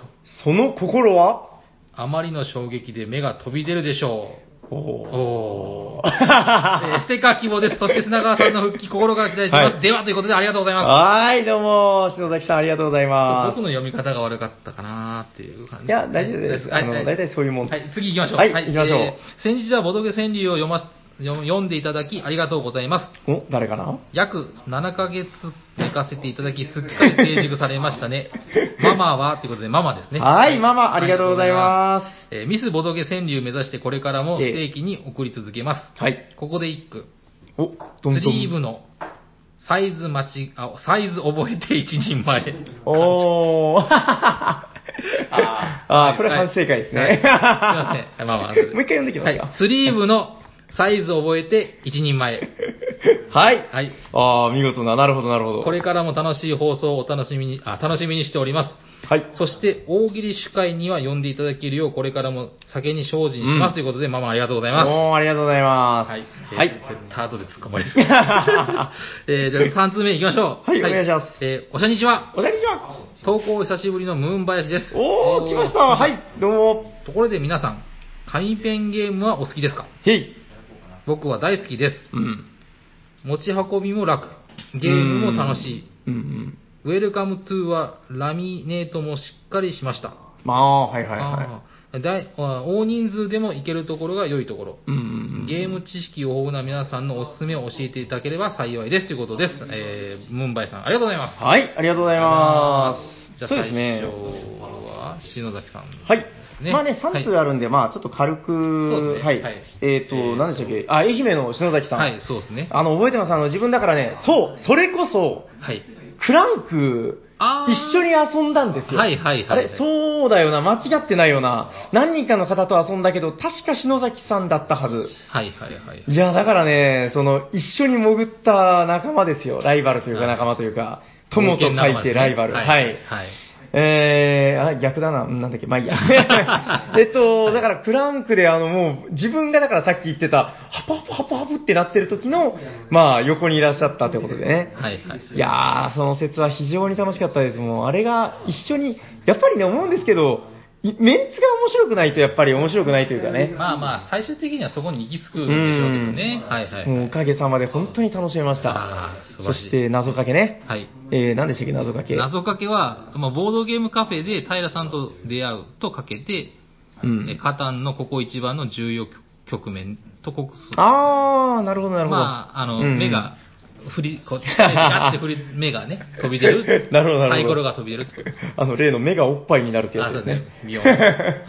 Speaker 2: その心は
Speaker 1: あまりの衝撃で目が飛び出るでしょ
Speaker 2: お
Speaker 1: う。
Speaker 2: お。
Speaker 1: おー。 え
Speaker 2: は
Speaker 1: ーステッカー希望です。そして砂川さんの復帰心から期待しています。
Speaker 2: はい
Speaker 1: ではということでありがとうございます。
Speaker 2: ーい、どうも、篠崎さんありがとうございま
Speaker 1: 僕の読み方が悪かったかなっていう感じ。
Speaker 2: いや大丈夫です
Speaker 1: はい
Speaker 2: あの
Speaker 1: はい
Speaker 2: 大体そういうもん
Speaker 1: はい、次行きましょう。
Speaker 2: はい行きましょう
Speaker 1: 先日はボドゲ川柳を読ま、読読んでいただきありがとうございます。
Speaker 2: す。お、誰かな
Speaker 1: 約7ヶ月寝かせていただき、すっかり成熟されましたね。 ママは、ということで、ママですね。
Speaker 2: はい、ママ、ありがとうございま
Speaker 1: えーミスボドゲ川柳目指してこれからも
Speaker 2: ええ
Speaker 1: 定期に送り続けます。
Speaker 2: す。はい。
Speaker 1: ここで一句。
Speaker 2: お、どんどん。
Speaker 1: スリーブのサイズ待ち、あ、サイズ覚えて一人 前。
Speaker 2: おー。あ あー、これ反省会です
Speaker 1: はいはい
Speaker 2: ね
Speaker 1: すい。ませ ん。まあまあ。
Speaker 2: もう一回読んできますか
Speaker 1: はい。スリーブのサイズ覚えて一人 前。
Speaker 2: はい。
Speaker 1: はい。
Speaker 2: ああ、見事な、なるほど、なるほど。
Speaker 1: これからも楽しい放送をお楽しみに、あ、楽しみにしております。
Speaker 2: はい。
Speaker 1: そして、大喜利主会には呼んでいただけるよう、これからも酒に精進します、
Speaker 2: うん
Speaker 1: ということで、ママありがとうございます。
Speaker 2: おー、ありがとうございます。
Speaker 1: はい。
Speaker 2: は
Speaker 1: えー
Speaker 2: い。
Speaker 1: 絶対後で突っ込まれる。えー、 じゃあ3通目いきましょう。
Speaker 2: はいお願いします
Speaker 1: えー、おしゃにちは。
Speaker 2: おしゃれにしま
Speaker 1: 投稿お久しぶりのムーン林です。
Speaker 2: す。おー、来ました。はい、どうも。
Speaker 1: ところで皆さん、紙ペンゲームはお好きですか
Speaker 2: へい。
Speaker 1: 僕は大好きです。
Speaker 2: うん。
Speaker 1: 持ち運びも楽。ゲームも楽しい。
Speaker 2: うん。うんうん。
Speaker 1: ウェルカムトゥーはラミネートもしっかりしました。
Speaker 2: まあ、はいはいは
Speaker 1: あーだいあー大人数でもいけるところが良いところ。
Speaker 2: い。うんうんうん。
Speaker 1: ゲーム知識豊富な皆さんのおすすめを教えていただければ幸いですということです。えー、ムンバイさん、ありがとうございます。
Speaker 2: はい、ありがとうございます。
Speaker 1: じ
Speaker 2: そ
Speaker 1: ゃ
Speaker 2: う
Speaker 1: あ
Speaker 2: です
Speaker 1: 最
Speaker 2: ね
Speaker 1: 初。は篠崎さん。
Speaker 2: はい
Speaker 1: ね。
Speaker 2: まあね、3通あるんで、まあちょっと軽
Speaker 1: そう
Speaker 2: く、
Speaker 1: ですね
Speaker 2: はい
Speaker 1: はい。
Speaker 2: えっと
Speaker 1: えー、
Speaker 2: 何でしたっけ、あ、愛媛の篠崎さん。
Speaker 1: はい、そうですね。
Speaker 2: あの、覚えてますあの、自分だからね、そう、それこそ、
Speaker 1: はい。
Speaker 2: クランク、
Speaker 1: あー
Speaker 2: 一緒に遊んだんですよ。
Speaker 1: はいはいはいはい
Speaker 2: あれ、そうだよな、間違ってないよな。何人かの方と遊んだけど、確か篠崎さんだったはず。
Speaker 1: はいはいはい。
Speaker 2: いや、だからね、その、一緒に潜った仲間ですよ。ライバルというか、仲間というか、友と書いてライバル。
Speaker 1: はい。
Speaker 2: はい。
Speaker 1: はい。
Speaker 2: えー、あ、逆だな。うんなんだっけ、まあい いや。えっと、だから、クランクで、あの、もう、自分がだからさっき言ってた、ハプハプハプハプってなってる時の、まあ、横にいらっしゃったということでね。
Speaker 1: はいはい。
Speaker 2: いやー、その説は非常に楽しかったです。もう、あれが一緒に、やっぱりね、思うんですけど、いメンツが面白くないと、やっぱり面白くないというかね。
Speaker 1: まあまあ、最終的にはそこに行き着くんでしょうけどね。はいはいはい。
Speaker 2: もう、おかげさまで本当に楽しめました
Speaker 1: あ。ー素晴
Speaker 2: そ
Speaker 1: らしい
Speaker 2: して、謎かけね。
Speaker 1: はい。
Speaker 2: えー、何でしたっけ、謎かけ。
Speaker 1: 謎かけは、まあ、ボードゲームカフェで平さんと出会うとかけて、
Speaker 2: う
Speaker 1: え
Speaker 2: ん。
Speaker 1: カタンのここ一番の重要局面と告す。
Speaker 2: あー、なるほど、なるほど。
Speaker 1: まあ、あの、
Speaker 2: うんうん
Speaker 1: 目が、振り、こう、 ガって振り、目がね、飛び出る
Speaker 2: 。なるほどなるほど
Speaker 1: サイコロが飛び出るってことです。
Speaker 2: あの、例の目がおっぱいになるってやつですね。
Speaker 1: あそうですね 見ようは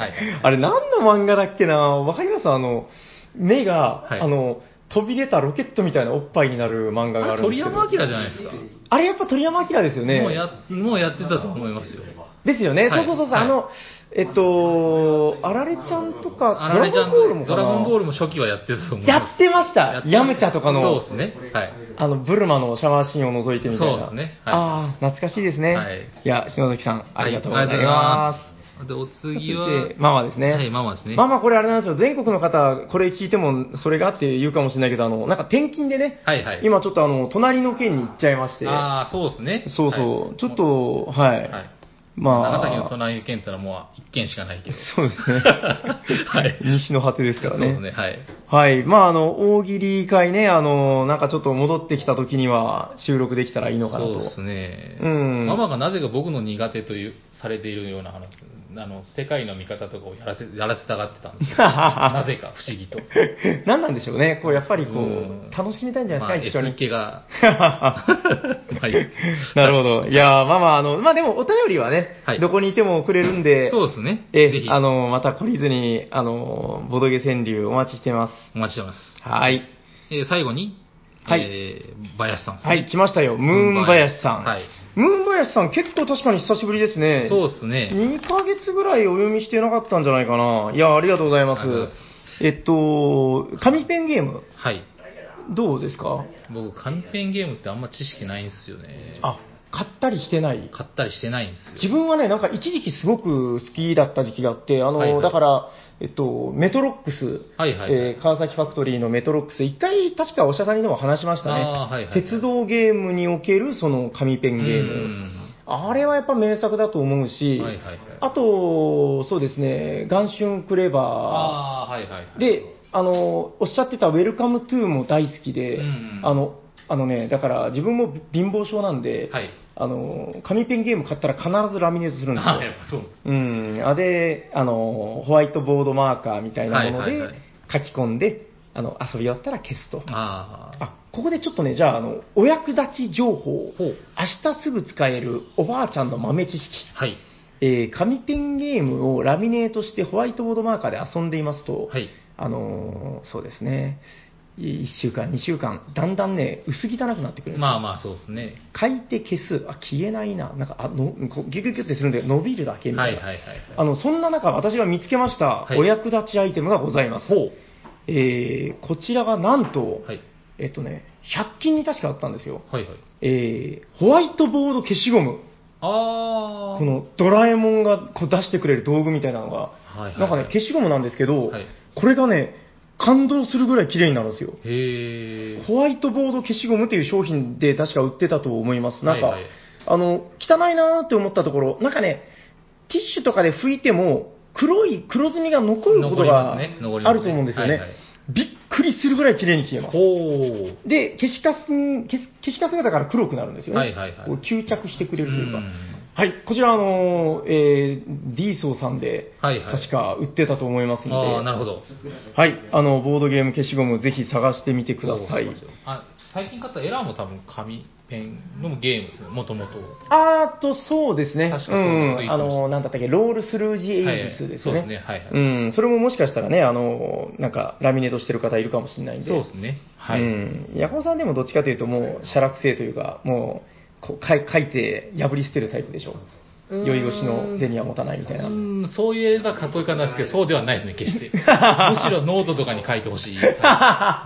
Speaker 1: い
Speaker 2: あれ、何の漫画だっけなわかりますあの、目が、
Speaker 1: はい
Speaker 2: あの、飛び出たロケットみたいなおっぱいになる漫画が
Speaker 1: あ
Speaker 2: あ
Speaker 1: れ
Speaker 2: るん
Speaker 1: 鳥
Speaker 2: ですけど。
Speaker 1: 山明じゃないですか。
Speaker 2: あれやっぱ鳥山明ですよね。
Speaker 1: もうや、もうやってたと思いますよ。
Speaker 2: ですよね。
Speaker 1: はい
Speaker 2: そうそうそうそう、
Speaker 1: はい
Speaker 2: あの、えっと、あられちゃんとか、
Speaker 1: あられちゃんと
Speaker 2: ドラゴンボールもか
Speaker 1: ド
Speaker 2: な
Speaker 1: ラゴンボールも初期はやってたと思います。
Speaker 2: やってました。
Speaker 1: やってました
Speaker 2: ヤムチャとかの。
Speaker 1: そうですね。はい。
Speaker 2: あの、ブルマのシャワーシーンを除いてみたいな。
Speaker 1: そうですねはい
Speaker 2: ああ、懐かしいですね。
Speaker 1: はい
Speaker 2: や、篠崎さん、ありがとうござい
Speaker 1: は
Speaker 2: ます。
Speaker 1: ありがとうございます。で、お次
Speaker 2: 続いて
Speaker 1: は、
Speaker 2: ママですね。
Speaker 1: はいママですね
Speaker 2: ママこれあれなんですよ、全国の方、これ聞いてもそれがって言うかもしれないけど、あの、なんか転勤でね、
Speaker 1: はいはい。
Speaker 2: 今ちょっとあの、隣の県に行っちゃいまして、
Speaker 1: ああ、そうですね。
Speaker 2: そうそう、
Speaker 1: はい
Speaker 2: ちょっ、と、はい。
Speaker 1: はい。
Speaker 2: まあ、
Speaker 1: 長崎の隣の県ってのはもう一県しかないけど。。
Speaker 2: そうですね
Speaker 1: はい。
Speaker 2: 西の果てですから
Speaker 1: そうですね、はい。
Speaker 2: はい。まあ、あの、大喜利会ね、あの、なんかちょっと戻ってきた時には収録できたらいいのかな
Speaker 1: そ
Speaker 2: と。
Speaker 1: うですね。
Speaker 2: うん
Speaker 1: ママがなぜか僕の苦手という、されているような話、あの、世界の見方とかをやらせ、やらせたがってたんです よ。なぜか、不思議と。
Speaker 2: 何なんでしょうね。こう、やっぱりこう、
Speaker 1: うん
Speaker 2: 楽しみたいんじゃ
Speaker 1: ま
Speaker 2: な
Speaker 1: あ、
Speaker 2: いですか、一
Speaker 1: S
Speaker 2: 緒に。
Speaker 1: 系 が。まあいい
Speaker 2: なるほど。いやーまあまあ、あの、まあでもお便りはね、
Speaker 1: はい
Speaker 2: どこにいてもくれるんで、
Speaker 1: そうですね。
Speaker 2: え
Speaker 1: ぜひ、
Speaker 2: あの、また懲りずに、あの、ボドゲ川柳お待ちしてます。
Speaker 1: お待ちしてます。
Speaker 2: はい。
Speaker 1: えー最後に、
Speaker 2: はい
Speaker 1: えー、バヤシさんですね
Speaker 2: はい、来ましたよ。ムーン林さん。
Speaker 1: はい
Speaker 2: ムーン林さん、結構確かに久しぶりですね。
Speaker 1: そうですね。
Speaker 2: 2ヶ月ぐらいお読みしてなかったんじゃないかな。いや、ありがとうございま。
Speaker 1: ありがとうございます
Speaker 2: えっと、紙ペンゲーム。
Speaker 1: はい。
Speaker 2: どうですか
Speaker 1: 僕、紙ペンゲームってあんま知識ないんですよね。
Speaker 2: あ、買ったりしてない
Speaker 1: 買ったりしてないんです
Speaker 2: 自
Speaker 1: よ。
Speaker 2: 分はね、なんか一時期すごく好きだった時期があって、あの、
Speaker 1: はいはい
Speaker 2: だから、えっと、メトロックス、
Speaker 1: はいはいはい
Speaker 2: えー川崎ファクトリーのメトロックス、一回確かお医者さんにでも話しましたね。
Speaker 1: あーはいはいはい
Speaker 2: 鉄道ゲームにおけるその紙ペンゲー
Speaker 1: う
Speaker 2: ム。
Speaker 1: ん
Speaker 2: あれはやっぱ名作だと思うし、
Speaker 1: はいはいはい
Speaker 2: あと、そうですね、元春クレバ
Speaker 1: ああ、はいはいはい。
Speaker 2: ー。で、あの、おっしゃってたウェルカムトゥーも大好きで、
Speaker 1: うん
Speaker 2: あの、あのね、だから自分も貧乏症なんで、
Speaker 1: はい。
Speaker 2: あの、紙ペンゲーム買ったら必ずラミネートするんですよ。
Speaker 1: あやっぱそう。
Speaker 2: うん、あで、あの、ホワイトボードマーカーみたいなもの
Speaker 1: はい
Speaker 2: で
Speaker 1: はいはい
Speaker 2: 書き込んで、あの、遊び終わったら消すと。
Speaker 1: ああ。
Speaker 2: あ、ここでちょっとね、じゃあ、あの、お役立ち情報。
Speaker 1: ほう。
Speaker 2: 明日すぐ使えるおばあちゃんの豆知識。
Speaker 1: はい。
Speaker 2: えー紙ペンゲームをラミネートしてホワイトボードマーカーで遊んでいますと、
Speaker 1: はい。
Speaker 2: あのーそうですね、1週間、2週間、だんだんね、薄汚くなってくるんですよ
Speaker 1: まあまあ、そうですね。
Speaker 2: 書いて消す、あ、消えないな、なんか、あのこうギュギュギュってするんで、伸びるだけみ
Speaker 1: は
Speaker 2: た
Speaker 1: い
Speaker 2: い
Speaker 1: はい
Speaker 2: な。
Speaker 1: はいはい。
Speaker 2: あの、そんな中、私が見つけました、
Speaker 1: はい
Speaker 2: お役立ちアイテムがございます。
Speaker 1: ほ
Speaker 2: えーこちらがなんと、
Speaker 1: はい。
Speaker 2: えっとね、100均に確かあったんですよ。
Speaker 1: はいはい。
Speaker 2: えーホワイトボード消しゴム。
Speaker 1: ああ。
Speaker 2: こ、のドラえもんがこう出してくれる道具みたいなのが、
Speaker 1: はいはいはい、
Speaker 2: なんかね、消しゴムなんですけど、
Speaker 1: はい
Speaker 2: これがね、感動するぐらい綺麗になるんですよ。
Speaker 1: へえ。
Speaker 2: ホワイトボード消しゴムっていう商品で確か売ってたと思います。なんか、
Speaker 1: はいはい
Speaker 2: あの、汚いなーって思ったところ、なんかね、ティッシュとかで拭いても、黒い、黒ずみが残ることがあ
Speaker 1: 残りますね残りますね
Speaker 2: ると思うんですよね。
Speaker 1: はいはい
Speaker 2: びっくりするぐらい綺麗に消えます。
Speaker 1: ほう。
Speaker 2: で、消しカスに、消す消しカスがだから黒くなるんですよね。
Speaker 1: はいはいはい
Speaker 2: こう吸着してくれるというか。
Speaker 1: うん
Speaker 2: はい、こちら、あのーえー、D ソーさんで、
Speaker 1: はいはい
Speaker 2: 確か売ってたと思いますので、
Speaker 1: ああ、なるほど。
Speaker 2: はい、あの、ボードゲーム消しゴムぜひ探してみてください。
Speaker 1: あ最近買ったエラーも多分紙ペンのゲームですよ、もともと。
Speaker 2: あーと、そうですね。
Speaker 1: 確かそ
Speaker 2: う
Speaker 1: ういうんこ、と言ってました
Speaker 2: あの、なんだったっけ、ロールスルージエイジスですよね。
Speaker 1: はいはいそうですねはいはい
Speaker 2: うん、それももしかしたらね、あの、なんか、ラミネートしてる方いるかもしれないんで。
Speaker 1: そうですね。はい。
Speaker 2: うん。ヤコウさんでもどっちかというと、もう、写楽性というか、もう、こう、かい書いて破り捨てるタイプでしょ。
Speaker 1: うーん
Speaker 2: 酔い腰の銭は持たないみたいな。
Speaker 1: うんそう言えばかっこよくはないですけど、そうではないですね、決 して。むしろノートとかに書いてほしい。は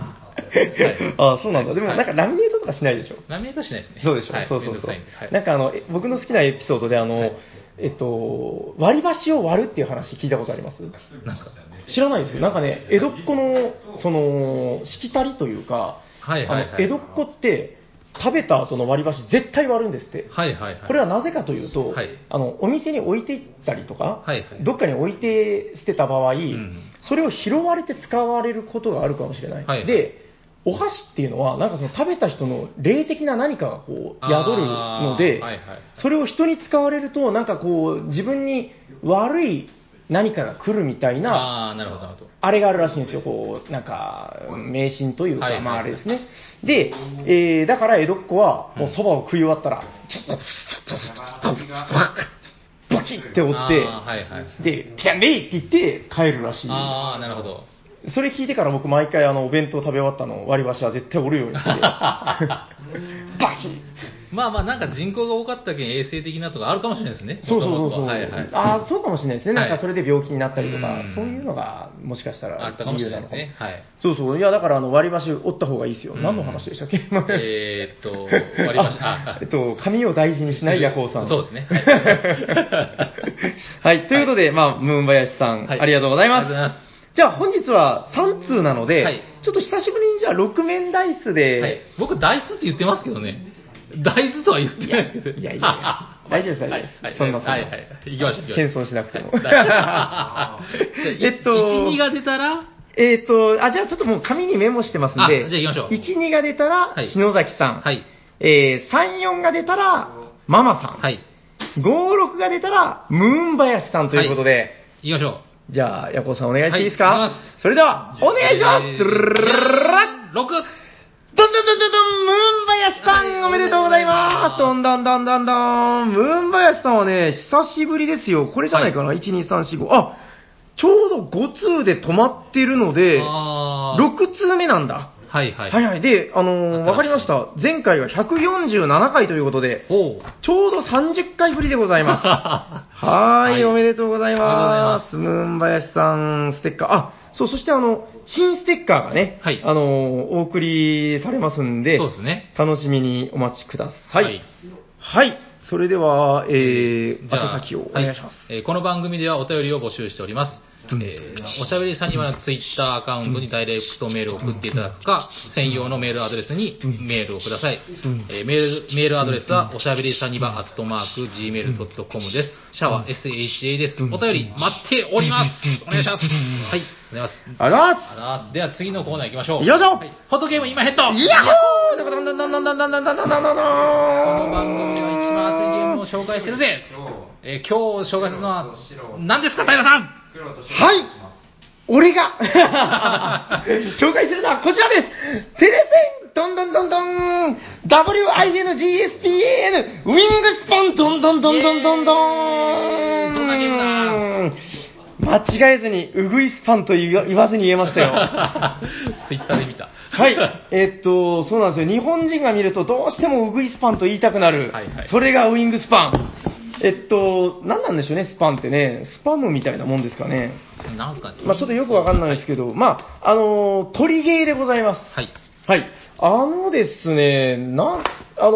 Speaker 1: いはい
Speaker 2: ああ、そうなんだ。でも、
Speaker 1: はい
Speaker 2: なんか、ラミネートとかしないでしょ。
Speaker 1: ラミネートはしないですね。
Speaker 2: そうでしょ、
Speaker 1: はい、
Speaker 2: そうそ
Speaker 1: めん
Speaker 2: う
Speaker 1: どく
Speaker 2: そう
Speaker 1: さいんではい
Speaker 2: なんかあのえ僕の好きなエピソードであの、
Speaker 1: はい
Speaker 2: えっと、割り箸を割るっていう話聞いたことあります
Speaker 1: なんですか
Speaker 2: 知らないですよ、なんかね、江戸っ子のそのしきたりというか、
Speaker 1: はいはいはい
Speaker 2: あの江戸っ子って、食べた後の割り箸、絶対割るんですって、
Speaker 1: はいはいはい。
Speaker 2: これはなぜかというと、
Speaker 1: はい
Speaker 2: あのお店に置いていったりとか、
Speaker 1: はいはい
Speaker 2: どっかに置いて捨てた場合、
Speaker 1: ん
Speaker 2: それを拾われて使われることがあるかもしれない、
Speaker 1: はいはい
Speaker 2: でお箸っていうのは、なんかその食べた人の霊的な何かがこう宿るので、
Speaker 1: あーはいはい
Speaker 2: それを人に使われると、なんかこう、自分に悪い何かが来るみたいな
Speaker 1: ああ、なるほど、なるほど。
Speaker 2: あれがあるらしいんですよ、こう、なんか、迷信というか、
Speaker 1: はいはい
Speaker 2: まああれですね。で、えーだから江戸っ子は、もうそばを食い終わったら、バキッて折っ
Speaker 1: あーはいはい。
Speaker 2: て、で、ピャンレイって言って帰るらしい。
Speaker 1: ああ、なるほど。
Speaker 2: それ聞いてから僕毎回あの、お弁当食べ終わったの割り箸は絶対折るよ うにして、バキッ
Speaker 1: まあまあ、なんか人口が多かったけん衛生的なとかあるかもしれないですね。
Speaker 2: そうそうそう
Speaker 1: 元
Speaker 2: そう。
Speaker 1: 々ははいはい。
Speaker 2: ああ、そうかもしれないですね。な
Speaker 1: は
Speaker 2: んか
Speaker 1: い
Speaker 2: それで病気になったりとか、
Speaker 1: うん
Speaker 2: そういうのがもしかした
Speaker 1: あ
Speaker 2: ら
Speaker 1: ったかもしれない
Speaker 2: 理由の
Speaker 1: で
Speaker 2: か
Speaker 1: す
Speaker 2: も
Speaker 1: ね。はい。
Speaker 2: そうそう、いやだからあの割り箸折った方がいいですよ、
Speaker 1: うん
Speaker 2: 何の話でした っけ、
Speaker 1: えーっと、割り箸、あ
Speaker 2: あ、えっと、髪を大事にしないヤコウさん。
Speaker 1: そうですね。
Speaker 2: はい、と いうことで、まあ、ムーンバヤシさん、
Speaker 1: はい
Speaker 2: ありがとうございます。
Speaker 1: ありがとうございます
Speaker 2: じゃあ、本日は3通なので、
Speaker 1: はい
Speaker 2: ちょっと久しぶりにじゃあ、6面ダイスで、
Speaker 1: はい、僕、大豆って言ってますけどね。大豆とは言ってないですけど。
Speaker 2: いや いやいや大丈夫です大丈夫です
Speaker 1: はいはい
Speaker 2: そんなそんな
Speaker 1: はいはい。行きましょう、行きましょう。
Speaker 2: 謙遜しなくても
Speaker 1: はい
Speaker 2: えっと
Speaker 1: 1、2が出たら、
Speaker 2: えっ、と、あ、じゃあちょっともう紙にメモしてますんで、
Speaker 1: あじゃあ行きましょう
Speaker 2: 1、2が出たら、
Speaker 1: はい
Speaker 2: 篠崎さん、
Speaker 1: はい。
Speaker 2: えー3、4が出たら、ママさん、
Speaker 1: はい。
Speaker 2: 5、6が出たら、ムーンバヤシさんということで、
Speaker 1: 行きましょう。
Speaker 2: じゃあ、ヤコウさんお願いしていいです
Speaker 1: はいお願
Speaker 2: か
Speaker 1: いします
Speaker 2: それでは、お願いします
Speaker 1: えー
Speaker 2: ドゥルルルルルルルル
Speaker 1: 六。
Speaker 2: どんどんどんどんどん、ムーンバヤシさんおめでとうございますどんどんどんどんどん、ムーンバヤシさんはね、久しぶりですよ。これじゃないかな、1、2、3、4、5。あ、ちょうど5通で止まってるので、
Speaker 1: あー
Speaker 2: 6通目なんだ。
Speaker 1: はいはい。
Speaker 2: はいはい。で、あ
Speaker 1: 新し
Speaker 2: のー
Speaker 1: い
Speaker 2: わかりました。前回が147回ということで、
Speaker 1: おう。
Speaker 2: ちょうど30回ぶりでござ います。はーい,、
Speaker 1: はい
Speaker 2: おめでとうございま
Speaker 1: あ
Speaker 2: す。ムーンバヤシさん、ステッカー。あ、そう、そしてあの、新ステッカーがね、
Speaker 1: はい
Speaker 2: あのー、お送りされますんで、
Speaker 1: そうですね。
Speaker 2: 楽しみにお待ちください。はい。。それでは、えー、
Speaker 1: じゃあ
Speaker 2: 宛先をお願いします。
Speaker 1: はいえーこの番組ではお便りを募集しております。えーおしゃべりさんにはツイッターアカウントにダイレクトメールを送っていただくか、専用のメールアドレスにメールをください。えーメール、メールアドレスはおしゃべりさんにはアットマーク gmail.com です。シャワー SHA です。お便り待っております。お願いします。はい、お願いします。
Speaker 2: あらっす
Speaker 1: あらーすでは次のコーナー行きましょう。
Speaker 2: よいしょ
Speaker 1: はいフォトゲーム今ヘッド
Speaker 2: ヤッホーなんかなんだなんだなんだなんだなんだな
Speaker 1: この番
Speaker 2: んだ
Speaker 1: 組は一番熱いゲームを紹介してるぜ、えー今日紹介するのは何ですか平さん
Speaker 2: はい俺が 紹介するのはこちらですテレセンどんどんどんどん !WINGSPN! ウィングスパンどんどんどんどんどんど
Speaker 1: イエーイどんなゲーム
Speaker 2: ん間違えずに、ウグイスパンと言わ言わずに言えま したよ。
Speaker 1: ツイッターで見た
Speaker 2: はい。えっと、そうなんですよ。日本人が見るとどうしてもウグイスパンと言いたくなる。
Speaker 1: はいはい
Speaker 2: それがウイングスパン。えっと、何なんでしょうね、スパンってね。スパムみたいなもんですかね。
Speaker 1: なんすかね
Speaker 2: まあ、ちょっとよくわかんないですけど、まあ、あのー、鳥ゲーでございます。
Speaker 1: はい
Speaker 2: はい。あのですね、なん、あの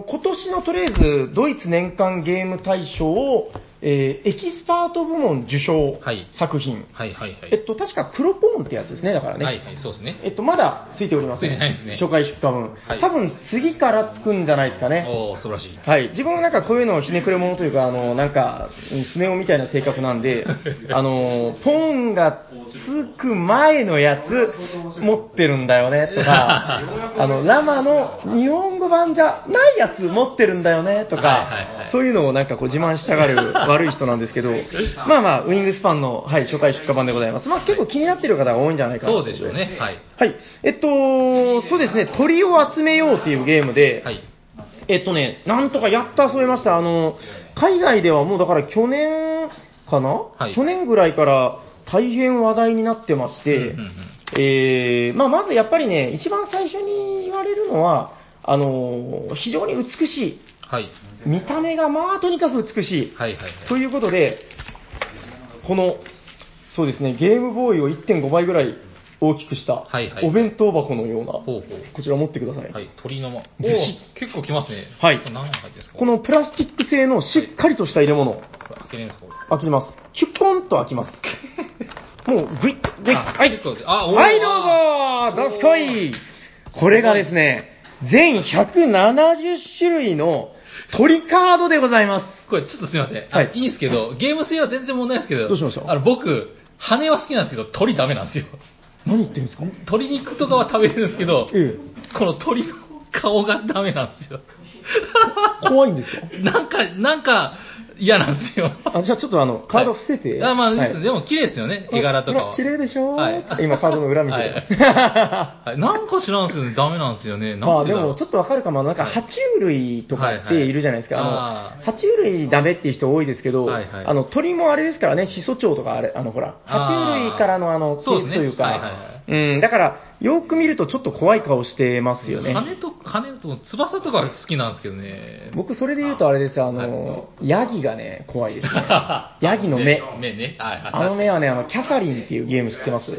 Speaker 2: ー、今年のとりあえず、ドイツ年間ゲーム大賞を、えーエキスパート部門受賞
Speaker 1: はい
Speaker 2: 作品。
Speaker 1: はいはいは
Speaker 2: え
Speaker 1: い
Speaker 2: っと、確か黒ポーンってやつですね、だからね。
Speaker 1: はいはいそうですね
Speaker 2: えっと、まだついておりません。
Speaker 1: ついてないですね
Speaker 2: 初回出荷分。
Speaker 1: はい
Speaker 2: 多分次からつくんじゃないですかね。
Speaker 1: おお素晴らしい
Speaker 2: はい、自分もなんかこういうのをひねくれ者というか、あのなんか、うんスネ夫みたいな性格な んで、あのポーンがつく前のやつ、持ってるんだよねと か、あのラマの日本語版じゃないやつ持ってるんだよねとか、
Speaker 1: はいはいはい
Speaker 2: そういうのをなんかこう自慢した がる悪い人なんですけど、まあまあ、ウィングスパンの、はい、初回出荷版でございます。まあ、結構気になってる方が多いんじゃないかなと
Speaker 1: そうでしょうねはい
Speaker 2: はい、えっと、そうですね、鳥を集めようというゲームで、
Speaker 1: はい
Speaker 2: えっとね、なんとかやっと遊べました。あの、海外ではもうだから去年かな、
Speaker 1: はい
Speaker 2: 去年ぐらいから大変話題になってまして、
Speaker 1: うんうん
Speaker 2: えーまあ、まずやっぱりね、一番最初に言われるのは、あの、非常に美し
Speaker 1: はい
Speaker 2: い。見た目がまあとにかく美しい。
Speaker 1: はいはいはい
Speaker 2: ということで、この、そうですね、ゲームボーイを1.5倍ぐらい大きくした、
Speaker 1: はいはい
Speaker 2: お弁当箱のような、
Speaker 1: ほうほう
Speaker 2: こちら持ってください。
Speaker 1: はい鳥のま
Speaker 2: ずし
Speaker 1: おー結構きますね
Speaker 2: はい
Speaker 1: これ何入ってんですか
Speaker 2: このプラスチック製のしっかりとした入れ物、
Speaker 1: これ開けれるんですかこれ
Speaker 2: 開きます。キュポンと開きます。 もう、ぐいっ、ぐいっ、
Speaker 1: あ
Speaker 2: はい
Speaker 1: 結構ですあおー
Speaker 2: はい、どうぞどすこいこれがですね、全170種類の鳥カードでございます。
Speaker 1: これちょっとすみません。
Speaker 2: はい
Speaker 1: い。いいんですけど、ゲーム性は全然問題ないですけど、
Speaker 2: どうしました
Speaker 1: あの、僕、羽は好きなんですけど、鳥ダメなんですよ。
Speaker 2: 何言ってるんですか
Speaker 1: 鶏肉とかは食べれるんですけど、
Speaker 2: え
Speaker 1: この鳥の顔がダメなんですよ。
Speaker 2: え、 怖いんですか
Speaker 1: なんか、なんか、嫌なんですよ。
Speaker 2: あ、じゃあちょっとあの、カード伏せて。
Speaker 1: あまあ、
Speaker 2: はい
Speaker 1: ですでも綺麗ですよね、絵柄とかは。
Speaker 2: ほら綺麗でしょ
Speaker 1: はい
Speaker 2: 今カードの裏見て
Speaker 1: はい
Speaker 2: ます。
Speaker 1: はいなんか知らんすけど、ダメなんですよね。
Speaker 2: ま
Speaker 1: な
Speaker 2: あ
Speaker 1: んで
Speaker 2: で
Speaker 1: だろう
Speaker 2: もちょっとわかるかも、なんか
Speaker 1: はい
Speaker 2: 爬虫類とかっているじゃないですか、
Speaker 1: はいはい
Speaker 2: あ
Speaker 1: あー
Speaker 2: の爬虫類ダメっていう人多いですけど、
Speaker 1: はいはい
Speaker 2: あの鳥もあれですからね、始祖鳥とかあれ、あのほら、爬虫類からのあの
Speaker 1: あー
Speaker 2: ケースという
Speaker 1: そうですねはいはい
Speaker 2: か、うん、だからよく見るとちょっと怖い顔してますよね。
Speaker 1: 羽と、羽と翼とかが好きなんですけどね。
Speaker 2: 僕、それで言うとあれです、あの、ヤギがね、怖いですね。ヤギの目。
Speaker 1: 目ね。はいはい。
Speaker 2: あの目はね、あの、キャサリンっていうゲーム知ってます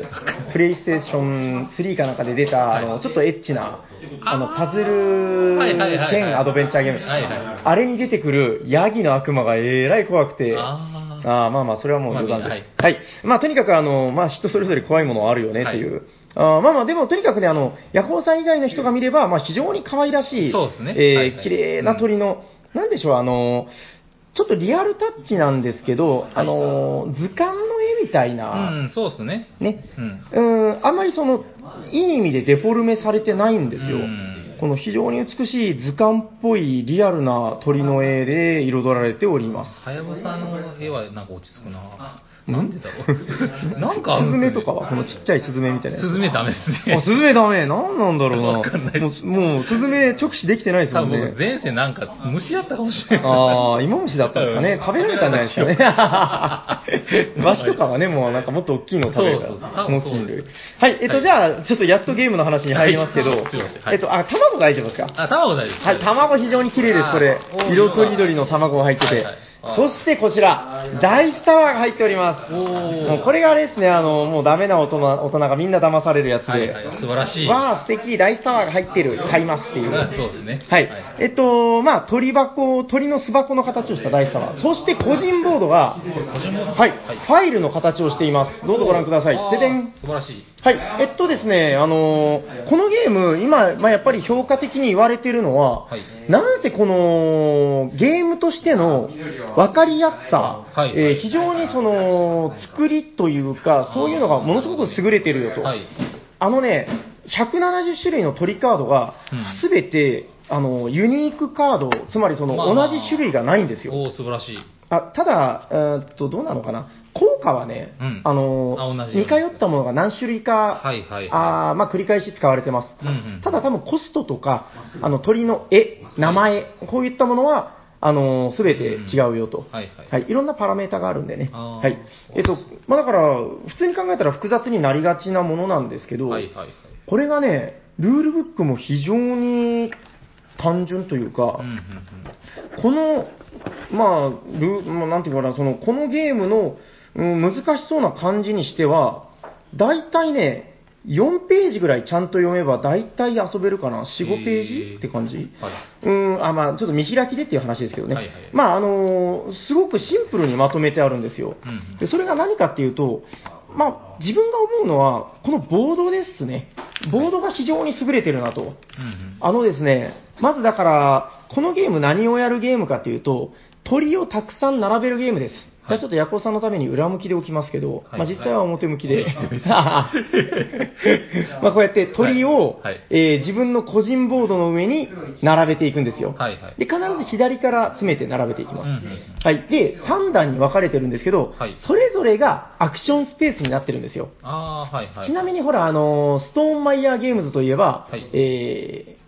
Speaker 2: プレイステーション3かなんかで出た、あの、ちょっとエッチな、あの、パズル
Speaker 1: はいはいはいはい
Speaker 2: 兼アドベンチャーゲーム。
Speaker 1: はいはい
Speaker 2: あれに出てくるヤギの悪魔がえらい怖くて、
Speaker 1: あー
Speaker 2: あーまあまあ、それはもう冗談です。
Speaker 1: まあみ
Speaker 2: は
Speaker 1: ん
Speaker 2: い
Speaker 1: な。
Speaker 2: まあ、とにかく、あの、まあ、人それぞれ怖いものはあるよねっていう。あーまあまあ、でも、とにかくね、あの、ヤコウさん以外の人が見れば、まあ、非常に可愛らしい、
Speaker 1: そうですね
Speaker 2: えー
Speaker 1: はいはい
Speaker 2: 綺麗な鳥の、なんでしょう、あの、ちょっとリアルタッチなんですけど、あの、図鑑の絵みたいな、
Speaker 1: うん、そうですね。
Speaker 2: ね、
Speaker 1: うん。
Speaker 2: うん、あんまりその、いい意味でデフォルメされてないんですよ
Speaker 1: うん。
Speaker 2: この非常に美しい図鑑っぽいリアルな鳥の絵で彩られております。
Speaker 1: はやぶさの絵はなんか落ち着くな。なんでだろ う。なんかあ
Speaker 2: ス
Speaker 1: る
Speaker 2: ズ
Speaker 1: んで
Speaker 2: メ
Speaker 1: すよね
Speaker 2: とかはこのちっちゃいスズメみたいなや
Speaker 1: ス
Speaker 2: つ。
Speaker 1: ズメダメです
Speaker 2: あ、
Speaker 1: ね
Speaker 2: ス。ズメダメ。なんなんだろうな。
Speaker 1: わかんない
Speaker 2: もう、もうスズメ直視できてないです
Speaker 1: 多
Speaker 2: もん
Speaker 1: 分
Speaker 2: ね
Speaker 1: 僕。前世なんか虫やったかもしれない。
Speaker 2: ああ、芋虫だったんですかね。食べられたんじゃないですか ね。ワシとかはね、もうなんかもっと大きいのを食べるか
Speaker 1: そうそう
Speaker 2: ら。
Speaker 1: そう
Speaker 2: もう菌類
Speaker 1: そうで。
Speaker 2: はい、えっと、じゃあ、ちょっとやっとゲームの話に入りますけ
Speaker 1: は
Speaker 2: ど
Speaker 1: いすいません、はい
Speaker 2: えっと、あ、卵大丈夫ですか
Speaker 1: あ、卵大丈夫です。
Speaker 2: はい、卵非常に綺麗です、これ
Speaker 1: あー。
Speaker 2: 色とりどりの卵が入って
Speaker 1: は
Speaker 2: て
Speaker 1: いはいあ。ー
Speaker 2: そしてこちら、大スタワーが入っております。
Speaker 1: おー
Speaker 2: もうこれがあれですね、あの、もうダメな大人、大人がみんな騙されるやつ
Speaker 1: はい
Speaker 2: で
Speaker 1: は。い、素晴らしい。
Speaker 2: わあ、素敵、大スタワーが入ってる、買いますっ ていう。
Speaker 1: そうですね。
Speaker 2: はい。えっと、まあ、鳥箱、鳥の巣箱の形をした大スタワー。そして個人ボードが、はい、ファイルの形をしています。どうぞご覧ください
Speaker 1: あ。ー
Speaker 2: ででん。
Speaker 1: 素晴らしい。
Speaker 2: はい、えっとですね、あのーこのゲーム、今、まあ、やっぱり評価的に言われてるのは、
Speaker 1: はい
Speaker 2: なんせこのゲームとしての分かりやすさ、
Speaker 1: はい
Speaker 2: えー非常にその作りというか、そういうのがものすごく優れてるよと、
Speaker 1: はい。
Speaker 2: あのね、170種類の鳥カードが
Speaker 1: うん、
Speaker 2: すべて、あのユニークカード、つまりその
Speaker 1: まあまあ
Speaker 2: 同じ種類がないんですよ。
Speaker 1: おー素晴らしい。
Speaker 2: あただ、えーっと、どうなのかな、効果はね、
Speaker 1: うん
Speaker 2: あの
Speaker 1: あ同じ
Speaker 2: 似通ったものが何種類か、
Speaker 1: はいはいは
Speaker 2: あーまあ、繰り返し使われてます、
Speaker 1: うんうん
Speaker 2: ただ多分コストとか、あの鳥の絵、名前、こういったものは、あのー、全て違うよと、
Speaker 1: うんはいは
Speaker 2: はいい、ろんなパラメータがあるんでね、
Speaker 1: あー
Speaker 2: はいえっとまあ、だから、普通に考えたら複雑になりがちなものなんですけ
Speaker 1: い。
Speaker 2: ど、
Speaker 1: はいはいはい。
Speaker 2: これがね、ルールブックも非常に単純というか、
Speaker 1: うんうんうん。
Speaker 2: この、まあ、ルーまあなんていうかな、その、このゲームの、うん、難しそうな感じにしては、大体ね、4ページぐらいちゃんと読めば大体遊べるかな、4、5ペー
Speaker 1: へ
Speaker 2: ジ
Speaker 1: ー
Speaker 2: って感じ
Speaker 1: はい。
Speaker 2: うん、あ、まあ、ちょっと見開きでっていう話ですけどね。
Speaker 1: はいはい
Speaker 2: まあ、あのーすごくシンプルにまとめてあるんですよ。
Speaker 1: うんうん
Speaker 2: でそれが何かっていうと、まあ、自分が思うのは、このボードですね。ボードが非常に優れてるなと。
Speaker 1: うんうん。
Speaker 2: あのですね、まずだから、このゲーム何をやるゲームかというと、鳥をたくさん並べるゲームです。じゃあちょっとヤコウさんのために裏向きで置きますけど、
Speaker 1: はい
Speaker 2: まあ実際は表向きで。
Speaker 1: はい
Speaker 2: まあこうやって鳥を、
Speaker 1: はいはい
Speaker 2: えー自分の個人ボードの上に並べていくんですよ。
Speaker 1: はいはい
Speaker 2: で、必ず左から詰めて並べていき
Speaker 1: う
Speaker 2: ます。
Speaker 1: んうん
Speaker 2: はい。で、3段に分かれてるんですけど、
Speaker 1: はい
Speaker 2: それぞれがアクションスペースになってるんですよ。
Speaker 1: ああ、はいはい。
Speaker 2: ちなみにほら、あのーストーンマイヤーゲームズといえば、
Speaker 1: はい
Speaker 2: えー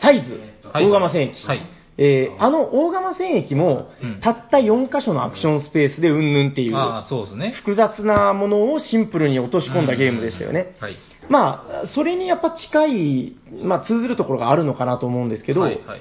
Speaker 2: サイズ、
Speaker 1: はい
Speaker 2: 大釜戦役、
Speaker 1: はい
Speaker 2: えーあの大釜戦役も、
Speaker 1: うん
Speaker 2: たった4箇所のアクションスペースでうんぬんっていう、
Speaker 1: ああ、そうですね。
Speaker 2: 複雑なものをシンプルに落とし込んだゲームでしたよね。
Speaker 1: うんはい。
Speaker 2: まあ、それにやっぱ近い、まあ、通ずるところがあるのかなと思うんですけど、
Speaker 1: はいはいはい。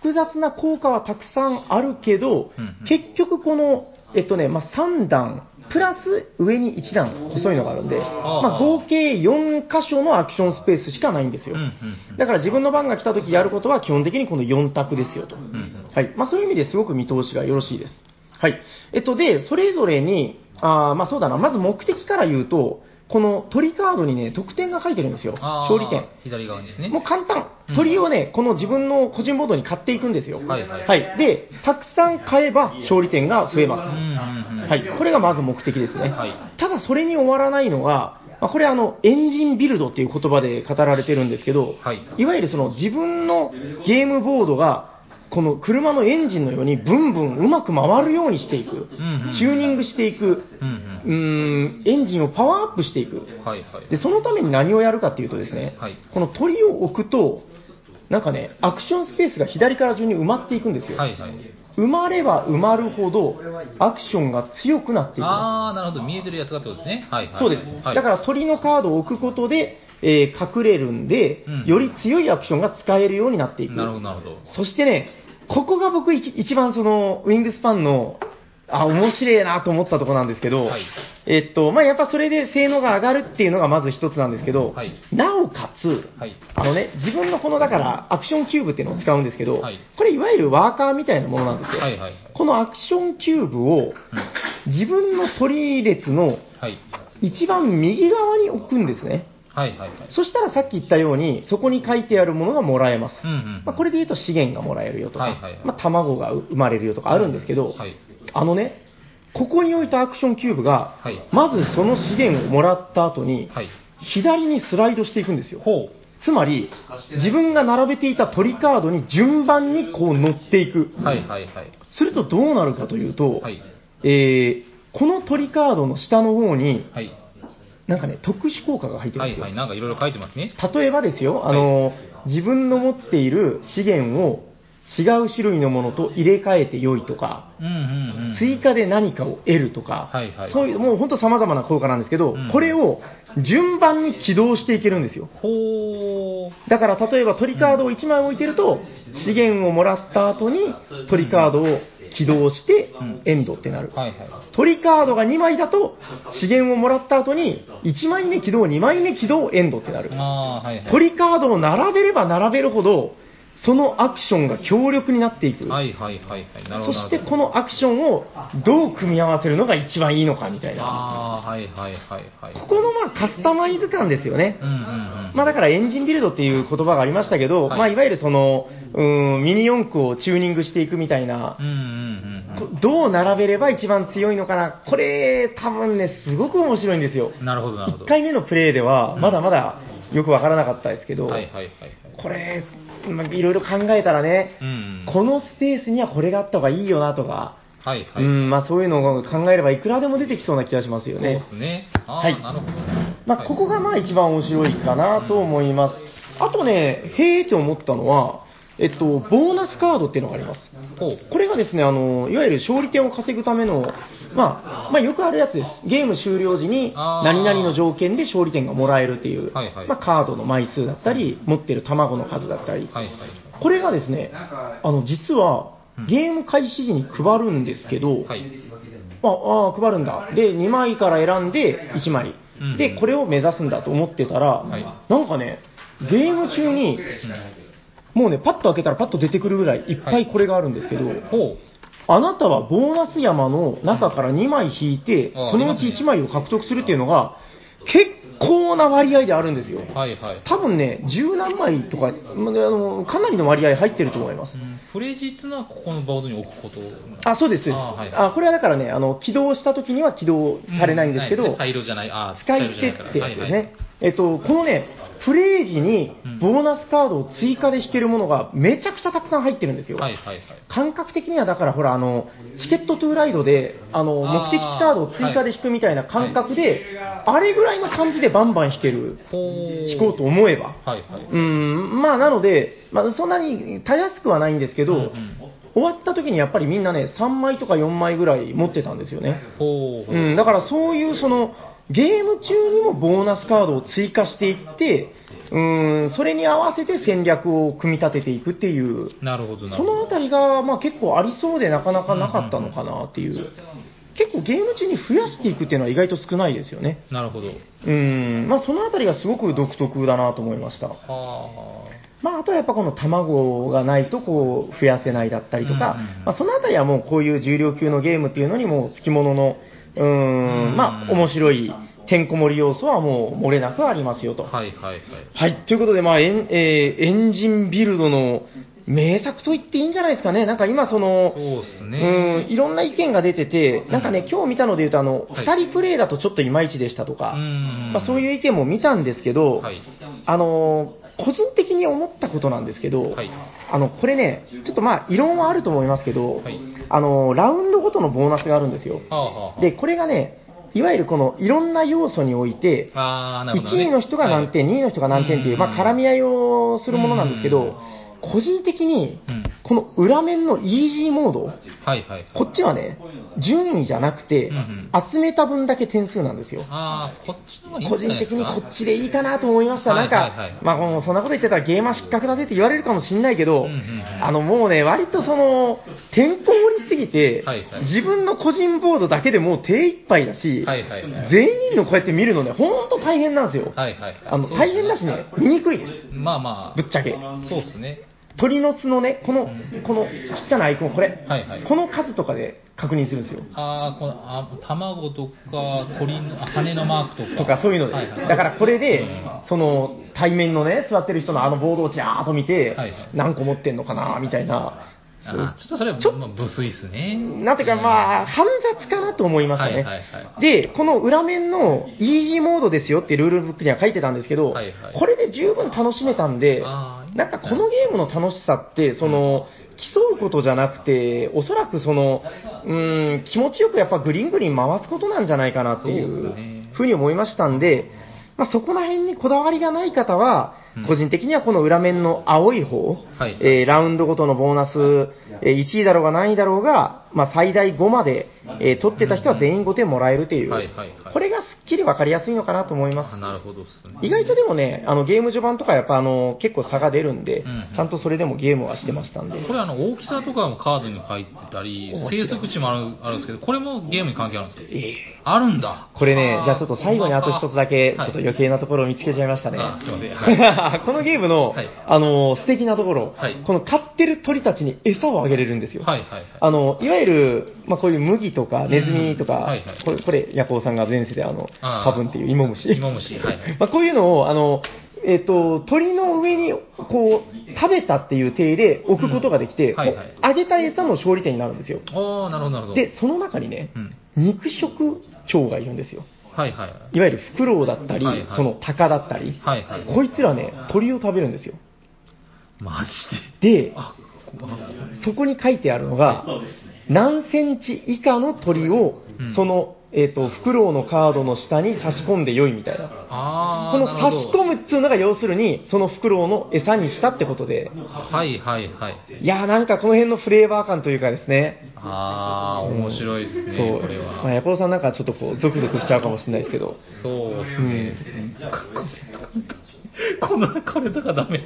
Speaker 2: 複雑な効果はたくさんあるけど、
Speaker 1: うんうん
Speaker 2: 結局この、えっとね、まあ、3段、プラス上に1段細いのがあるんで、
Speaker 1: あー
Speaker 2: まあ、合計4箇所のアクションスペースしかないんです
Speaker 1: うんう
Speaker 2: よ
Speaker 1: ん。うん。
Speaker 2: だから自分の番が来た時やることは基本的にこの4択ですよと。
Speaker 1: ん
Speaker 2: はい。まあ、そういう意味ですごく見通しがよろしいです。はい。えっと、で、それぞれに、あーまあ、そうだな、まず目的から言うと、この鳥カードにね、得点が書いてるんですよ。
Speaker 1: あー
Speaker 2: 勝利点。
Speaker 1: 左側にですね。
Speaker 2: もう簡単
Speaker 1: う。ん
Speaker 2: 鳥をね、この自分の個人ボードに買っていくんですよ。
Speaker 1: はいはい
Speaker 2: で、たくさん買えば勝利点が増えま
Speaker 1: うん
Speaker 2: す。
Speaker 1: うんうん。
Speaker 2: はい。これがまず目的ですね。
Speaker 1: はい
Speaker 2: ただ、それに終わらないのが、まあこれあの、エンジンビルドっていう言葉で語られてるんですけど、
Speaker 1: はい
Speaker 2: わゆるその自分のゲームボードが、この車のエンジンのようにブンブンうまく回るようにしていく
Speaker 1: んうん。
Speaker 2: チューニングしていく。
Speaker 1: うんう。
Speaker 2: うんーん、エンジンをパワーアップしていく。
Speaker 1: はいはい。
Speaker 2: で、そのために何をやるかっていうとですね、
Speaker 1: はい
Speaker 2: この鳥を置くと、なんかね、アクションスペースが左から順に埋まっていくんですよ。
Speaker 1: はいはい。
Speaker 2: 埋まれば埋まるほど、アクションが強くなっていきま
Speaker 1: ああ、なるほど。見えてるやつがってことですね。はいはいは
Speaker 2: す。
Speaker 1: い。
Speaker 2: そうです。
Speaker 1: はい
Speaker 2: だから鳥のカードを置くことで、えー隠れるんで、
Speaker 1: うん
Speaker 2: より強いアクションが使えるようになっていく。
Speaker 1: なるほどなるほど。
Speaker 2: そしてね、ここが僕いき一番その、ウィングスパンの、あ、面白いなと思ってたところなんですけど、
Speaker 1: はい
Speaker 2: えっと、まあ、やっぱそれで性能が上がるっていうのがまず一つなんですけど、
Speaker 1: はい
Speaker 2: なおかつ、
Speaker 1: はい
Speaker 2: あのね、自分のこの、だから、アクションキューブっていうのを使うんですけど、
Speaker 1: はい
Speaker 2: これいわゆるワーカーみたいなものなんですよ。
Speaker 1: はいはいはい。
Speaker 2: このアクションキューブを、
Speaker 1: うん
Speaker 2: 自分の取り列の
Speaker 1: はい。
Speaker 2: 一番右側に置くんですね。
Speaker 1: はいはいはい。
Speaker 2: そしたらさっき言ったように、そこに書いてあるものがもらえます。
Speaker 1: うんうん。
Speaker 2: まあ、これで言うと資源がもらえるよとか、
Speaker 1: はいはいはい
Speaker 2: まあ、卵が生まれるよとかあるんですけど、
Speaker 1: はい
Speaker 2: あのね、ここに置いたアクションキューブが、
Speaker 1: はい
Speaker 2: まずその資源をもらった後に、
Speaker 1: はい。
Speaker 2: 左にスライドしていくんですよ。
Speaker 1: ほう。
Speaker 2: つまり、自分が並べていた鳥カードに順番にこう乗っていく。
Speaker 1: はいはいはい。
Speaker 2: するとどうなるかというと、
Speaker 1: はい
Speaker 2: えーこの鳥カードの下の方に、
Speaker 1: はい。
Speaker 2: なんかね、特殊効果が入ってる
Speaker 1: は
Speaker 2: んです
Speaker 1: い
Speaker 2: よ。
Speaker 1: はい。なんかいろいろ書いてますね。
Speaker 2: 例えばですよ、あの、自分の持っている資源を違う種類のものと入れ替えて良いとか、
Speaker 1: うんうんうん。
Speaker 2: 追加で何かを得るとか、
Speaker 1: はいはい
Speaker 2: そういう、もう本当様々な効果なんですけど、
Speaker 1: うん
Speaker 2: これを順番に起動していけるんですよ。
Speaker 1: ほー。
Speaker 2: だから例えば鳥カードを1枚置いてると、資源をもらった後に鳥カードを起動して
Speaker 1: うん、
Speaker 2: エンドってなる。
Speaker 1: はいは。
Speaker 2: 鳥カードが2枚だと、資源をもらった後に、1枚目起動、2枚目起動、エンドってないる。
Speaker 1: あー、はいはい。
Speaker 2: 鳥カードを並べれば並べるほど、そのアクションが強力になっていく。
Speaker 1: はいはいはいはい。なるほど。
Speaker 2: そして
Speaker 1: なるほど
Speaker 2: このアクションをどう組み合わせるのが一番いいのかみたいな。
Speaker 1: あー、はいはいはいはい。
Speaker 2: ここのまあカスタマイズ感ですよね
Speaker 1: う。んうんうん。
Speaker 2: まあだからエンジンビルドっていう言葉がありましたけど、
Speaker 1: はい
Speaker 2: まあいわゆるその、うーん、ミニ四駆をチューニングしていくみたいな
Speaker 1: う、んうんうん
Speaker 2: こどう並べれば一番強いのかな。これ多分ね、すごく面白いんですよ。
Speaker 1: うん。なるほどなるほど。
Speaker 2: 1回目のプレイではまだまだよくわからなかったですけど、
Speaker 1: はいはいはいはい。
Speaker 2: これ、まあいろいろ考えたらね、
Speaker 1: うん。
Speaker 2: このスペースにはこれがあった方がいいよなとか、
Speaker 1: はいは
Speaker 2: う
Speaker 1: い。
Speaker 2: ん、まあそういうのを考えればいくらでも出てきそうな気がしますよね
Speaker 1: そう。ですね。あー、
Speaker 2: はい
Speaker 1: なるほど。
Speaker 2: まあここがまあ一番面白いかなと思います。あとね、へーって思ったのは、えっと、ボーナスカードっていうのがあります。
Speaker 1: ほう。
Speaker 2: これがですね、あの、いわゆる勝利点を稼ぐための、まあ、まあよくあるやつです。ゲーム終了時に
Speaker 1: あー
Speaker 2: 何々の条件で勝利点がもらえるっていう、
Speaker 1: はいはい
Speaker 2: まあカードの枚数だったり、持ってる卵の数だったり、
Speaker 1: はいはい。
Speaker 2: これがですね、あの、実は
Speaker 1: うん
Speaker 2: ゲーム開始時に配るんですけど、
Speaker 1: はい。
Speaker 2: ああー、配るんだ。で、2枚から選んで1枚
Speaker 1: うん。
Speaker 2: で、これを目指すんだと思ってたら、
Speaker 1: はい
Speaker 2: なんかね、ゲーム中に、もうね、パッと開けたらパッと出てくるぐらいいっぱ
Speaker 1: はい
Speaker 2: いこれがあるんですけど、
Speaker 1: ほ
Speaker 2: あなたはボーナス山の中から2枚引いて、
Speaker 1: あー
Speaker 2: そのうち1枚を獲得するっていうのが、結構な割合であるんですよ。
Speaker 1: う。はいはい。
Speaker 2: 多分ね、十何枚とか、まあのかなりの割合入ってると思います
Speaker 1: う。んフレージっていうのはここのボードに置くことなんです
Speaker 2: あ、そうです、そうです。
Speaker 1: あーはい
Speaker 2: あ、これはだからね、あの、起動した時には起動されないんですけど、
Speaker 1: 灰色じゃない、あー
Speaker 2: 使い捨てってやつです
Speaker 1: はいはい
Speaker 2: ね。えっと、このね、プレイ時に
Speaker 1: うん
Speaker 2: ボーナスカードを追加で引けるものがめちゃくちゃたくさん入ってるんですよ。
Speaker 1: はいはいはい。
Speaker 2: 感覚的にはだからほら、あの、チケットトゥーライドで、あの、
Speaker 1: あー
Speaker 2: 目的地カードを追加で引くみたいな感覚で、あれぐらいの感じでバンバン引ける、
Speaker 1: ほう。
Speaker 2: 引こうと思えば。
Speaker 1: はいはい。
Speaker 2: うん、まあなので、まあ、そんなにたやすくはないんですけ
Speaker 1: う
Speaker 2: ど、
Speaker 1: んうん
Speaker 2: 終わった時にやっぱりみんなね、3枚とか4枚ぐらい持ってたんですよね。
Speaker 1: ほう。
Speaker 2: うん、だからそういうそのゲーム中にもボーナスカードを追加していって、うん、それに合わせて戦略を組み立てていくっていう、
Speaker 1: なるほどなる
Speaker 2: そ
Speaker 1: ほど。
Speaker 2: のあたりがまあ結構ありそうでなかなかなかったのかなっていう。結構ゲーム中に増やしていくっていうのは意外と少ないですよね。
Speaker 1: なるほど。
Speaker 2: うん、まあそのあたりがすごく独特だなと思いました。
Speaker 1: は
Speaker 2: まあ、あとはやっぱこの卵がないとこう増やせないだったりとか、
Speaker 1: うんうんうん
Speaker 2: まあ、そのあたりはもうこういう重量級のゲームっていうのにもつきものの、うー、
Speaker 1: うんん
Speaker 2: まあ、面白いてんこ盛り要素はもう漏れなくありますよと。
Speaker 1: あ。はいはいはい。
Speaker 2: はい、ということで、まあエンえーエンジンビルドの名作と言っていいんじゃないですかね。なんか今その、
Speaker 1: そうですね。
Speaker 2: うん、いろんな意見が出てて、なんかね、今日見たので言うと、あの、
Speaker 1: はい
Speaker 2: 2人プレイだとちょっといまいちでしたとか、
Speaker 1: うん
Speaker 2: まあ、そういう意見も見たんですけど、
Speaker 1: はい
Speaker 2: あのー個人的に思ったことなんですけど、
Speaker 1: はい
Speaker 2: あの、これね、ちょっとまあ、異論はあると思いますけど、
Speaker 1: はい
Speaker 2: あのーラウンドごとのボーナスがあるんですよ。
Speaker 1: はあはあは
Speaker 2: で、これがね、いわゆるこの、いろんな要素において、
Speaker 1: ああー、なるほど、
Speaker 2: 1
Speaker 1: ね。
Speaker 2: 位の人が何点、2位の人が何点っていう、まあ、絡み合いをするものなんですけど、個人的に
Speaker 1: うん、
Speaker 2: この裏面のイージーモード、
Speaker 1: はいはいはい。
Speaker 2: こっちはね、順位じゃなくて
Speaker 1: うんうん、
Speaker 2: 集めた分だけ点数なんですよ。
Speaker 1: ああ、こっちの方がいいん
Speaker 2: 個
Speaker 1: じゃな
Speaker 2: 人
Speaker 1: いで
Speaker 2: 的
Speaker 1: すか
Speaker 2: にこっちでいいかなと思いました。
Speaker 1: は
Speaker 2: ないん
Speaker 1: はいは
Speaker 2: か
Speaker 1: い、
Speaker 2: まあ、もうそんなこと言ってたらゲーマー失格だぜって言われるかもしんないけど
Speaker 1: うんうんうん、
Speaker 2: あの、もうね、割とその、点こ盛りすぎて
Speaker 1: はいはい、
Speaker 2: 自分の個人ボードだけでもう手一杯だし
Speaker 1: はいはいはい、
Speaker 2: 全員のこうやって見るのね、ほんと大変なんですよ。
Speaker 1: はいはいはい。
Speaker 2: あの、
Speaker 1: そうです
Speaker 2: 大
Speaker 1: ね
Speaker 2: 変だしね、見にくいです。
Speaker 1: まあまあ。
Speaker 2: ぶっちゃけ。
Speaker 1: そうですね。
Speaker 2: 鳥の巣のね、この、このちっちゃなアイコン、これ、
Speaker 1: はいはい
Speaker 2: この数とかで確認するんですよ。
Speaker 1: ああ、この、あ卵とか、鳥の、あ羽のマークとか。
Speaker 2: とかそういうのです。
Speaker 1: はいはい
Speaker 2: だからこれで、
Speaker 1: うん
Speaker 2: その対面のね、座ってる人のあのボードをちゃーっと見て、
Speaker 1: はいはい
Speaker 2: 何個持ってんのかな、みたいな。そう
Speaker 1: あーちょっとそれは、
Speaker 2: ちょ
Speaker 1: まあ、無粋ですね。
Speaker 2: なんていうか、まあ、煩雑かなと思いましたね。
Speaker 1: はいはいは
Speaker 2: で、この裏面のイージーモードですよってルールブックには書いてたんですけど、
Speaker 1: はいはい
Speaker 2: これで十分楽しめたんで、
Speaker 1: ああ、いい
Speaker 2: なんかこのゲームの楽しさって、その、競うことじゃなくて、おそらくその、うーん、気持ちよくやっぱグリングリン回すことなんじゃないかなってい
Speaker 1: そうです
Speaker 2: う
Speaker 1: ね
Speaker 2: ふうに思いましたんで、まあ、そこら辺にこだわりがない方は
Speaker 1: うん、
Speaker 2: 個人的にはこの裏面の青い方、
Speaker 1: はい
Speaker 2: えーラウンドごとのボーナス、えー1位だろうが何位だろうが、まあ、最大5まで、えー取ってた人は全員5点もらえるという、
Speaker 1: はいはいはい
Speaker 2: これがすっきり分かりやすいのかなと思います
Speaker 1: あ。なるほどですね。
Speaker 2: 意外とでもね、あのゲーム序盤とかやっぱあの結構差が出るんで、
Speaker 1: うん
Speaker 2: ちゃんとそれでもゲームはしてましたんで、
Speaker 1: これあの大きさとかもカードに書いてたり、生息地もあるあるんですけど、これもゲームに関係あるんですか
Speaker 2: ええ
Speaker 1: あるんだ。
Speaker 2: これね
Speaker 1: ー、
Speaker 2: じゃあちょっと最後にあと一つだけ、ちょ
Speaker 1: はい
Speaker 2: っと余計なところを見つけちゃいましたね。
Speaker 1: あすいませんは
Speaker 2: このゲームの、
Speaker 1: はい
Speaker 2: あの素敵なところ、
Speaker 1: はい
Speaker 2: この飼ってる鳥たちに餌をあげれるんですよ。
Speaker 1: はいはいはい。
Speaker 2: あの、いわゆる、まあ、こういう麦とか、ネズミとか、
Speaker 1: うんはいはい
Speaker 2: これ、これ、ヤコウさんが前世であの、
Speaker 1: あー
Speaker 2: 多分っていう芋虫。
Speaker 1: 芋虫はいはい
Speaker 2: まあ、こういうのを、あの、えっ、と、鳥の上に、こう、食べたっていう体で置くことができて、
Speaker 1: うんはいはい
Speaker 2: こうあげた餌も勝利点になるんですよ。
Speaker 1: おー、なるほどなるほど。
Speaker 2: で、その中にね、
Speaker 1: うん。
Speaker 2: 肉食鳥がいるんですよ。
Speaker 1: はいはい。
Speaker 2: いわゆるフクロウだったり、
Speaker 1: はいはい
Speaker 2: そのタカだったり、
Speaker 1: はいはい
Speaker 2: こいつらね、鳥を食べるんですよ。
Speaker 1: マジ
Speaker 2: で
Speaker 1: で。、あ、ここ
Speaker 2: そこに書いてあるのが、何センチ以下の鳥を
Speaker 1: うん、
Speaker 2: その、えっ、と、フクロウのカードの下に差し込んでよいみたいな。
Speaker 1: あ
Speaker 2: こ
Speaker 1: ー
Speaker 2: の
Speaker 1: な
Speaker 2: 差
Speaker 1: る
Speaker 2: し
Speaker 1: ほど
Speaker 2: 込むっていうのが要するに、そのフクロウの餌にしたってことで、
Speaker 1: はいはいはい。
Speaker 2: いやーなんかこの辺のフレーバー感というかですね。
Speaker 1: あー、
Speaker 2: うん
Speaker 1: 面白いですね、
Speaker 2: そう。
Speaker 1: これは。
Speaker 2: まあ、ヤコロさんなんかちょっとこう、ゾクゾクしちゃうかもしれないですけど。
Speaker 1: そうです
Speaker 2: う
Speaker 1: ね。
Speaker 2: ん。
Speaker 1: この、これとかダメ。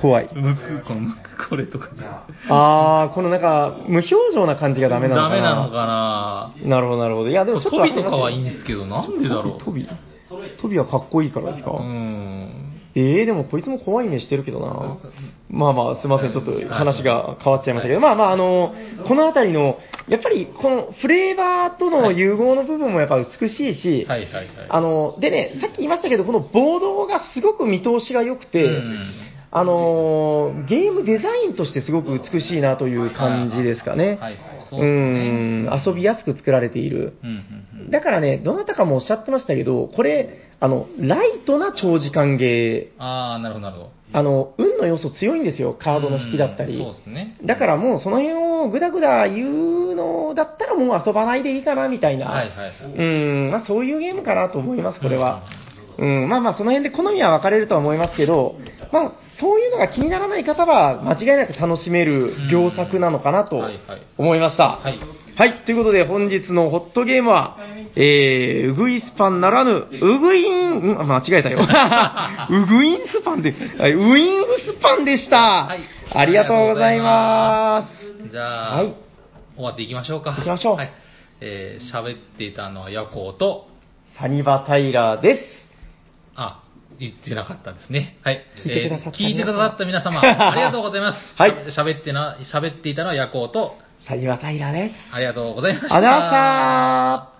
Speaker 2: 怖い。
Speaker 1: むく、このむく、これとか。
Speaker 2: あー、このなんか、無表情な感じがダメなのかな。
Speaker 1: なのかな
Speaker 2: なるほど、なるほど。いや、でもちょっと
Speaker 1: 飛
Speaker 2: わ
Speaker 1: び
Speaker 2: り
Speaker 1: と
Speaker 2: ます
Speaker 1: か
Speaker 2: よ
Speaker 1: はいいんですけど、なんでだろう。
Speaker 2: 飛び飛びはかっこいいからですか、
Speaker 1: うん。
Speaker 2: ええでもこいつも怖い目してるけどな。まあまあ、すいません。ちょっと話が変わっちゃいましたけど、まあまあ、あの、このあたりの、やっぱりこのフレーバーとの融合の部分もやっぱ美しいし、
Speaker 1: はいはいはい。
Speaker 2: あの、でね、さっき言いましたけど、このボードがすごく見通しが良くて、
Speaker 1: うん
Speaker 2: あのーゲームデザインとしてすごく美しいなという感じですかね。
Speaker 1: はいはいそう
Speaker 2: う
Speaker 1: ですね
Speaker 2: ん、遊びやすく作られている。
Speaker 1: うんうんうん
Speaker 2: だからね、どなたかもおっしゃってましたけど、これ、あの、ライトな長時間ゲ
Speaker 1: ああ、なるほど、なるほど。
Speaker 2: ー、あの、運の要素強いんですよ、カードの引きだったり。
Speaker 1: うんそうですね。
Speaker 2: だからもうその辺をぐだぐだ言うのだったらもう遊ばないでいいかな、みたいな。
Speaker 1: はいはいはい。
Speaker 2: うん、まあそういうゲームかなと思います、これは。うん、まあまあその辺で好みは分かれるとは思いますけど、まあそういうのが気にならない方は間違いなく楽しめる良作なのかなと
Speaker 1: うんはいはい
Speaker 2: 思いました。
Speaker 1: はい。
Speaker 2: はい、ということで本日のホットゲームは、えー、うぐいスパンならぬ、うぐいん、うん間違え たよ。うぐいんスパンで、はいウイングスパンでした。
Speaker 1: はい
Speaker 2: ありがとうございます。
Speaker 1: じゃあ、
Speaker 2: はい
Speaker 1: 終わっていきましょうか。
Speaker 2: 行きましょう
Speaker 1: はい。えー、喋っていたのはヤコウと、
Speaker 2: サニバタイラーです。
Speaker 1: あ、言ってなかったんですね。はい。
Speaker 2: 聞いてくださった
Speaker 1: えー聞いてくださった皆 様、ありがとうございます。
Speaker 2: はい
Speaker 1: 喋ってな、喋っていたのはヤコウと、
Speaker 2: サニバタイラーです。
Speaker 1: ありがとうございました。
Speaker 2: ありがとうございました